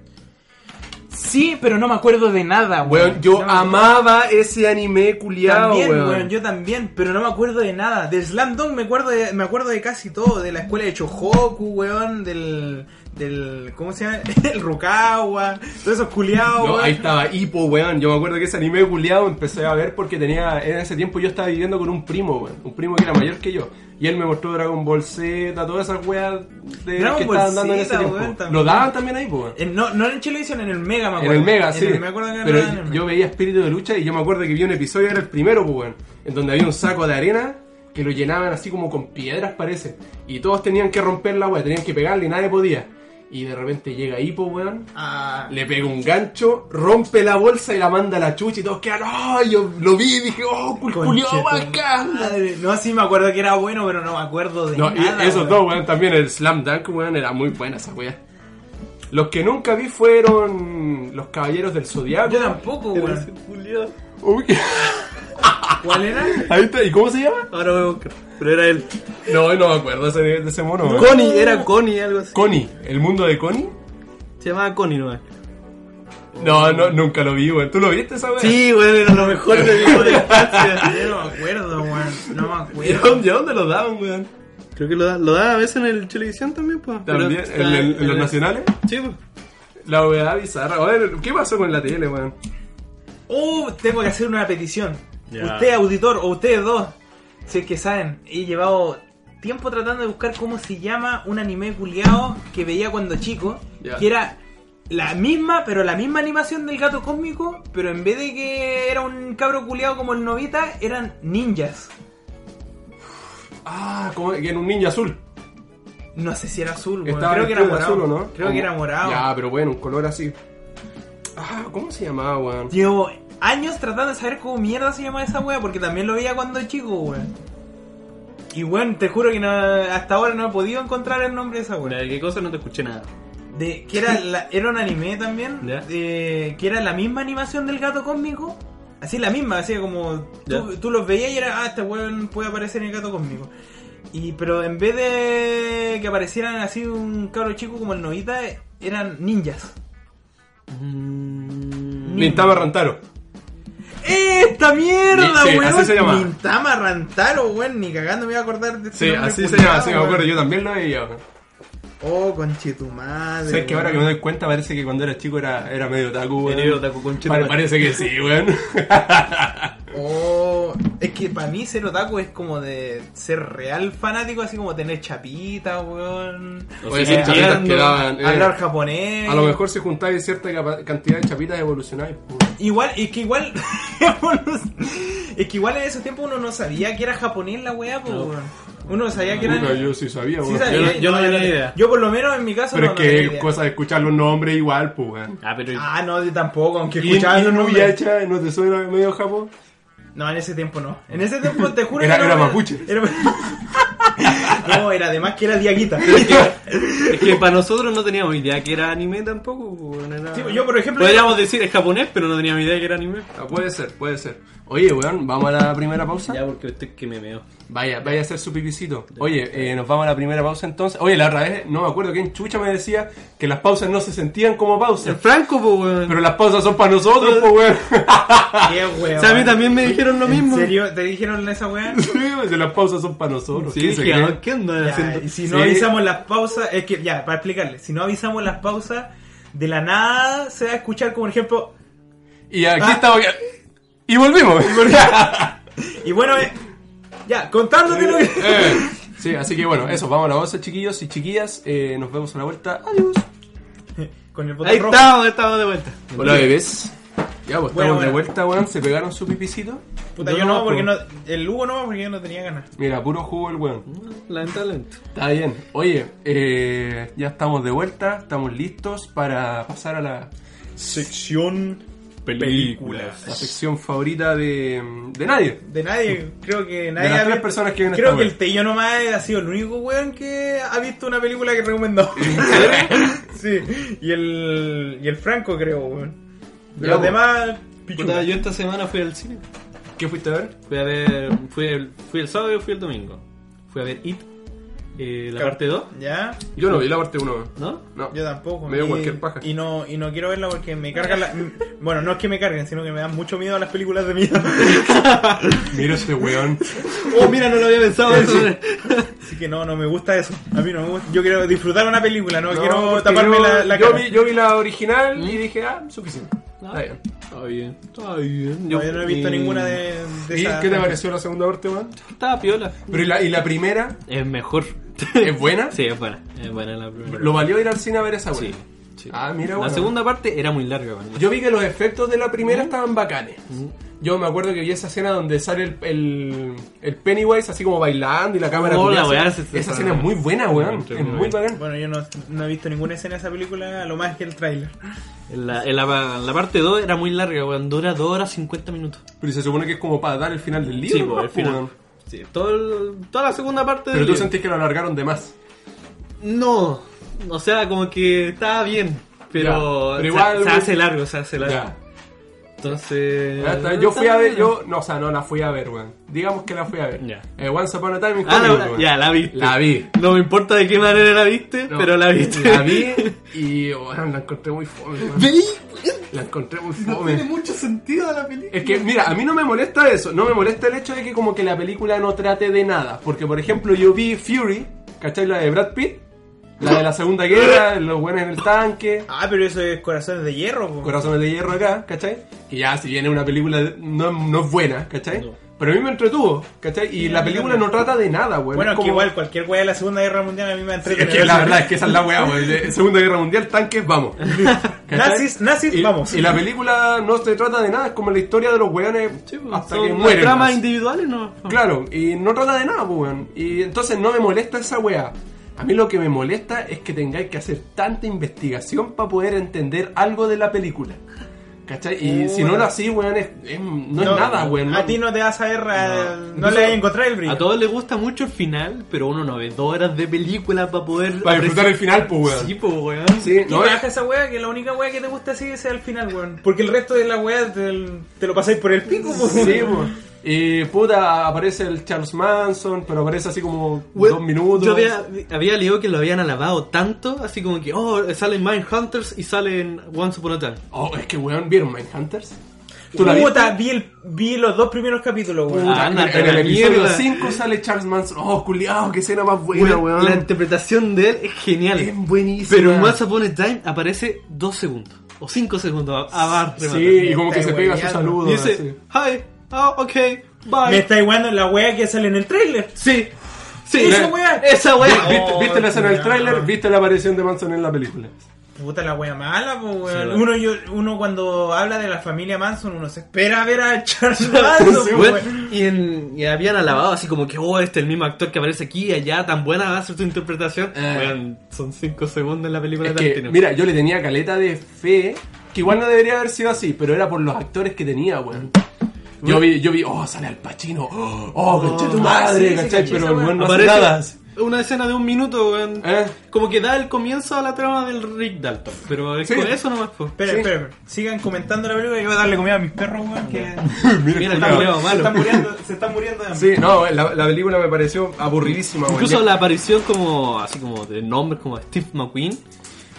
S3: Sí, pero no me acuerdo de nada, weón.
S4: Weón, yo
S3: No me acuerdo.
S4: amaba ese anime culiado,
S3: También,
S4: weón.
S3: weón, yo también, pero no me acuerdo de nada. Del Slam Dunk me acuerdo de, me acuerdo de casi todo, de la escuela de Chohoku, weón, del del ¿cómo se llama? El Rukawa, todos esos culiados,
S4: No,
S3: weón.
S4: ahí estaba Hippo, weón. Yo me acuerdo que ese anime culiado empecé a ver porque tenía. En ese tiempo yo estaba viviendo con un primo, weón. Un primo que era mayor que yo. Y él me mostró Dragon Ball Z, todas esas weas de
S3: Dragon
S4: que
S3: Ball
S4: estaban dando en ese
S3: Z,
S4: tiempo.
S3: weón, también.
S4: Lo daban también ahí, po, weón.
S3: En- no, no en Chilevisión, en el Mega, me
S4: En
S3: acuerdo.
S4: el Mega,
S3: En
S4: sí.
S3: el- me acuerdo que
S4: Pero
S3: era en el
S4: yo
S3: Mega.
S4: veía Espíritu de Lucha y yo me acuerdo que vi un episodio, era el primero, pues, weón, en donde había un saco de arena que lo llenaban así como con piedras, parece. Y todos tenían que romper la weá, tenían que pegarle y nadie podía. Y de repente llega Hippo, weón,
S3: Ah,
S4: le pega un gancho, rompe la bolsa y la manda a la chucha y todos quedan, ¡oh! Yo lo vi y dije, ¡oh, cul- culiao
S3: conchetum-
S4: bacán!
S3: madre. No, sí me acuerdo que era bueno, pero no me acuerdo de
S4: No, y
S3: nada.
S4: esos
S3: weón.
S4: dos, weón, también el Slam Dunk, weón, era muy buena esa weá. Los que nunca vi fueron los Caballeros del Zodiaco.
S3: Yo tampoco, weón.
S4: Uy.
S3: ¿Cuál era?
S4: Ahí está, ¿Y cómo se llama?
S5: Ahora voy a buscar. Pero era él.
S4: No, no me acuerdo ese- de ese mono. weón.
S5: Connie, era Connie, algo así.
S4: Connie, ¿el mundo de Connie?
S5: Se llamaba Connie nomás.
S4: No, no, nunca lo vi, weón. ¿Tú lo viste esa weá?
S5: Sí, weón, era lo mejor de mi infancia.
S3: Yo no me acuerdo, weón. No me
S4: ¿Y a
S3: acuerdo.
S4: dónde, a dónde lo daban, weón?
S5: Creo que lo da, lo da a veces en el televisión también, pues.
S4: También,
S5: Pero
S4: ¿en,
S5: está-
S4: el- en los nacionales?
S5: Sí, pues.
S4: La weá bizarra. A ver, ¿qué pasó con la tele, weón?
S3: Uh, tengo que hacer una petición.
S5: Ya.
S3: Usted, auditor, o ustedes dos, si es que saben, he llevado tiempo tratando de buscar cómo se llama un anime culiao que veía cuando chico,
S4: Ya.
S3: que era la misma, pero la misma animación del gato cósmico, pero en vez de que era un cabro culiao como el novita, eran ninjas.
S4: Ah, como que en un niño azul.
S3: No sé si era azul, weón.
S4: Estaba
S3: creo que era
S4: vestido de
S3: morado.
S4: azul, ¿o no? Oh,
S3: Creo que era morado.
S4: Ya, pero bueno, un color así. Ah, ¿cómo se llamaba, weón?
S3: Llevo años tratando de saber cómo mierda se llama esa wea, porque también lo veía cuando chico, weón. Y weón, te juro que no- hasta ahora no he podido encontrar el nombre de esa
S5: Bueno,
S3: wea.
S5: ¿de qué cosa no te escuché nada?
S3: De, que era, la- era un anime también,
S5: Ya.
S3: de- que era la misma animación del gato cósmico. Así la misma, así como tú,
S5: Ya.
S3: tú los veías y era, ah, este weón puede aparecer en el gato cósmico. Y, pero en vez de que aparecieran así un cabro chico como el Novita, eran ninjas. Mm.
S4: Nintama Rantaro.
S3: ¡Esta mierda,
S4: Ni- sí,
S3: weón!
S4: así se llama.
S3: Nintama Rantaro, weón. Ni cagando me voy a acordar de este
S4: Sí,
S3: nombre
S4: así se
S3: culiao,
S4: llama, sí, me
S3: weón.
S4: acuerdo. Yo también lo veía, weón.
S3: Oh, conchetumadre.
S4: Sabes que
S3: weón.
S4: ahora que me doy cuenta parece que cuando era chico era, era medio otaku, weón.
S5: Era otaku, conchito.
S4: Pare- Parece que sí, weón.
S3: Oh, es que para mí ser otaku es como de ser real fanático, así como tener chapita, weón.
S4: O sea, esas chapitas
S3: Estudiando,
S4: que daban, eh.
S3: Hablar japonés.
S4: A lo mejor si juntáis cierta capa- cantidad de chapitas evolucionáis. pues.
S3: Igual, es que igual. es que igual en esos tiempos uno no sabía que era japonés la weá, pues, weón. Uno sabía que era.
S4: Puta, yo sí sabía,
S3: Sí
S4: weón.
S3: sabía,
S5: Yo no- yo no tenía
S3: te-
S5: idea.
S3: Yo por lo menos en mi caso
S4: Pero
S3: no,
S4: es
S3: no tenía
S4: que
S3: idea.
S4: cosa de escuchar los nombres igual, pues, weón.
S5: Ah, pero.
S3: Ah, no, yo tampoco, aunque
S4: Y
S3: escuchaba los nombres.
S4: Inuyasha, ¿no te suena medio japo?
S3: No, en ese tiempo no. En ese tiempo te juro
S4: Era-
S3: que no
S4: era mapuche.
S3: era- no, era además que era diaguita.
S5: Es que para nosotros no teníamos idea que era anime tampoco. pues, weón, era-
S3: Sí, yo, por ejemplo,
S5: Podríamos decir es japonés, pero no teníamos idea que era anime.
S4: Ah, puede ser, puede ser. Oye, weón, vamos a la primera pausa.
S5: Ya, porque estoy que me meo.
S4: Vaya, vaya a hacer su pipicito. Oye, eh, nos vamos a la primera pausa entonces. Oye, la otra vez, no me acuerdo quién chucha me decía que las pausas no se sentían como pausas.
S5: Franco, pues, weón.
S4: Pero las pausas son para nosotros, pues, weón.
S3: Qué weón.
S5: O sea, a mí también me dijeron lo
S3: ¿En
S5: mismo.
S3: serio? ¿Te dijeron esa weá?
S4: Sí, pues, las pausas son para nosotros.
S5: Sí,
S4: ¿Qué se
S5: dije, "Ah,
S4: creen?
S5: ¿qué andan
S3: Ya,
S5: haciendo?
S3: y si no
S4: Sí.
S3: avisamos las pausas, es que ya, para explicarles, si no avisamos las pausas, de la nada se va a escuchar como por ejemplo,
S4: Y aquí
S3: Ah.
S4: estamos. Y volvimos.
S3: y bueno, eh, ya, contándote lo que...
S4: Eh, sí, así que bueno, eso, vamos a la bolsa, chiquillos y chiquillas. Eh, nos vemos a la vuelta. Adiós.
S3: Con el botón
S5: Ahí
S3: rojo.
S5: estamos, estamos de vuelta.
S4: Hola, bebés. Ya, pues estamos
S3: Bueno, bueno.
S4: de vuelta, weón. Se pegaron su pipicito.
S3: Puta, yo no, porque no, el Hugo no, porque yo no tenía ganas.
S4: Mira, puro jugo el weón.
S5: Lamentablemente.
S4: Está bien. Oye, eh, ya estamos de vuelta, estamos listos para pasar a la,
S7: Sección
S4: la sección favorita de, de nadie.
S3: De nadie, creo que nadie.
S4: las
S3: ha
S4: tres
S3: vi-
S4: personas que ven
S3: Creo
S4: esta
S3: que
S4: web.
S3: el Tello nomás ha sido el único weón que ha visto una película que recomendó. sí, y el, y el Franco, creo, weón.
S4: Ya,
S3: Los
S4: pues.
S3: demás,
S5: Puta,
S3: pichula.
S5: yo esta semana fui al cine.
S4: ¿Qué fuiste a ver?
S5: Fui a ver. Fui el, fui el sábado y fui el domingo. Fui a ver It. eh, la parte 2,
S3: ¿Ya?
S4: Yo no vi la parte 1.
S5: ¿no?
S4: No.
S3: Yo tampoco.
S4: Me dio
S3: y-
S4: cualquier paja.
S3: Y no, y no quiero verla porque me cargan la... m- Bueno, no es que me carguen, sino que me dan mucho miedo a las películas de miedo.
S4: Mira este weón.
S5: Oh, mira, no lo había pensado.
S3: Así que no, no me gusta eso. A mí no me gusta. Yo quiero disfrutar una película, no,
S4: No,
S3: quiero
S4: porque
S3: taparme
S4: yo,
S3: la, la
S4: yo
S3: cara. ¿Mm?
S4: vi, yo vi la original y dije, ah, suficiente. Está
S5: Ah.
S4: bien.
S5: Está bien, está bien.
S3: Yo no he visto
S5: eh,
S3: ninguna de, de
S4: ¿Y
S3: esas.
S4: qué te pareció la segunda parte, weón?
S5: Estaba piola.
S4: Pero y la, y la primera,
S5: Es mejor.
S4: ¿es buena?
S5: sí, es buena. Es buena la primera.
S4: ¿Lo valió ir al cine a ver esa weón?
S5: Sí, sí.
S4: Ah, mira,
S5: La
S4: bueno.
S5: segunda parte era muy larga, weón.
S4: Yo vi que los efectos de la primera estaban bacanes. Yo me acuerdo que vi esa escena donde sale el, el, el Pennywise así como bailando y la cámara...
S5: Oh,
S4: culiada,
S5: la weá,
S4: así.
S5: se- se-
S4: esa escena es muy buena, weón.
S5: Muy
S4: Es muy
S5: bien.
S4: bacán.
S3: Bueno, yo no, no he visto ninguna escena de esa película, lo más que el tráiler.
S5: En la, en la, en la parte 2 era muy larga, weón. Dura 2 horas 50 minutos.
S4: Pero se supone que es como para dar el final del libro.
S5: Sí,
S4: ¿no?
S5: pues, al final.
S4: Weón.
S5: Sí, todo el- toda la segunda parte
S4: Pero
S5: del
S4: tú
S5: libro.
S4: sentís que lo alargaron de más.
S5: No, o sea, como que estaba bien, pero,
S4: Ya, pero
S5: se-
S4: igual-
S5: se, hace largo, se hace largo.
S4: Ya.
S5: Entonces...
S4: Ya está, Yo fui a ver, yo, no, o sea, no la fui a ver, weón. Digamos que la fui a ver.
S5: Ya.
S4: Eh, Once Upon a Time in
S5: Ah, la-
S4: Hollywood, weón.
S5: ya, la viste.
S4: La vi.
S5: No me importa de qué manera la viste,
S4: No,
S5: pero la viste.
S4: La vi y weón, la encontré muy fome, weón. La encontré muy fome.
S5: mucho sentido la película.
S4: Es que, mira, a mí no me molesta eso. No me molesta el hecho de que como que la película no trate de nada. Porque, por ejemplo, yo vi Fury, ¿cachai? La de Brad Pitt. La de la Segunda Guerra, los buenos en el tanque.
S3: Ah, pero eso es Corazones de Hierro. po.
S4: Corazones de Hierro acá, ¿cachai? Que ya, si viene una película, de- no, no es buena, ¿cachai?
S5: No.
S4: Pero a mí me entretuvo, ¿cachai? Y la película no trata de nada, weón. Es
S3: Bueno, es que
S4: como-
S3: igual cualquier weá de la Segunda Guerra Mundial a mí me entretiene.
S4: Es que la verdad es que esa es la weá, weón. De Segunda Guerra Mundial, tanques, vamos. ¿Cachai?
S3: Nazis, nazis,
S4: y,
S3: vamos.
S4: Y la película no se trata de nada, es como la historia de los weones
S3: pues,
S4: hasta que mueren.
S5: dramas
S4: así.
S5: individuales, ¿no?
S4: Claro, y no trata de nada, pues, weón. Y entonces no me molesta esa weá. A mí lo que me molesta es que tengáis que hacer tanta investigación para poder entender algo de la película. ¿Cachai? Y si no lo así, weón, es, es- no, es nada, weón.
S3: A ti no te vas a ver, eh, no,
S4: Incluso-
S3: le vas a encontrar el brillo.
S5: A todos les gusta mucho el final, pero uno no ve dos horas de película para poder...
S4: Para disfrutar el final, pues, weón.
S5: Sí, pues, weón.
S4: Sí,
S3: Y
S4: no,
S3: te
S4: es-
S3: baja esa weá que la única weá que te gusta así es el final, weón. Porque el resto de la weá te, te lo pasáis por el pico, po.
S4: Sí, pues. Y puta, aparece el Charles Manson, pero aparece así como
S5: Weón,
S4: dos minutos.
S5: Yo había, había leído que lo habían alabado tanto, así como que, oh, salen Mindhunters y salen Once Upon a Time.
S4: Oh, es que weón, ¿vieron Mindhunters? ¿Tú la viste?
S3: Puta, vi, el, vi los dos primeros capítulos, weón.
S5: Ah, anda,
S4: en el
S5: la
S4: episodio
S5: mierda.
S4: 5 sale Charles Manson. Oh, culiao, qué escena más buena,
S5: Weón,
S4: weón.
S5: La interpretación de él es genial.
S4: Es buenísima.
S5: pero en Once Upon a Time aparece dos segundos o cinco segundos a, a bar rematar.
S4: Sí, y como que
S3: Está
S4: se pega su
S3: hueveando.
S4: saludo. así.
S5: Dice, hi, ah, ok, bye.
S3: Me está igualando la weá que sale en el trailer.
S5: Sí, sí.
S3: Esa
S5: Le-
S3: weá.
S5: Esa
S4: Vi-
S5: weá.
S4: ¿Viste, viste la escena del
S3: ya.
S4: tráiler? ¿Viste la aparición de Manson en la película?
S3: Puta la wea mala, po, weón.
S5: weón.
S3: uno, yo, uno cuando habla de la familia Manson, uno se espera a ver a Charles Manson, po,
S5: Weón,
S3: weón.
S5: y, en- y habían alabado así como que, oh, este es el mismo actor que aparece aquí y allá, tan buena va a ser tu interpretación.
S4: Eh.
S5: Weón, son cinco segundos en la película
S4: Es
S5: de
S4: que,
S5: Tarantino.
S4: mira, yo le tenía caleta de fe, que igual no debería haber sido así, pero era por los actores que tenía, weón. Yo vi, yo vi, oh, sale al Pacino, oh, oh, caché tu madre,
S3: ah, sí, sí,
S4: ¿cachai?
S3: caché
S4: pero
S3: esa
S4: el weón no hace
S5: Aparece
S4: nada.
S5: una escena de un minuto, weón.
S4: ¿Eh?
S5: Como que da el comienzo a la trama del Rick Dalton. Pero es
S4: Sí.
S5: con eso nomás, po.
S3: Espera,
S4: Sí.
S3: espera, espera. sigan comentando la película. Yo voy a darle comida a mis perros, weón. Que
S5: Mira, está culiao
S3: se, están
S5: malo.
S3: muriendo, se están muriendo de hambre.
S4: Sí, no, la, la película me pareció aburridísima, weón.
S5: Incluso
S4: Ya-
S5: la aparición como, así como de nombres como Steve McQueen,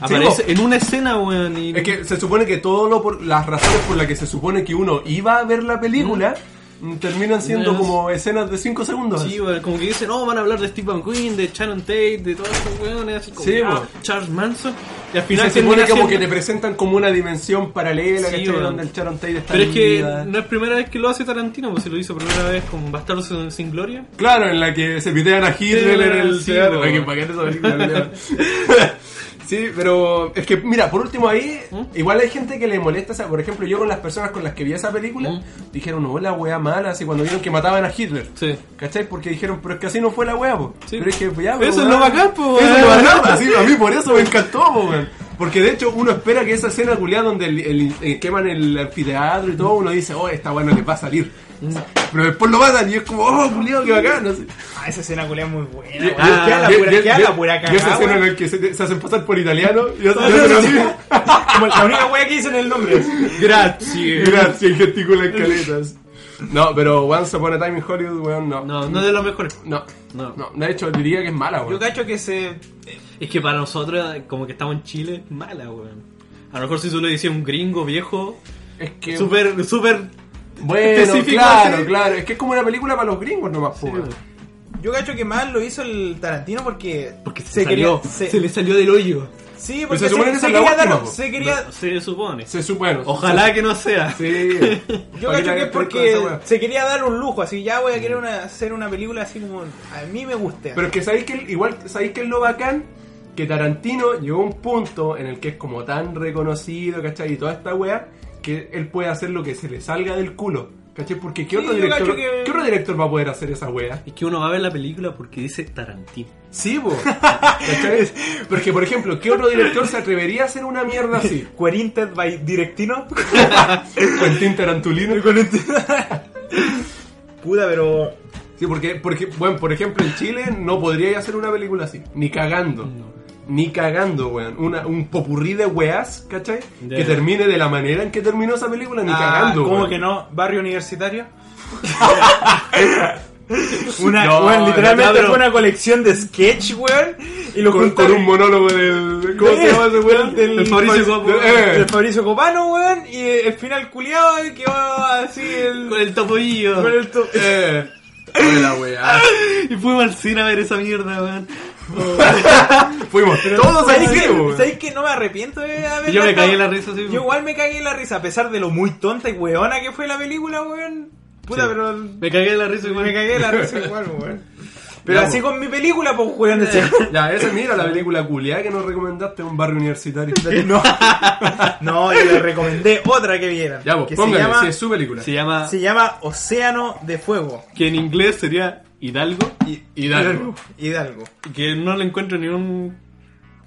S5: aparece en una escena, weón. y-
S4: Es que se supone que todo lo por las razones por las que se supone que uno iba a ver la película mm, terminan siendo
S5: Es-
S4: como escenas de 5 segundos.
S5: Sí, weón, como que dicen, no, van a hablar de Steve McQueen, de Shannon Tate, de todos esos weones, así como,
S4: Sí,
S5: ah,
S4: weón.
S5: Charles Manson. Y al
S4: Y
S5: final
S4: se supone
S5: termina
S4: como que
S5: siendo-
S4: te presentan como una dimensión paralela,
S5: Sí,
S4: ¿cachai?
S5: weón.
S4: Donde el Sharon Tate está
S5: Pero es que
S4: viva.
S5: no es primera vez que lo hace Tarantino, pues se lo hizo primera vez con Bastardos sin- sin Gloria.
S4: Claro, en la que se pitean a Hitler en el
S5: Sí,
S4: teatro.
S5: weón.
S4: Ay, qué bacán esa película, weón. Sí, pero es que, mira, por último ahí,
S5: ¿Mm?
S4: igual hay gente que le molesta, o sea, por ejemplo, yo con las personas con las que vi esa película,
S5: ¿Mm?
S4: dijeron, no, la wea mala, así cuando vieron que mataban a Hitler.
S5: Sí.
S4: ¿Cachai? Porque dijeron, pero es que así no fue la wea, po.
S5: Sí.
S4: Pero es que, pues, ya,
S5: Pero
S4: po,
S5: eso es lo
S4: weón.
S5: bacán, po,
S4: Eso es lo
S5: weón.
S4: bacán, así, a mí por eso me encantó, po, weón. Porque de hecho uno espera que esa escena culiada donde el- el- eh, queman el anfiteatro y todo, uno dice, oh, esta weá no les va a salir.
S5: Mm.
S4: Pero después lo matan y es como, oh, culiado, qué bacán. así.
S3: Ah, esa escena culea es muy buena,
S4: Yo-
S3: weón.
S5: ah,
S3: Queda la
S4: yo-
S3: pura,
S4: yo-
S3: queda
S4: yo-
S3: la pura
S4: yo esa
S3: cagada,
S4: escena en
S3: weón.
S4: la que se, se hacen pasar por italiano y hacen- y
S3: Sí,
S4: hacen
S3: sí, sí.
S4: así.
S3: Como la única weá que dicen el nombre.
S5: Gracias.
S4: Gracias, gesticula en caletas. No, pero Once Upon a Time in Hollywood, weón, no.
S5: No, no es de los mejores.
S4: No.
S5: No.
S4: No, de hecho diría que es mala,
S3: Yo
S4: weón.
S3: cacho que se.
S5: Es que para nosotros, como que estamos en Chile, es mala, weón. A lo mejor si tú lo decías a un gringo viejo,
S4: Es que
S5: súper, súper.
S4: bueno,
S5: específico,
S4: claro,
S5: sí.
S4: claro, es que es como una película para los gringos nomás, po, weón.
S3: Yo cacho que más lo hizo el Tarantino porque.
S5: Porque se, salió,
S3: quería- se-
S5: se le salió del hoyo.
S3: Sí,
S4: Pero
S3: porque
S4: se supone que esa es la
S3: quería
S4: última,
S3: dar-
S4: po.
S3: se quería.
S5: Se supone.
S4: Se supone.
S5: Ojalá que no sea.
S4: Sí.
S3: Yo
S4: Para que
S3: cacho
S4: hagan
S3: que
S4: películas
S3: es
S4: de esa
S3: porque
S4: weá.
S3: se quería dar un lujo, así ya voy a querer una- hacer una película así como a mí me guste.
S4: Pero es que sabéis que igual sabéis que es lo bacán que Tarantino llegó a un punto en el que es como tan reconocido, ¿cachai? Y toda esta wea que él puede hacer lo que se le salga del culo. ¿Cachai? Porque ¿qué
S3: Sí,
S4: otro,
S3: yo
S4: director,
S3: cacho que-
S4: ¿qué otro director va a poder hacer esa wea?
S5: Es que uno va a ver la película porque dice Tarantino.
S4: Sí, bo. ¿Cachai? Porque, por ejemplo, ¿qué otro director se atrevería a hacer una mierda así?
S3: Querinted by Directino.
S4: Quentin Tarantulino.
S3: Puta, pero.
S4: Sí, porque, porque, bueno, por ejemplo, en Chile no podría hacer una película así. Ni cagando. Ni cagando, weón. Una, un popurrí de weas, ¿cachai?
S5: Ya.
S4: Que termine de la manera en que terminó esa película, ni
S3: Ah,
S4: cagando,
S3: ¿Cómo
S4: weón.
S3: que no? ¿Barrio universitario? una,
S4: No,
S3: weón, literalmente
S4: no, pero-
S3: fue una colección de sketch, weón. Y lo
S4: Con,
S3: juntó
S4: con un monólogo del. ¿Cómo se llama ese weón?
S3: Eh, Del,
S5: El Fabricio
S3: Fabricio-
S5: Copano.
S4: Eh.
S3: del Fabricio Copano, weón. Y el final culiado que va así el.
S5: Con el topoillo.
S3: con el to-
S4: Eh. fue la wea.
S5: Y fuimos al cine a ver esa mierda, weón.
S4: Fuimos todos al
S3: ¿Sabéis
S4: cine,
S3: que,
S4: weón.
S3: sabéis que no me arrepiento de haber
S5: Yo me
S3: gastado-
S5: caí en la risa, sí.
S3: Yo igual me cagué en la risa, a pesar de lo muy tonta y weona que fue la película, weón. Puta,
S5: Sí.
S3: pero.
S5: Me cagué en la risa igual.
S3: Me cagué en la risa igual, weón. Pero así con mi película, pues, weón. decía.
S4: Ya, esa mira la película culiada que nos recomendaste, un barrio universitario.
S3: No. No, yo le recomendé otra que vieran.
S4: Ya, vos,
S3: que
S4: póngale,
S3: se llama,
S4: si es su película.
S5: Se llama.
S3: se llama Océano de Fuego.
S5: Que en inglés sería Hidalgo.
S4: Y, y dale.
S3: Hidalgo.
S5: Que no le encuentro ni un.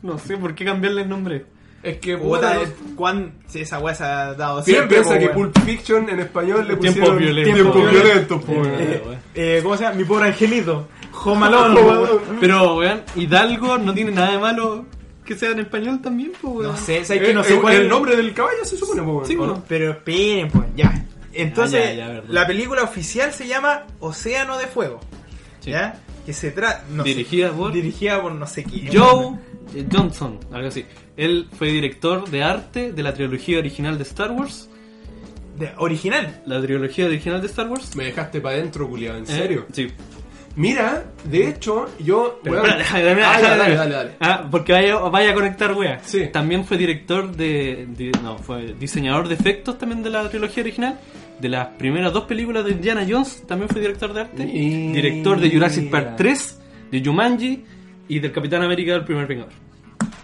S5: No sé por qué cambiarle el nombre.
S4: Es que, puta,
S3: Puta,
S4: no-
S3: es- cuán- si esa weá se ha dado
S4: Siempre
S3: siempre.
S4: eh. piensa
S3: po,
S4: que
S3: weón.
S4: Pulp Fiction en español le
S5: Tiempos
S4: pusieron
S5: violentos.
S4: tiempos
S5: Tiempos
S4: violentos, po, weón.
S5: Eh,
S3: Eh, ¿Cómo se llama? Mi pobre angelito. Home Alone,
S4: Home
S3: weón.
S4: Alone.
S5: Pero, weón, Hidalgo no tiene nada de malo que sea en español también, pues, weón.
S3: No sé,
S4: Eh,
S3: sabes que no
S4: eh,
S3: sé cuál
S4: el
S3: es-
S4: nombre del caballo se supone, po, weón.
S5: Sí,
S4: ¿O
S5: weón.
S4: no?
S3: Pero esperen, pues, ya. Entonces,
S5: ya, ya, verdad.
S3: la película oficial se llama Océano de Fuego.
S5: Sí.
S3: ¿Ya? Que se trata. no sé,
S5: Dirigida por-
S3: Dirigida por no sé quién.
S5: Joe eh, Johnson, algo así. Él fue director de arte de la trilogía original de Star Wars.
S3: De- original.
S5: La trilogía original de Star Wars.
S4: Me dejaste para adentro, culiado, en
S5: Eh,
S4: serio.
S5: Sí.
S4: Mira, de hecho, yo.
S5: Pero
S4: weón-
S5: espera, déjame, déjame,
S4: Ah, ya,
S5: déjame.
S4: dale, dale, dale.
S5: Ah, porque vaya, vaya a conectar, wea.
S4: Sí.
S5: También fue director de, de- No, fue diseñador de efectos también de la trilogía original. De las primeras dos películas de Indiana Jones, también fue director de arte.
S4: Mira.
S5: Director de Jurassic Park 3, de Jumanji y del Capitán América del primer Vengador.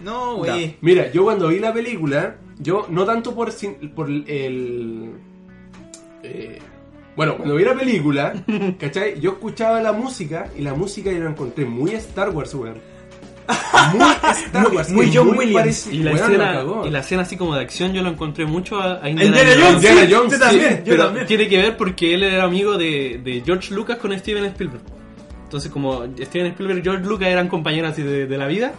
S3: No, güey.
S4: Mira, yo cuando vi la película, yo no tanto por, sin- por el... eh, bueno, cuando vi la película, ¿cachai? Yo escuchaba la música y la música yo la encontré muy Star Wars, weón. Muy Star Wars.
S3: Muy
S4: y
S3: John Williams.
S4: parecido-
S5: Y la,
S4: weón, la
S5: escena,
S4: cagó.
S5: y la escena así como de acción yo lo encontré mucho a, a Indiana,
S3: Indiana Jones,
S4: Indiana
S3: sí,
S4: Jones,
S3: yo
S4: sí,
S3: también, yo
S5: Pero
S3: también.
S5: tiene que ver porque él era amigo de, de George Lucas con Steven Spielberg. Entonces, como Steven Spielberg y George Lucas eran compañeros así de, de la vida,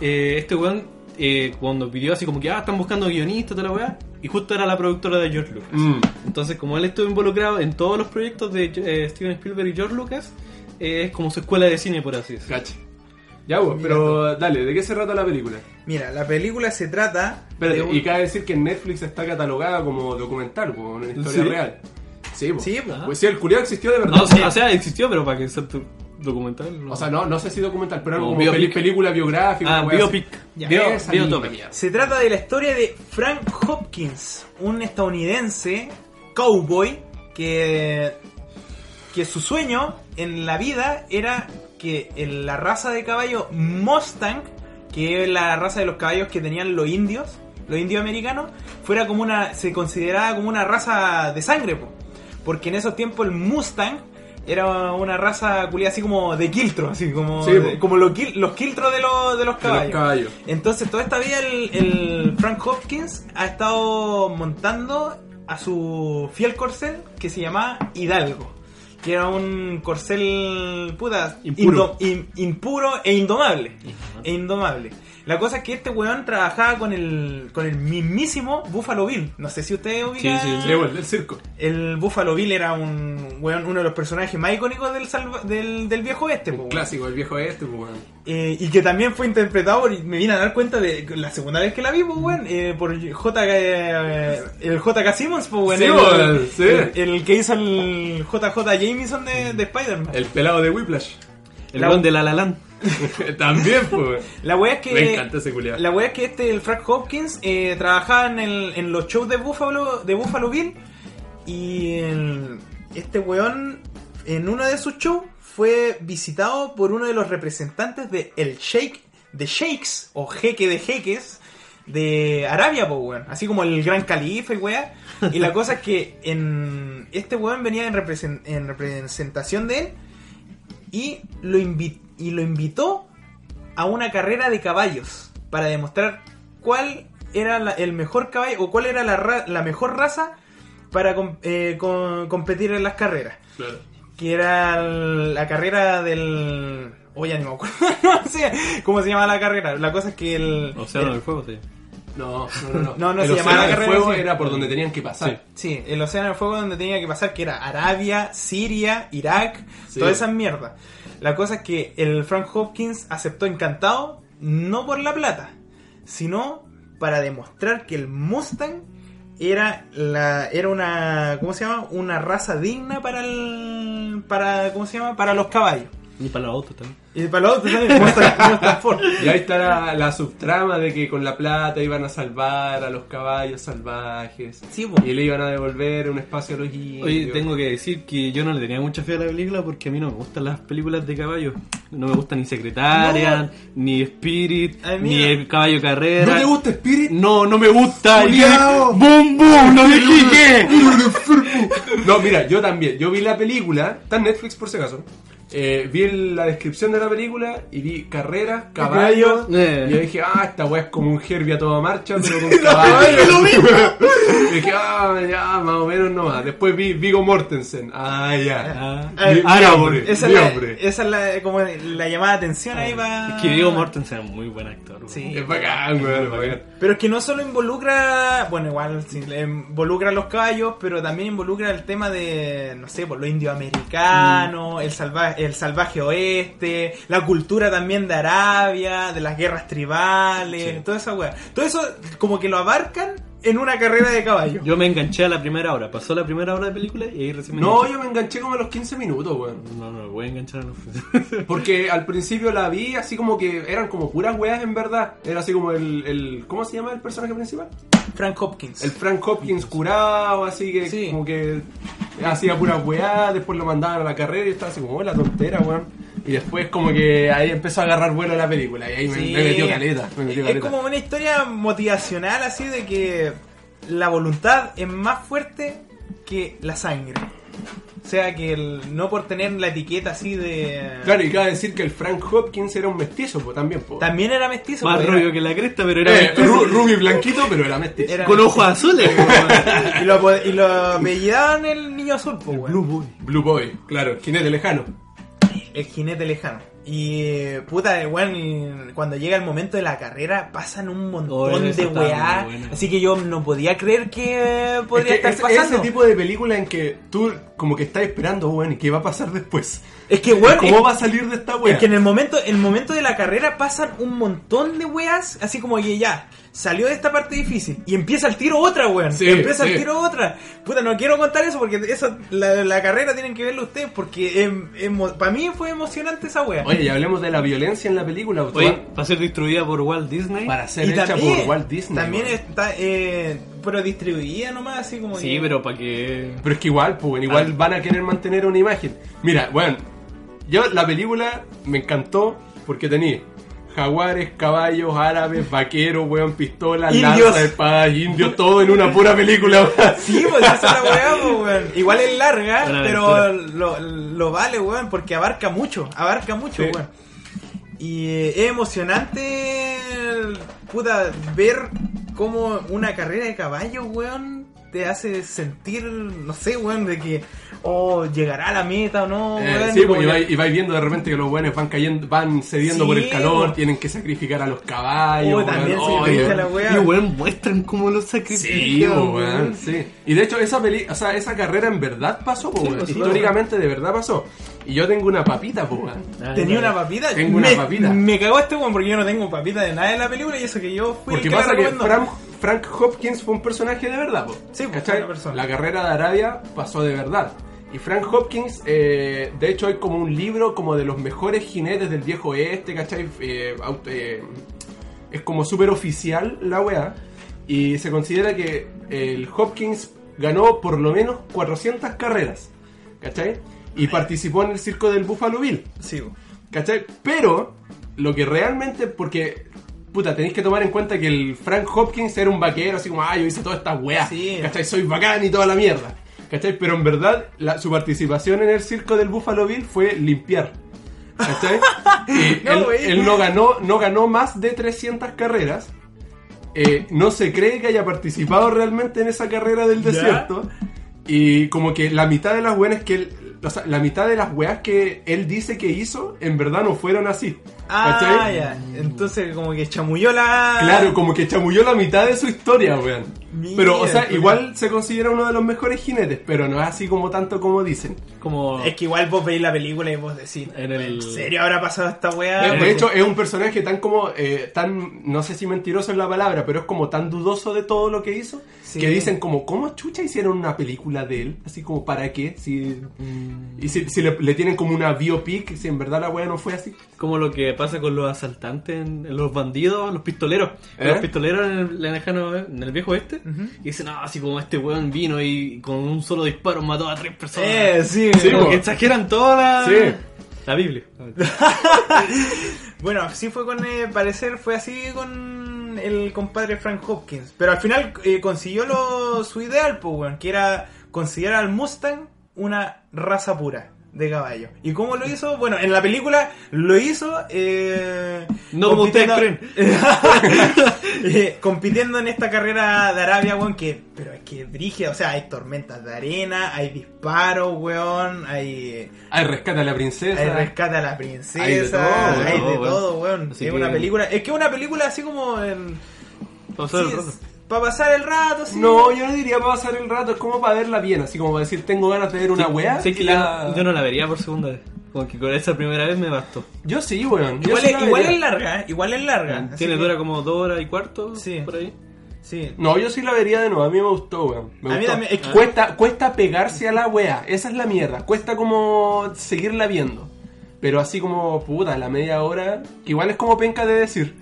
S5: eh, este weón, eh, cuando pidió así como que, ah, están buscando guionistas, toda la weá, y justo era la productora de George Lucas.
S4: Mm.
S5: Entonces, como él estuvo involucrado en todos los proyectos de eh, Steven Spielberg y George Lucas, eh, es como su escuela de cine, por así decirlo.
S4: Cacha. Ya, weón, pero dale, ¿de qué se trata la película?
S3: Mira, la película se trata. de
S4: Espérate,
S3: un-
S4: y cabe decir que en Netflix está catalogada como documental, po, una historia
S5: ¿Sí?
S4: real. Sí, po.
S3: Sí, pues.
S4: Pues sí, el culiado existió de verdad.
S5: No, o sea, o sea, existió, pero para que sea tu documental. no.
S4: O sea, no, no sé si documental, pero algo
S5: Como
S4: como peli-
S5: biopic.
S4: película biográfica.
S5: Ah,
S4: una wea así.
S5: biopic.
S3: Ya.
S4: Bio-
S3: Esa
S4: esa
S5: biotopic.
S4: misma mierda.
S3: Se trata de la historia de Frank Hopkins, un estadounidense cowboy que, que su sueño en la vida era que en la raza de caballo Mustang, que es la raza de los caballos que tenían los indios, los indios americanos, fuera como una se consideraba como una raza de sangre, po. porque en esos tiempos el Mustang era una raza culia así como de quiltro, así como
S4: Sí, po.
S3: como los, quil- los quiltros de los de los
S4: De los
S3: caballos.
S4: caballos.
S3: Entonces, toda esta vida el, el Frank Hopkins ha estado montando a su fiel corcel que se llamaba Hidalgo. Que era un corcel, puta,
S5: Impuro.
S3: indo- im- impuro e indomable. E indomable. La cosa es que este weón trabajaba con el, con el mismísimo Buffalo Bill. No sé si ustedes ubican.
S5: sí, sí.
S4: Igual, pues, del circo.
S3: El Buffalo Bill era un weón, uno de los personajes más icónicos del, salva- del, del viejo este, po,
S4: Un
S3: weón.
S4: clásico, el viejo este, pues, weón.
S3: Eh, y que también fue interpretado, por- me vine a dar cuenta de la segunda vez que la vi, pues, weón, eh, por J. eh, el JK Simmons, pues, weón,
S4: Sí,
S3: el,
S4: weón, sí.
S3: el- el que hizo el JJ Jameson de, de Spider-Man.
S4: El pelado de Whiplash.
S5: El
S3: La-
S5: weón de la la Land.
S4: También, pues, weón.
S3: La wea es que.
S4: Me encanta ese culiao.
S3: La wea es que este, el Frank Hopkins, eh, trabajaba en, el- en los shows de Buffalo, de Buffalo Bill. Y el- este weón, en uno de sus shows, fue visitado por uno de los representantes de El Sheikh, de Sheikhs, o jeque de jeques, de Arabia, po, weón. Así como el gran califa y wea. Y la cosa es que en, este weón venía en, represen- en representación de él y lo, invi- y lo invitó a una carrera de caballos para demostrar cuál era la- el mejor caballo o cuál era la, ra- la mejor raza para com- eh, con- competir en las carreras.
S4: Claro.
S3: Que era el- la carrera del... Oye, ni me acuerdo. no sé cómo se llama la carrera. La cosa es que el...
S5: O sea,
S3: el-
S5: no, el juego, sí.
S4: No, no, no.
S3: No, no
S4: el
S3: se
S4: Océano
S3: llamaba la
S4: del
S3: carrera,
S4: fuego
S3: sí.
S4: era por donde tenían que pasar.
S3: Sí, el Océano del Fuego donde tenía que pasar, que era Arabia, Siria, Irak,
S4: Sí.
S3: todas esas mierdas. La cosa es que el Frank Hopkins aceptó encantado, no por la plata, sino para demostrar que el Mustang era la era una ¿cómo se llama? una raza digna para el para ¿cómo se llama? para los caballos.
S5: Y para los autos también.
S3: Y para los otros también Mustang, Mustang Ford.
S4: Y ahí está la, la subtrama de que con la plata iban a salvar a los caballos salvajes.
S3: Sí, pues. po.
S4: Y le iban a devolver un espacio a los indios.
S5: Oye, tengo que decir que yo no le tenía mucha fe a la película porque a mí no me gustan las películas de caballos. No me gustan ni Secretariat, ni Spirit,
S3: Ay, mira.
S5: ni el Caballo Carrera.
S4: ¿No te gusta Spirit?
S5: No, no me gusta. Y yo
S4: Culeao.
S5: dije, ¡Bum, bum! ¡No dije qué!
S4: No, mira, yo también. Yo vi la película, está en Netflix por si acaso. Eh, vi el- la descripción de la película y vi carreras, caballos.
S5: Eh.
S4: Y yo dije, ah, esta weá es como un Herbie a toda marcha, pero con caballos. y dije, ah, ya, más o menos nomás. Después vi Vigo Mortensen. Ah, ya.
S5: Ah.
S3: Ay,
S4: Mi- mi
S5: árabe.
S4: hombre,
S3: Esa
S4: mi
S3: es, la,
S4: hombre.
S3: esa es la, como la llamada de atención ahí para...
S5: Ah. Es que Diego Mortensen es muy buen actor. güey.
S3: Sí.
S4: Es bacán, weón, es bacán.
S3: Pero es que no solo involucra, bueno, igual sí, le involucra a los caballos, pero también involucra el tema de, no sé, por los indioamericanos, el, salvaje, el salvaje oeste, la cultura también de Arabia, de las guerras tribales, toda esa weá. Todo eso como que lo abarcan en una carrera de caballos.
S5: Yo me enganché a la primera hora. Pasó la primera hora de película y ahí recién me
S4: No,
S5: enganché.
S4: yo me enganché como a los 15 minutos, weón.
S5: No, no, me voy a enganchar a los...
S4: Porque al principio la vi así como que eran como puras weas en verdad. Era así como el, el ¿cómo se llama el personaje principal?
S3: Frank Hopkins.
S4: El Frank Hopkins curado, así que
S3: Sí.
S4: como que hacía puras weas, después lo mandaban a la carrera y estaba así como, "Oh, la tontera, weón. Y después como que ahí empezó a agarrar vuelo la película y ahí me,
S3: Sí.
S4: me metió caleta, me metió
S3: Es
S4: caleta.
S3: como una historia motivacional así de que la voluntad es más fuerte que la sangre. O sea que el- no por tener la etiqueta así de...
S4: Claro, y cabe decir que el Frank Hopkins era un mestizo po, también, po.
S3: También era mestizo.
S5: Más
S3: pues, era-
S5: rubio que la cresta, pero era...
S4: Eh, ru- rubio y blanquito, pero era mestizo.
S3: era-
S5: Con ojos azules. güey.
S3: Y lo, apod- y lo apellidaban el niño azul, pues, weón.
S4: Blue Boy, claro, jinete lejano.
S3: El jinete lejano. Y eh, puta, eh, weón, y cuando llega el momento de la carrera pasan un montón
S5: Oh, esa
S3: de
S5: está
S3: weá.
S5: muy buena.
S3: Así que yo no podía creer que eh, podría
S4: Es que
S3: estar
S4: es-
S3: pasando.
S4: ese tipo de película en que tú como que estás esperando, bueno, ¿y qué va a pasar después?
S3: Es que weón,
S4: ¿Cómo
S3: es-
S4: va a salir de esta wea?
S3: Es que en el momento, en el momento de la carrera pasan un montón de weas, así como que ya, salió de esta parte difícil y empieza el tiro otra, weón.
S4: Sí,
S3: empieza el
S4: sí.
S3: tiro otra. Puta, no quiero contar eso porque eso, la, la carrera tienen que verlo ustedes porque para mí fue emocionante esa wea.
S4: Oye, y hablemos de la violencia en la película. pues,
S5: Oye, va a ser distribuida por Walt Disney.
S4: para ser hecha por Walt Disney.
S3: también
S4: weón.
S3: está, eh, pero distribuida nomás, así como
S5: Sí,
S3: que-
S5: pero para que...
S4: Pero es que igual, pues, bueno, igual
S5: Ah.
S4: van a querer mantener una imagen. Mira, bueno, yo la película me encantó porque tenía jaguares, caballos, árabes, vaqueros, weón, pistolas,
S3: Indios.
S4: lanzas, espadas, indios, todo en una pura película. weón.
S3: Sí, pues esa es la weá, pues, weón. Igual es larga,
S5: Una
S3: pero
S5: aventura.
S3: lo, lo vale, weón, porque abarca mucho, abarca mucho,
S4: Sí.
S3: weón. Y eh, es emocionante, el- puta, ver cómo una carrera de caballos, weón, te hace sentir, no sé, weón, de que, oh, llegará a la meta o no,
S4: Eh,
S3: weón.
S4: sí,
S3: y
S4: pues, y
S3: como
S4: vais, y vais viendo de repente que los buenos van cayendo, van cediendo
S3: Sí,
S4: por el calor,
S3: po.
S4: tienen que sacrificar a los caballos.
S3: Oh,
S4: weón.
S3: también se
S4: Oh,
S3: dedica
S4: weón.
S3: la wea.
S5: Y weón, muestran cómo los
S4: Sí,
S5: sacrifican.
S4: po, weón, sí. Y de hecho, esa peli, o sea, esa carrera en verdad pasó, po, weón.
S5: pues, sí,
S4: históricamente de verdad pasó. Y yo tengo una papita, po, weón.
S5: Ay,
S3: Tenía
S5: ay.
S3: una papita.
S4: Tengo una
S3: me,
S4: papita.
S3: Me cagó este weón porque yo no tengo papita de nada en la película y eso que yo fui
S4: Porque
S3: el que la
S4: pasa que
S3: recomendó.
S4: Frank, Frank Hopkins fue un personaje de verdad, po.
S3: Sí, pues,
S4: ¿Cachai?
S3: una persona.
S4: La carrera de Arabia pasó de verdad. Y Frank Hopkins, eh, de hecho, hay como un libro como de los mejores jinetes del viejo oeste, ¿cachai? Eh, aut- eh, es como súper oficial la weá. Y se considera que el Hopkins ganó por lo menos 400 carreras, ¿cachai? Y participó en el circo del Buffalo Bill.
S3: Sí, weón.
S4: ¿Cachai? Pero lo que realmente, porque, puta, tenéis que tomar en cuenta que el Frank Hopkins era un vaquero, así como, ah, yo hice todas estas weas,
S3: Sí.
S4: ¿cachai? Soy bacán y toda la mierda. ¿Cachai? Pero en verdad, la- su participación en el circo del Buffalo Bill fue limpiar. ¿Cachai? Y
S3: No,
S4: él,
S3: wey.
S4: él no, ganó, no ganó más de 300 carreras. Eh, no se cree que haya participado realmente en esa carrera del desierto. Y como que la mitad de las weas que él, o sea, la mitad de las weas que él dice que hizo, en verdad no fueron así.
S3: Ah,
S4: ¿Cachai?
S3: ya. Entonces como que chamulló la...
S4: Claro, como que chamulló la mitad de su historia, weón.
S3: Mira,
S4: Pero, o sea,
S3: culiao.
S4: igual se considera uno de los mejores jinetes, pero no es así como tanto como dicen.
S5: Como
S3: Es que igual vos veis la película y vos decís,
S5: En el-
S3: ¿en serio habrá pasado esta weá?
S4: De
S3: Porque-
S4: hecho, es un personaje tan como, eh, tan, no sé si mentiroso es la palabra, pero es como tan dudoso de todo lo que hizo,
S3: Sí.
S4: que dicen como, ¿cómo chucha hicieron una película de él? Así como, ¿para qué? Si,
S5: mm,
S4: y si, si le, le tienen como una biopic, si en verdad la wea no fue así.
S5: Como lo que pasa con los asaltantes, en- en los bandidos, los pistoleros.
S4: ¿Eh?
S5: Los pistoleros en el, lejano- en el viejo este. Y dicen, no, así como este weón vino y con un solo disparo mató a tres personas.
S3: Eh, sí,
S5: Como
S3: weón.
S4: po.
S5: que exageran toda la,
S4: Sí.
S5: la Biblia.
S3: Bueno, así fue con, eh, parecer, fue así con el compadre Frank Hopkins. Pero al final eh, consiguió lo, su ideal, pues, weón, que era considerar al Mustang una raza pura de caballo. ¿Y cómo lo hizo? Bueno, en la película lo hizo... eh,
S5: No como ustedes
S3: compitiendo- Eh, compitiendo en esta carrera de Arabia, weón, que... Pero es que brige, o sea, hay tormentas de arena, hay disparos, weón, hay... eh,
S4: Ay, rescata a la princesa.
S3: Hay rescata a la princesa,
S4: Hay
S3: hay
S4: de
S3: de
S4: todo,
S3: todo,
S5: weón.
S3: weón.
S5: Así
S3: es
S5: que-
S3: una película, es que es una película así como en
S5: Vamos a ver el rato.
S3: para pasar el rato, sí.
S4: No, yo no diría para pasar el rato, es como para verla bien, así como para decir, tengo ganas de ver una
S5: Sí,
S4: wea.
S5: sé que
S4: y
S5: la-
S4: la-
S5: Yo no la vería por segunda vez. Como que con esa primera vez me bastó.
S4: Yo sí, weón. yo
S3: igual
S4: sí
S3: es,
S4: la
S3: igual
S4: vería.
S3: es larga, ¿eh? igual es larga. así
S5: Tiene
S3: que-
S5: dura como dos horas y cuarto.
S3: Sí.
S5: Por ahí.
S3: Sí.
S4: No, yo sí la vería de nuevo. A mí me gustó, weón. Me
S3: A mí
S4: gustó.
S3: también, es que-
S4: cuesta, cuesta pegarse a la wea. Esa es la mierda. Cuesta como seguirla viendo. Pero así como, puta, la media hora. Que igual es como penca de decir.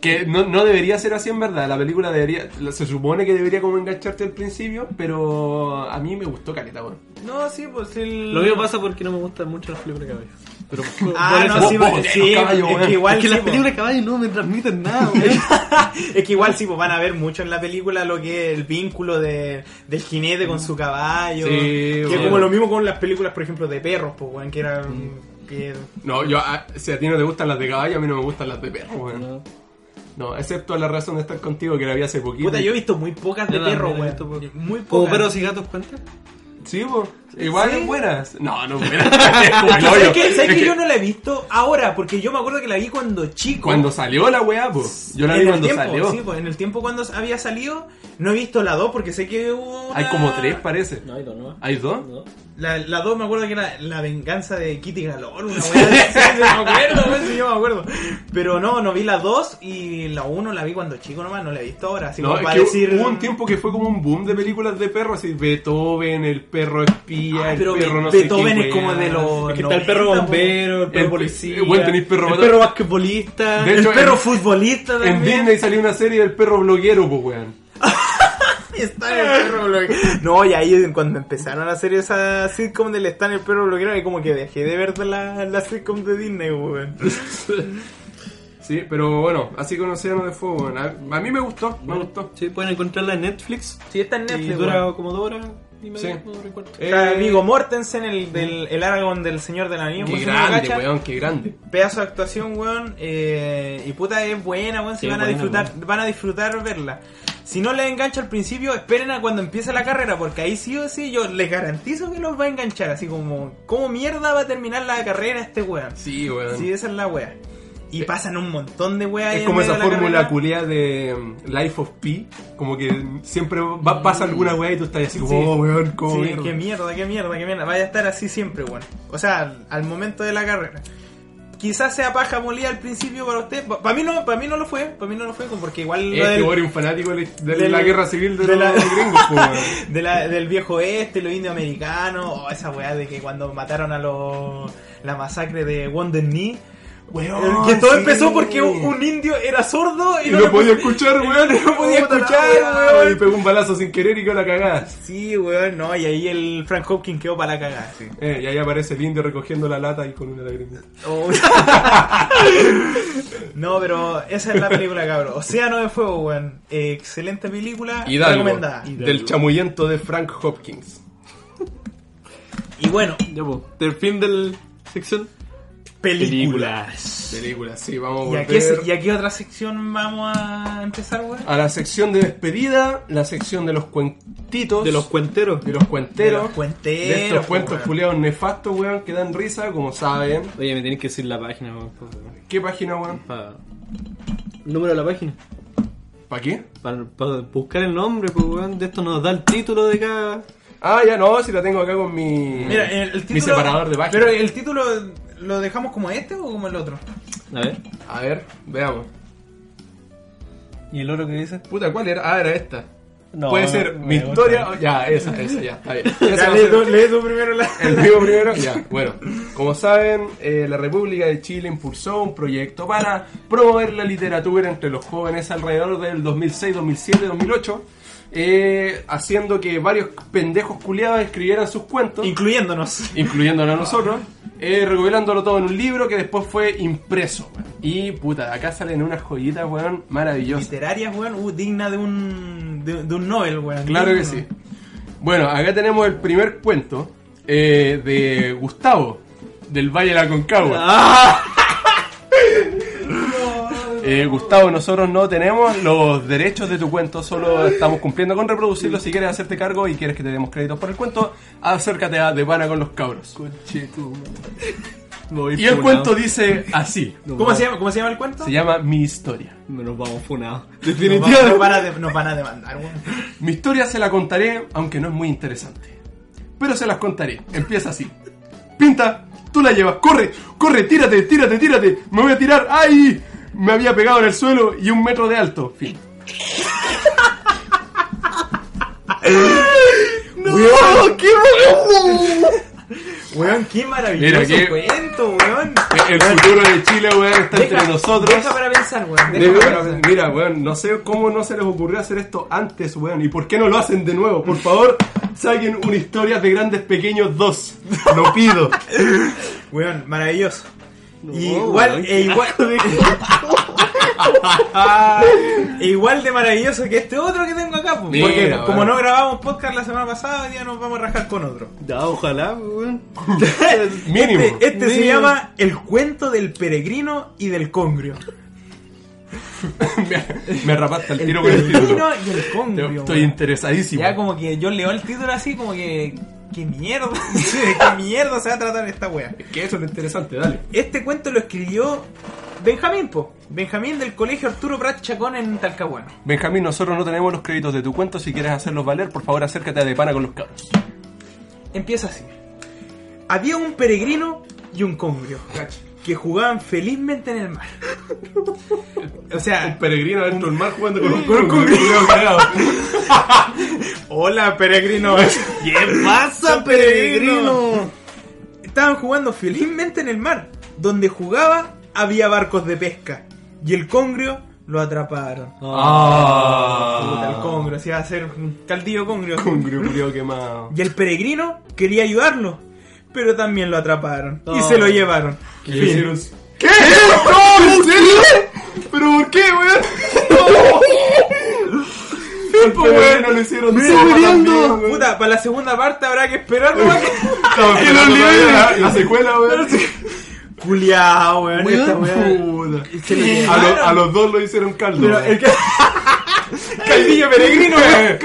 S4: Que no, no debería ser así en verdad. La película debería. Se supone que debería como engancharte al principio. Pero a mí me gustó caleta, weón.
S3: No, sí, pues el
S5: Lo mismo pasa porque no me gustan mucho las películas de caballo. Pero por-
S3: Ah,
S5: por Oh,
S3: no,
S5: esa-
S3: sí,
S4: vos,
S3: pues,
S4: vos,
S3: sí,
S4: los caballos,
S3: es
S4: weón.
S3: que igual
S5: es que
S3: sí,
S5: las
S3: pues.
S5: películas de caballo no me transmiten nada, weón.
S3: es que igual sí, pues van a ver mucho en la película lo que es el vínculo de, del jinete con su caballo.
S4: Sí,
S3: que es
S4: weón.
S3: como lo mismo con las películas, por ejemplo, de perros, pues, weón, que eran que
S4: No, yo. a- si a ti no te gustan las de caballo, a mí no me gustan las de perro, weón. No.
S5: No.
S4: excepto la razón de estar contigo que la vi hace poquito.
S3: Puta, yo he visto muy pocas de
S5: Yo también
S3: perros,
S5: he visto
S3: weón.
S5: pocas.
S3: Muy pocas.
S5: Como perros y gatos cuenta.
S4: Sí, po. Igual
S3: Sí.
S4: es buenas. No, no es buena. Es como el hoyo.
S3: ¿Sabes qué? ¿Sabes
S4: Es
S3: que
S4: que
S3: yo no la he visto ahora? Porque yo me acuerdo que la vi cuando chico.
S4: Cuando salió la weá, pues. Yo la
S3: En
S4: vi
S3: el
S4: cuando
S3: tiempo,
S4: salió.
S3: sí, pues, en el tiempo cuando había salido, no he visto la 2 porque sé que hubo. una-
S4: Hay como tres, parece.
S5: No, Ah, no.
S4: ¿Hay dos?
S3: La, la 2 me acuerdo que era La venganza de Kitty Galore, una weá de- sí, sí, me acuerdo, weón, sí, yo me acuerdo. Pero no, no vi la 2 y la 1 la vi cuando chico nomás, no la he visto ahora. Así
S4: No,
S3: como
S4: es
S3: para
S4: que
S3: decir.
S4: hubo un tiempo que fue como un boom de películas de perros, así Beethoven, el perro espía,
S3: Ah,
S4: el
S3: pero
S4: perro no sé
S3: Beethoven
S4: qué
S3: es como
S4: weá.
S3: de los.
S5: Que está el perro
S3: 90,
S5: bombero, el perro
S4: El-
S5: policía.
S4: eh, bueno, tenéis perro-
S5: el perro basquetbolista.
S4: De
S3: El
S4: hecho,
S3: perro
S4: en-
S3: futbolista
S4: En
S3: también.
S4: Disney salió una serie del perro bloguero, pues weón.
S3: Está en el perro bloguero. No, y ahí cuando empezaron a hacer esa sitcom del Está en el perro bloguero, ahí como que dejé de ver la, la sitcom de Disney, weón.
S4: Sí, pero bueno, así con Océano de Fuego, weón. A, a mí me gustó, me gustó.
S5: Sí, pueden encontrarla en Netflix.
S3: Sí, está en
S5: Y
S3: Netflix,
S5: dura
S3: weón.
S5: como dos horas y media,
S4: Sí.
S5: no recuerdo.
S3: Está
S4: Eh,
S3: Viggo Mortensen, el, del, el Aragorn del Señor de la Nieve.
S4: Qué
S3: por si no lo
S4: grande,
S3: cachan.
S4: weón, qué grande.
S3: Pedazo de actuación, weón. eh, y puta, es buena, weón. Si
S5: Sí,
S3: van, a
S5: buena,
S3: disfrutar, van a disfrutar verla. Si no les engancho al principio, esperen a cuando empiece la carrera, porque ahí sí o sí yo les garantizo que los va a enganchar. Así como, ¿cómo mierda va a terminar la carrera este weón?
S4: Sí, weón.
S3: Sí, esa es la wea. Y pasan un montón de weas. ahí
S4: Es
S3: en
S4: como
S3: medio
S4: esa
S3: de la
S4: fórmula
S3: carrera.
S4: culia de mm, Life of Pi, como que siempre va, pasa alguna weá y tú estás así como,
S3: Sí.
S4: oh, weón, como
S3: Sí,
S4: mierda.
S3: qué mierda, qué mierda, qué mierda. Vaya a estar así siempre, weón. O sea, al, al momento de la carrera. Quizás sea paja molida al principio para usted. Para mí no, para mí no lo fue, para mí no lo fue, porque igual lo
S4: Este
S3: del-
S4: weón es un fanático de, la- de
S3: del-
S4: la guerra civil de,
S3: de la-
S4: los gringos, po, weón.
S3: de la- del viejo este, los indios americanos, o esa weá de que cuando mataron a los. la masacre de Wonder Knee.
S4: Weón,
S3: que todo
S4: sí.
S3: empezó porque un, un indio era sordo y,
S4: Y
S3: no
S4: no
S3: le
S4: podía escuchar, weón.
S3: no podía
S4: Puta la
S3: escuchar,
S4: weá,
S3: weón.
S4: Y pegó un balazo sin querer y quedó la cagada.
S3: Sí, weón, no, y ahí el Frank Hopkins quedó para la cagada, sí.
S4: Eh, y ahí aparece el indio recogiendo la lata y con una lagrimita.
S3: Oh. no, pero esa es la película, cabrón. Océano de Fuego, weón. Eh, excelente película, recomendada.
S4: del chamuyento de Frank Hopkins.
S3: Y bueno,
S5: Ya, pues, del fin del sección.
S3: película.
S4: Película, sí, vamos a
S3: ¿Y
S4: volver.
S3: a, qué, se- ¿Y a qué otra sección vamos a empezar, weón?
S4: A la sección de despedida, la sección de los cuentitos.
S5: De los cuenteros.
S4: de los
S3: De
S4: cuenteros.
S3: los cuenteros,
S4: De estos cuentos
S3: weón.
S4: culiados nefastos, weón, que dan risa, como saben.
S5: Oye, me tienes que decir la página, weón, por favor.
S4: ¿Qué página, weón?
S5: Pa- Número de la página.
S4: ¿Para qué?
S5: Para, para buscar el nombre, pues, weón. De esto nos da el título de cada.
S4: Ah, ya no, si la tengo acá con mi.
S3: Mira, el, el título.
S4: Mi separador de página.
S3: Pero el título, ¿lo dejamos como este o como el otro?
S5: A ver.
S4: A ver, veamos.
S5: ¿Y el oro que dice?
S4: Puta, ¿cuál era? Ah, era esta.
S5: No,
S4: Puede ser
S5: no,
S4: mi
S5: no,
S4: historia. o- Ya, esa, esa, ya. Está bien. Esa
S3: Ya,
S4: va a
S3: lee
S4: ser-
S3: tú- lee tú primero la.
S4: El vivo primero, ya. Bueno, como saben, eh, la República de Chile impulsó un proyecto para promover la literatura entre los jóvenes alrededor del 2006, 2007, 2008, eh, haciendo que varios pendejos culiados escribieran sus cuentos,
S3: Incluyéndonos.
S4: incluyéndonos a nosotros, eh, recopilándolo todo en un libro que después fue impreso. weón. Y puta, acá salen unas joyitas, weón, maravillosas.
S3: Literarias, weón, uh, digna de un. de, de un Nobel, weón.
S4: Claro que
S3: Digno.
S4: sí. Bueno, acá tenemos el primer cuento eh, de Gustavo, del Valle de la Concagua. Eh, Gustavo, nosotros no tenemos los derechos de tu cuento, solo estamos cumpliendo con reproducirlo. Si quieres hacerte cargo y quieres que te demos créditos por el cuento, acércate a De Pana con los Cabros.
S5: Voy
S4: Y el
S5: funado.
S4: cuento dice así,
S5: Nos
S3: ¿Cómo
S5: vamos-
S3: se, llama, ¿Cómo se llama el cuento?
S4: se llama Mi Historia.
S5: Nos vamos funados.
S3: Nos van-
S5: Definitivamente.
S3: Nos van, a de- nos van a demandar, weón.
S4: Mi historia se la contaré, aunque no es muy interesante. Pero se las contaré. Empieza así. Pinta, tú la llevas. Corre, corre, tírate, tírate, tírate. Me voy a tirar. ¡Ay! Me había pegado en el suelo y un metro de alto. Fin. ¡No! ¡Qué
S3: Weón, qué maravilloso
S4: Mira, qué-
S3: cuento, weón.
S4: El futuro de Chile, weón, está entre nosotros.
S3: Deja para pensar, weón.
S4: De-
S3: Deja para
S4: weón,
S3: pensar.
S4: mira, weón, no sé cómo no se les ocurrió hacer esto antes, weón. ¿Y por qué no lo hacen de nuevo? Por favor, saquen una historia de grandes pequeños 2. Lo pido.
S3: Weón, maravilloso. Y
S5: No,
S3: igual,
S5: weón,
S3: e igual, e igual de maravilloso que este otro que tengo acá, pues,
S4: Mira,
S3: porque
S4: weón.
S3: como no grabamos podcast la semana pasada, hoy día nos vamos a rajar con otro.
S5: Ya, ojalá, weón.
S4: Mínimo.
S3: Este, este se
S5: Mira.
S3: llama El cuento del peregrino y del congrio.
S4: me, me rapaste al
S3: El
S4: tiro con el
S3: peregrino
S4: título.
S3: y el congrio.
S4: Estoy
S3: weón.
S4: interesadísimo.
S3: Ya como que yo leo el título así, como que. ¿Qué mierda? ¿Qué mierda se va a tratar esta wea?
S4: Que eso es lo interesante, dale.
S3: Este cuento lo escribió Benjamín, po. Benjamín del colegio Arturo Prat Chacón en Talcahuano.
S4: Benjamín, nosotros no tenemos los créditos de tu cuento. Si quieres hacerlos valer, por favor, acércate a De Pana con los cabros.
S3: Empieza así. Había un peregrino y un congrio que jugaban felizmente en el mar. O sea,
S4: Peregrino adentro del mar jugando con un
S3: con un
S4: culo creado.
S3: hola peregrino.
S5: ¿Qué pasa,
S3: peregrino? Estaban jugando felizmente en el mar. Donde jugaba había barcos de pesca y el congrio lo atraparon.
S5: Ah.
S3: Puta,
S4: Ah.
S3: el congrio, se iba a hacer un caldillo congrio.
S4: Un grupo quemado.
S3: Y el peregrino quería ayudarlo, pero también lo atraparon y
S5: Oh.
S3: se lo llevaron.
S4: ¿Qué? ¿Qué? ¿En serio? ¿Pero por qué, weón? No. El peregrino lo hicieron zorra también, weón.
S3: Puta, para la segunda parte habrá que esperar nomás que-
S4: Estaba
S8: Que lo
S4: esperando
S8: liberen.
S4: todavía La la secuela, weón.
S3: Culiao, weón, esta weá.
S4: Puta.
S3: Se lo
S4: A,
S3: llevaron.
S4: lo- a los dos lo hicieron caldo.
S3: Pero
S4: weón.
S3: el que-
S4: Caldillo peregrino, weón.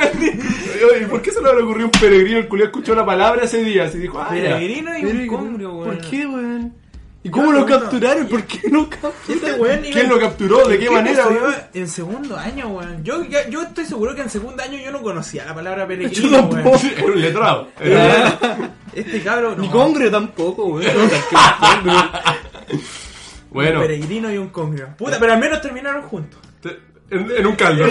S4: Oye, ¿Por qué se le habrá ocurrido un peregrino? El culiao escuchó la palabra ese día. Así dijo, ah, ya.
S3: Peregrino y un congrio, weón.
S4: ¿Por qué, weón? ¿Y cómo lo capturaron? ¿Por qué lo
S3: Este
S4: capturaron?
S3: weón iba-
S4: ¿Quién lo capturó? ¿De qué
S3: ¿Quién
S4: manera,
S3: estudió
S4: weón?
S3: En segundo año, weón. Yo, yo- yo estoy seguro que en segundo año yo no conocía la palabra peregrino,
S4: Yo tampoco.
S3: weón.
S4: Era un letrado.
S3: Este cabro, no.
S5: Ni congrio tampoco, weón.
S4: Bueno,
S3: Un peregrino y un congrio. Puta, pero al menos terminaron juntos.
S4: te- en, en un caldo.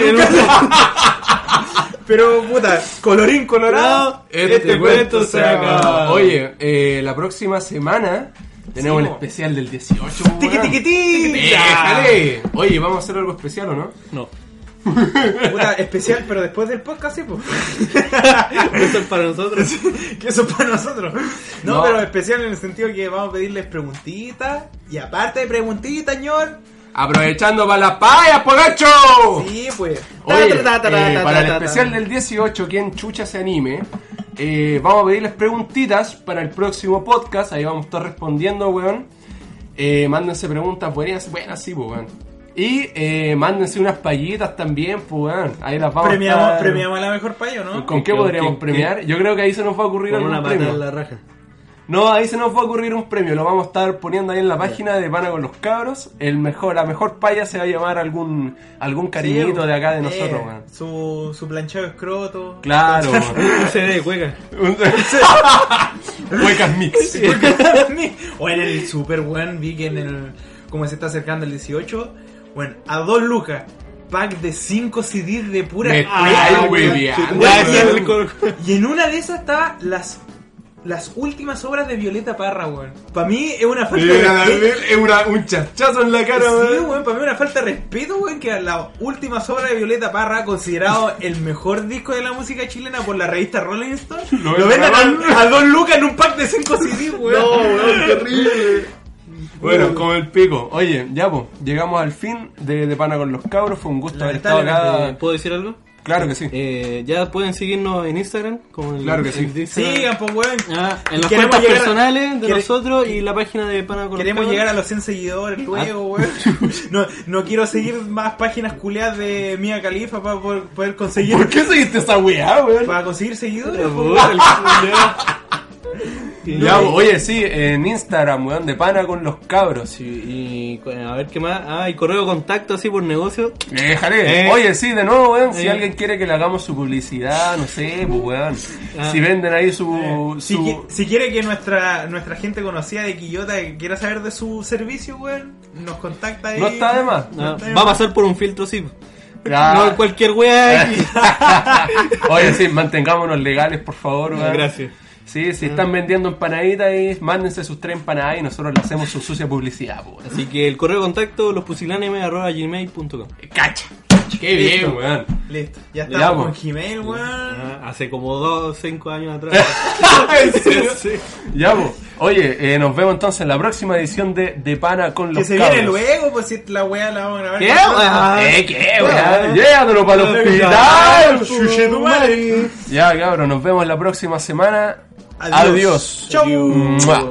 S3: Pero, puta, colorín colorado.
S4: Este, cuento se
S3: acaba.
S4: acaba. Oye, eh, la próxima semana tenemos
S3: Sí,
S4: el
S3: po.
S4: especial del 18. weón.
S3: Tiqui, tiqui, tiqui.
S4: Déjale. Oye, vamos a hacer algo especial, ¿o no?
S5: No,
S3: Puta, especial, pero después del podcast, sí, pues.
S5: eso es para nosotros.
S3: que eso es para nosotros. No,
S4: No.
S3: pero especial en el sentido que vamos a pedirles preguntitas. Y aparte de preguntitas, señor.
S4: Aprovechando para las payas, pogacho.
S3: Sí, pues.
S4: Oye,
S3: Ta, ta, ta, ta,
S4: eh,
S3: ta,
S4: para el
S3: ta, ta.
S4: especial del 18, quien chucha se anime, eh, vamos a pedirles preguntitas para el próximo podcast. Ahí vamos a estar respondiendo, weón. Eh, mándense preguntas buenas, buenas, sí, pues, weón. Y eh, mándense unas payitas también, pues, weón. Ahí las vamos a
S3: Premiamos,
S4: estar-
S3: premiamos a la mejor payo, ¿no?
S4: ¿Con qué
S5: ¿Qué-
S4: podríamos
S5: qué-
S4: premiar? Yo creo que ahí se nos va a ocurrir
S5: Con una
S4: algún
S5: pata
S4: premio.
S5: en la raja.
S4: No, ahí se nos va a ocurrir un premio. Lo vamos a estar poniendo ahí en la página de Pana con los Cabros. El mejor, la mejor paya se va a llamar algún, algún cariñito
S3: Sí,
S4: de acá de
S3: eh,
S4: nosotros, weón.
S3: Su, su planchado escroto.
S4: Claro, weón.
S5: Un CD de cueca.
S4: Huecas mix.
S3: o en el super weón, vi que en el. Como se está acercando el 18. Bueno, a dos lucas. Pack de 5 CDs de pura.
S4: Me
S3: cueca,
S4: estáis
S3: weón.
S4: hueveando,
S3: Weón,
S4: weón.
S3: Y en una de esas estaba las las últimas obras de Violeta Parra, weón. Para mí es una falta de
S4: Mira,
S3: respeto.
S4: es una- un chachazo en la cara,
S3: Sí,
S4: weón.
S3: weón, para mí es una falta de respeto, weón, que a las últimas obras de Violeta Parra, considerado el mejor disco de la música chilena por la revista Rolling Stone,
S4: Lo
S3: lo,
S4: ven
S3: vendan a, a dos lucas en un pack de 5 CD, weón.
S4: terrible. Bueno, como el pico. Oye, ya pues, llegamos al fin de, de Pana con los Cabros. Fue un gusto haber estado acá.
S5: Eh, ¿Puedo decir algo?
S4: Claro que sí.
S5: Eh, ya pueden seguirnos en Instagram. Como el-
S4: Claro que
S5: el
S4: sí.
S5: de Instagram.
S3: Sigan, pues, weón.
S5: Ah, en las
S3: Queremos
S5: cuentas
S3: llegar a-
S5: personales de
S3: quere-
S5: nosotros y la página de Pana con los
S3: Queremos
S5: Cabros.
S3: llegar a los 100 seguidores
S5: Ah.
S3: luego, weón. No, no quiero seguir más páginas culeadas de Mia Califa para poder, poder conseguir
S4: ¿Por qué seguiste esa weá, weón?
S3: para conseguir seguidores.
S5: Por favor,
S3: po, weón.
S5: pues, el culiao.
S4: Ya, po, oye, sí, en Instagram, weón, de pana con los cabros.
S5: Sí, y a ver qué más. Ah, y correo de contacto así por negocio.
S4: Déjale.
S5: Eh.
S4: Oye, sí, de nuevo, weón. Si
S5: Eh.
S4: alguien quiere que le hagamos su publicidad, no sé, pues, weón.
S5: Ah.
S4: Si venden ahí su.
S3: Eh. Si,
S4: su-
S3: qui- si quiere que nuestra nuestra gente conocida de Quillota que quiera saber de su servicio, weón, nos contacta ahí.
S4: No está de más.
S5: Ah,
S3: está bien.
S5: va a pasar por un filtro, sí.
S4: Ah.
S5: No cualquier wea. y-
S4: Oye, sí, mantengámonos legales, por favor, weón.
S5: Gracias.
S4: Sí, si están vendiendo empanaditas, ahí, mándense sus tres empanadas y nosotros le hacemos su sucia publicidad, pues. po, weón.
S5: Así que el correo de contacto lospusilánimes.gmail.com
S4: Cacha. Qué
S3: Listo.
S4: bien, weón.
S3: Listo, ya
S4: Ya,
S3: estamos
S4: po.
S3: con Gmail, weón.
S5: Ah, Hace como dos, cinco años atrás.
S4: ¿En serio? Ya, po. Oye, eh, nos vemos entonces en la próxima edición de De Pana con
S3: Que
S4: los
S3: se
S4: cabros.
S3: viene luego, pues si la weá la vamos a grabar.
S5: ¿Qué? Ah,
S4: Eh, qué, weón. Llévatelo para el hospital. Ya, cabrón, nos vemos la próxima semana. Adiós.
S3: Chau.
S4: Mua.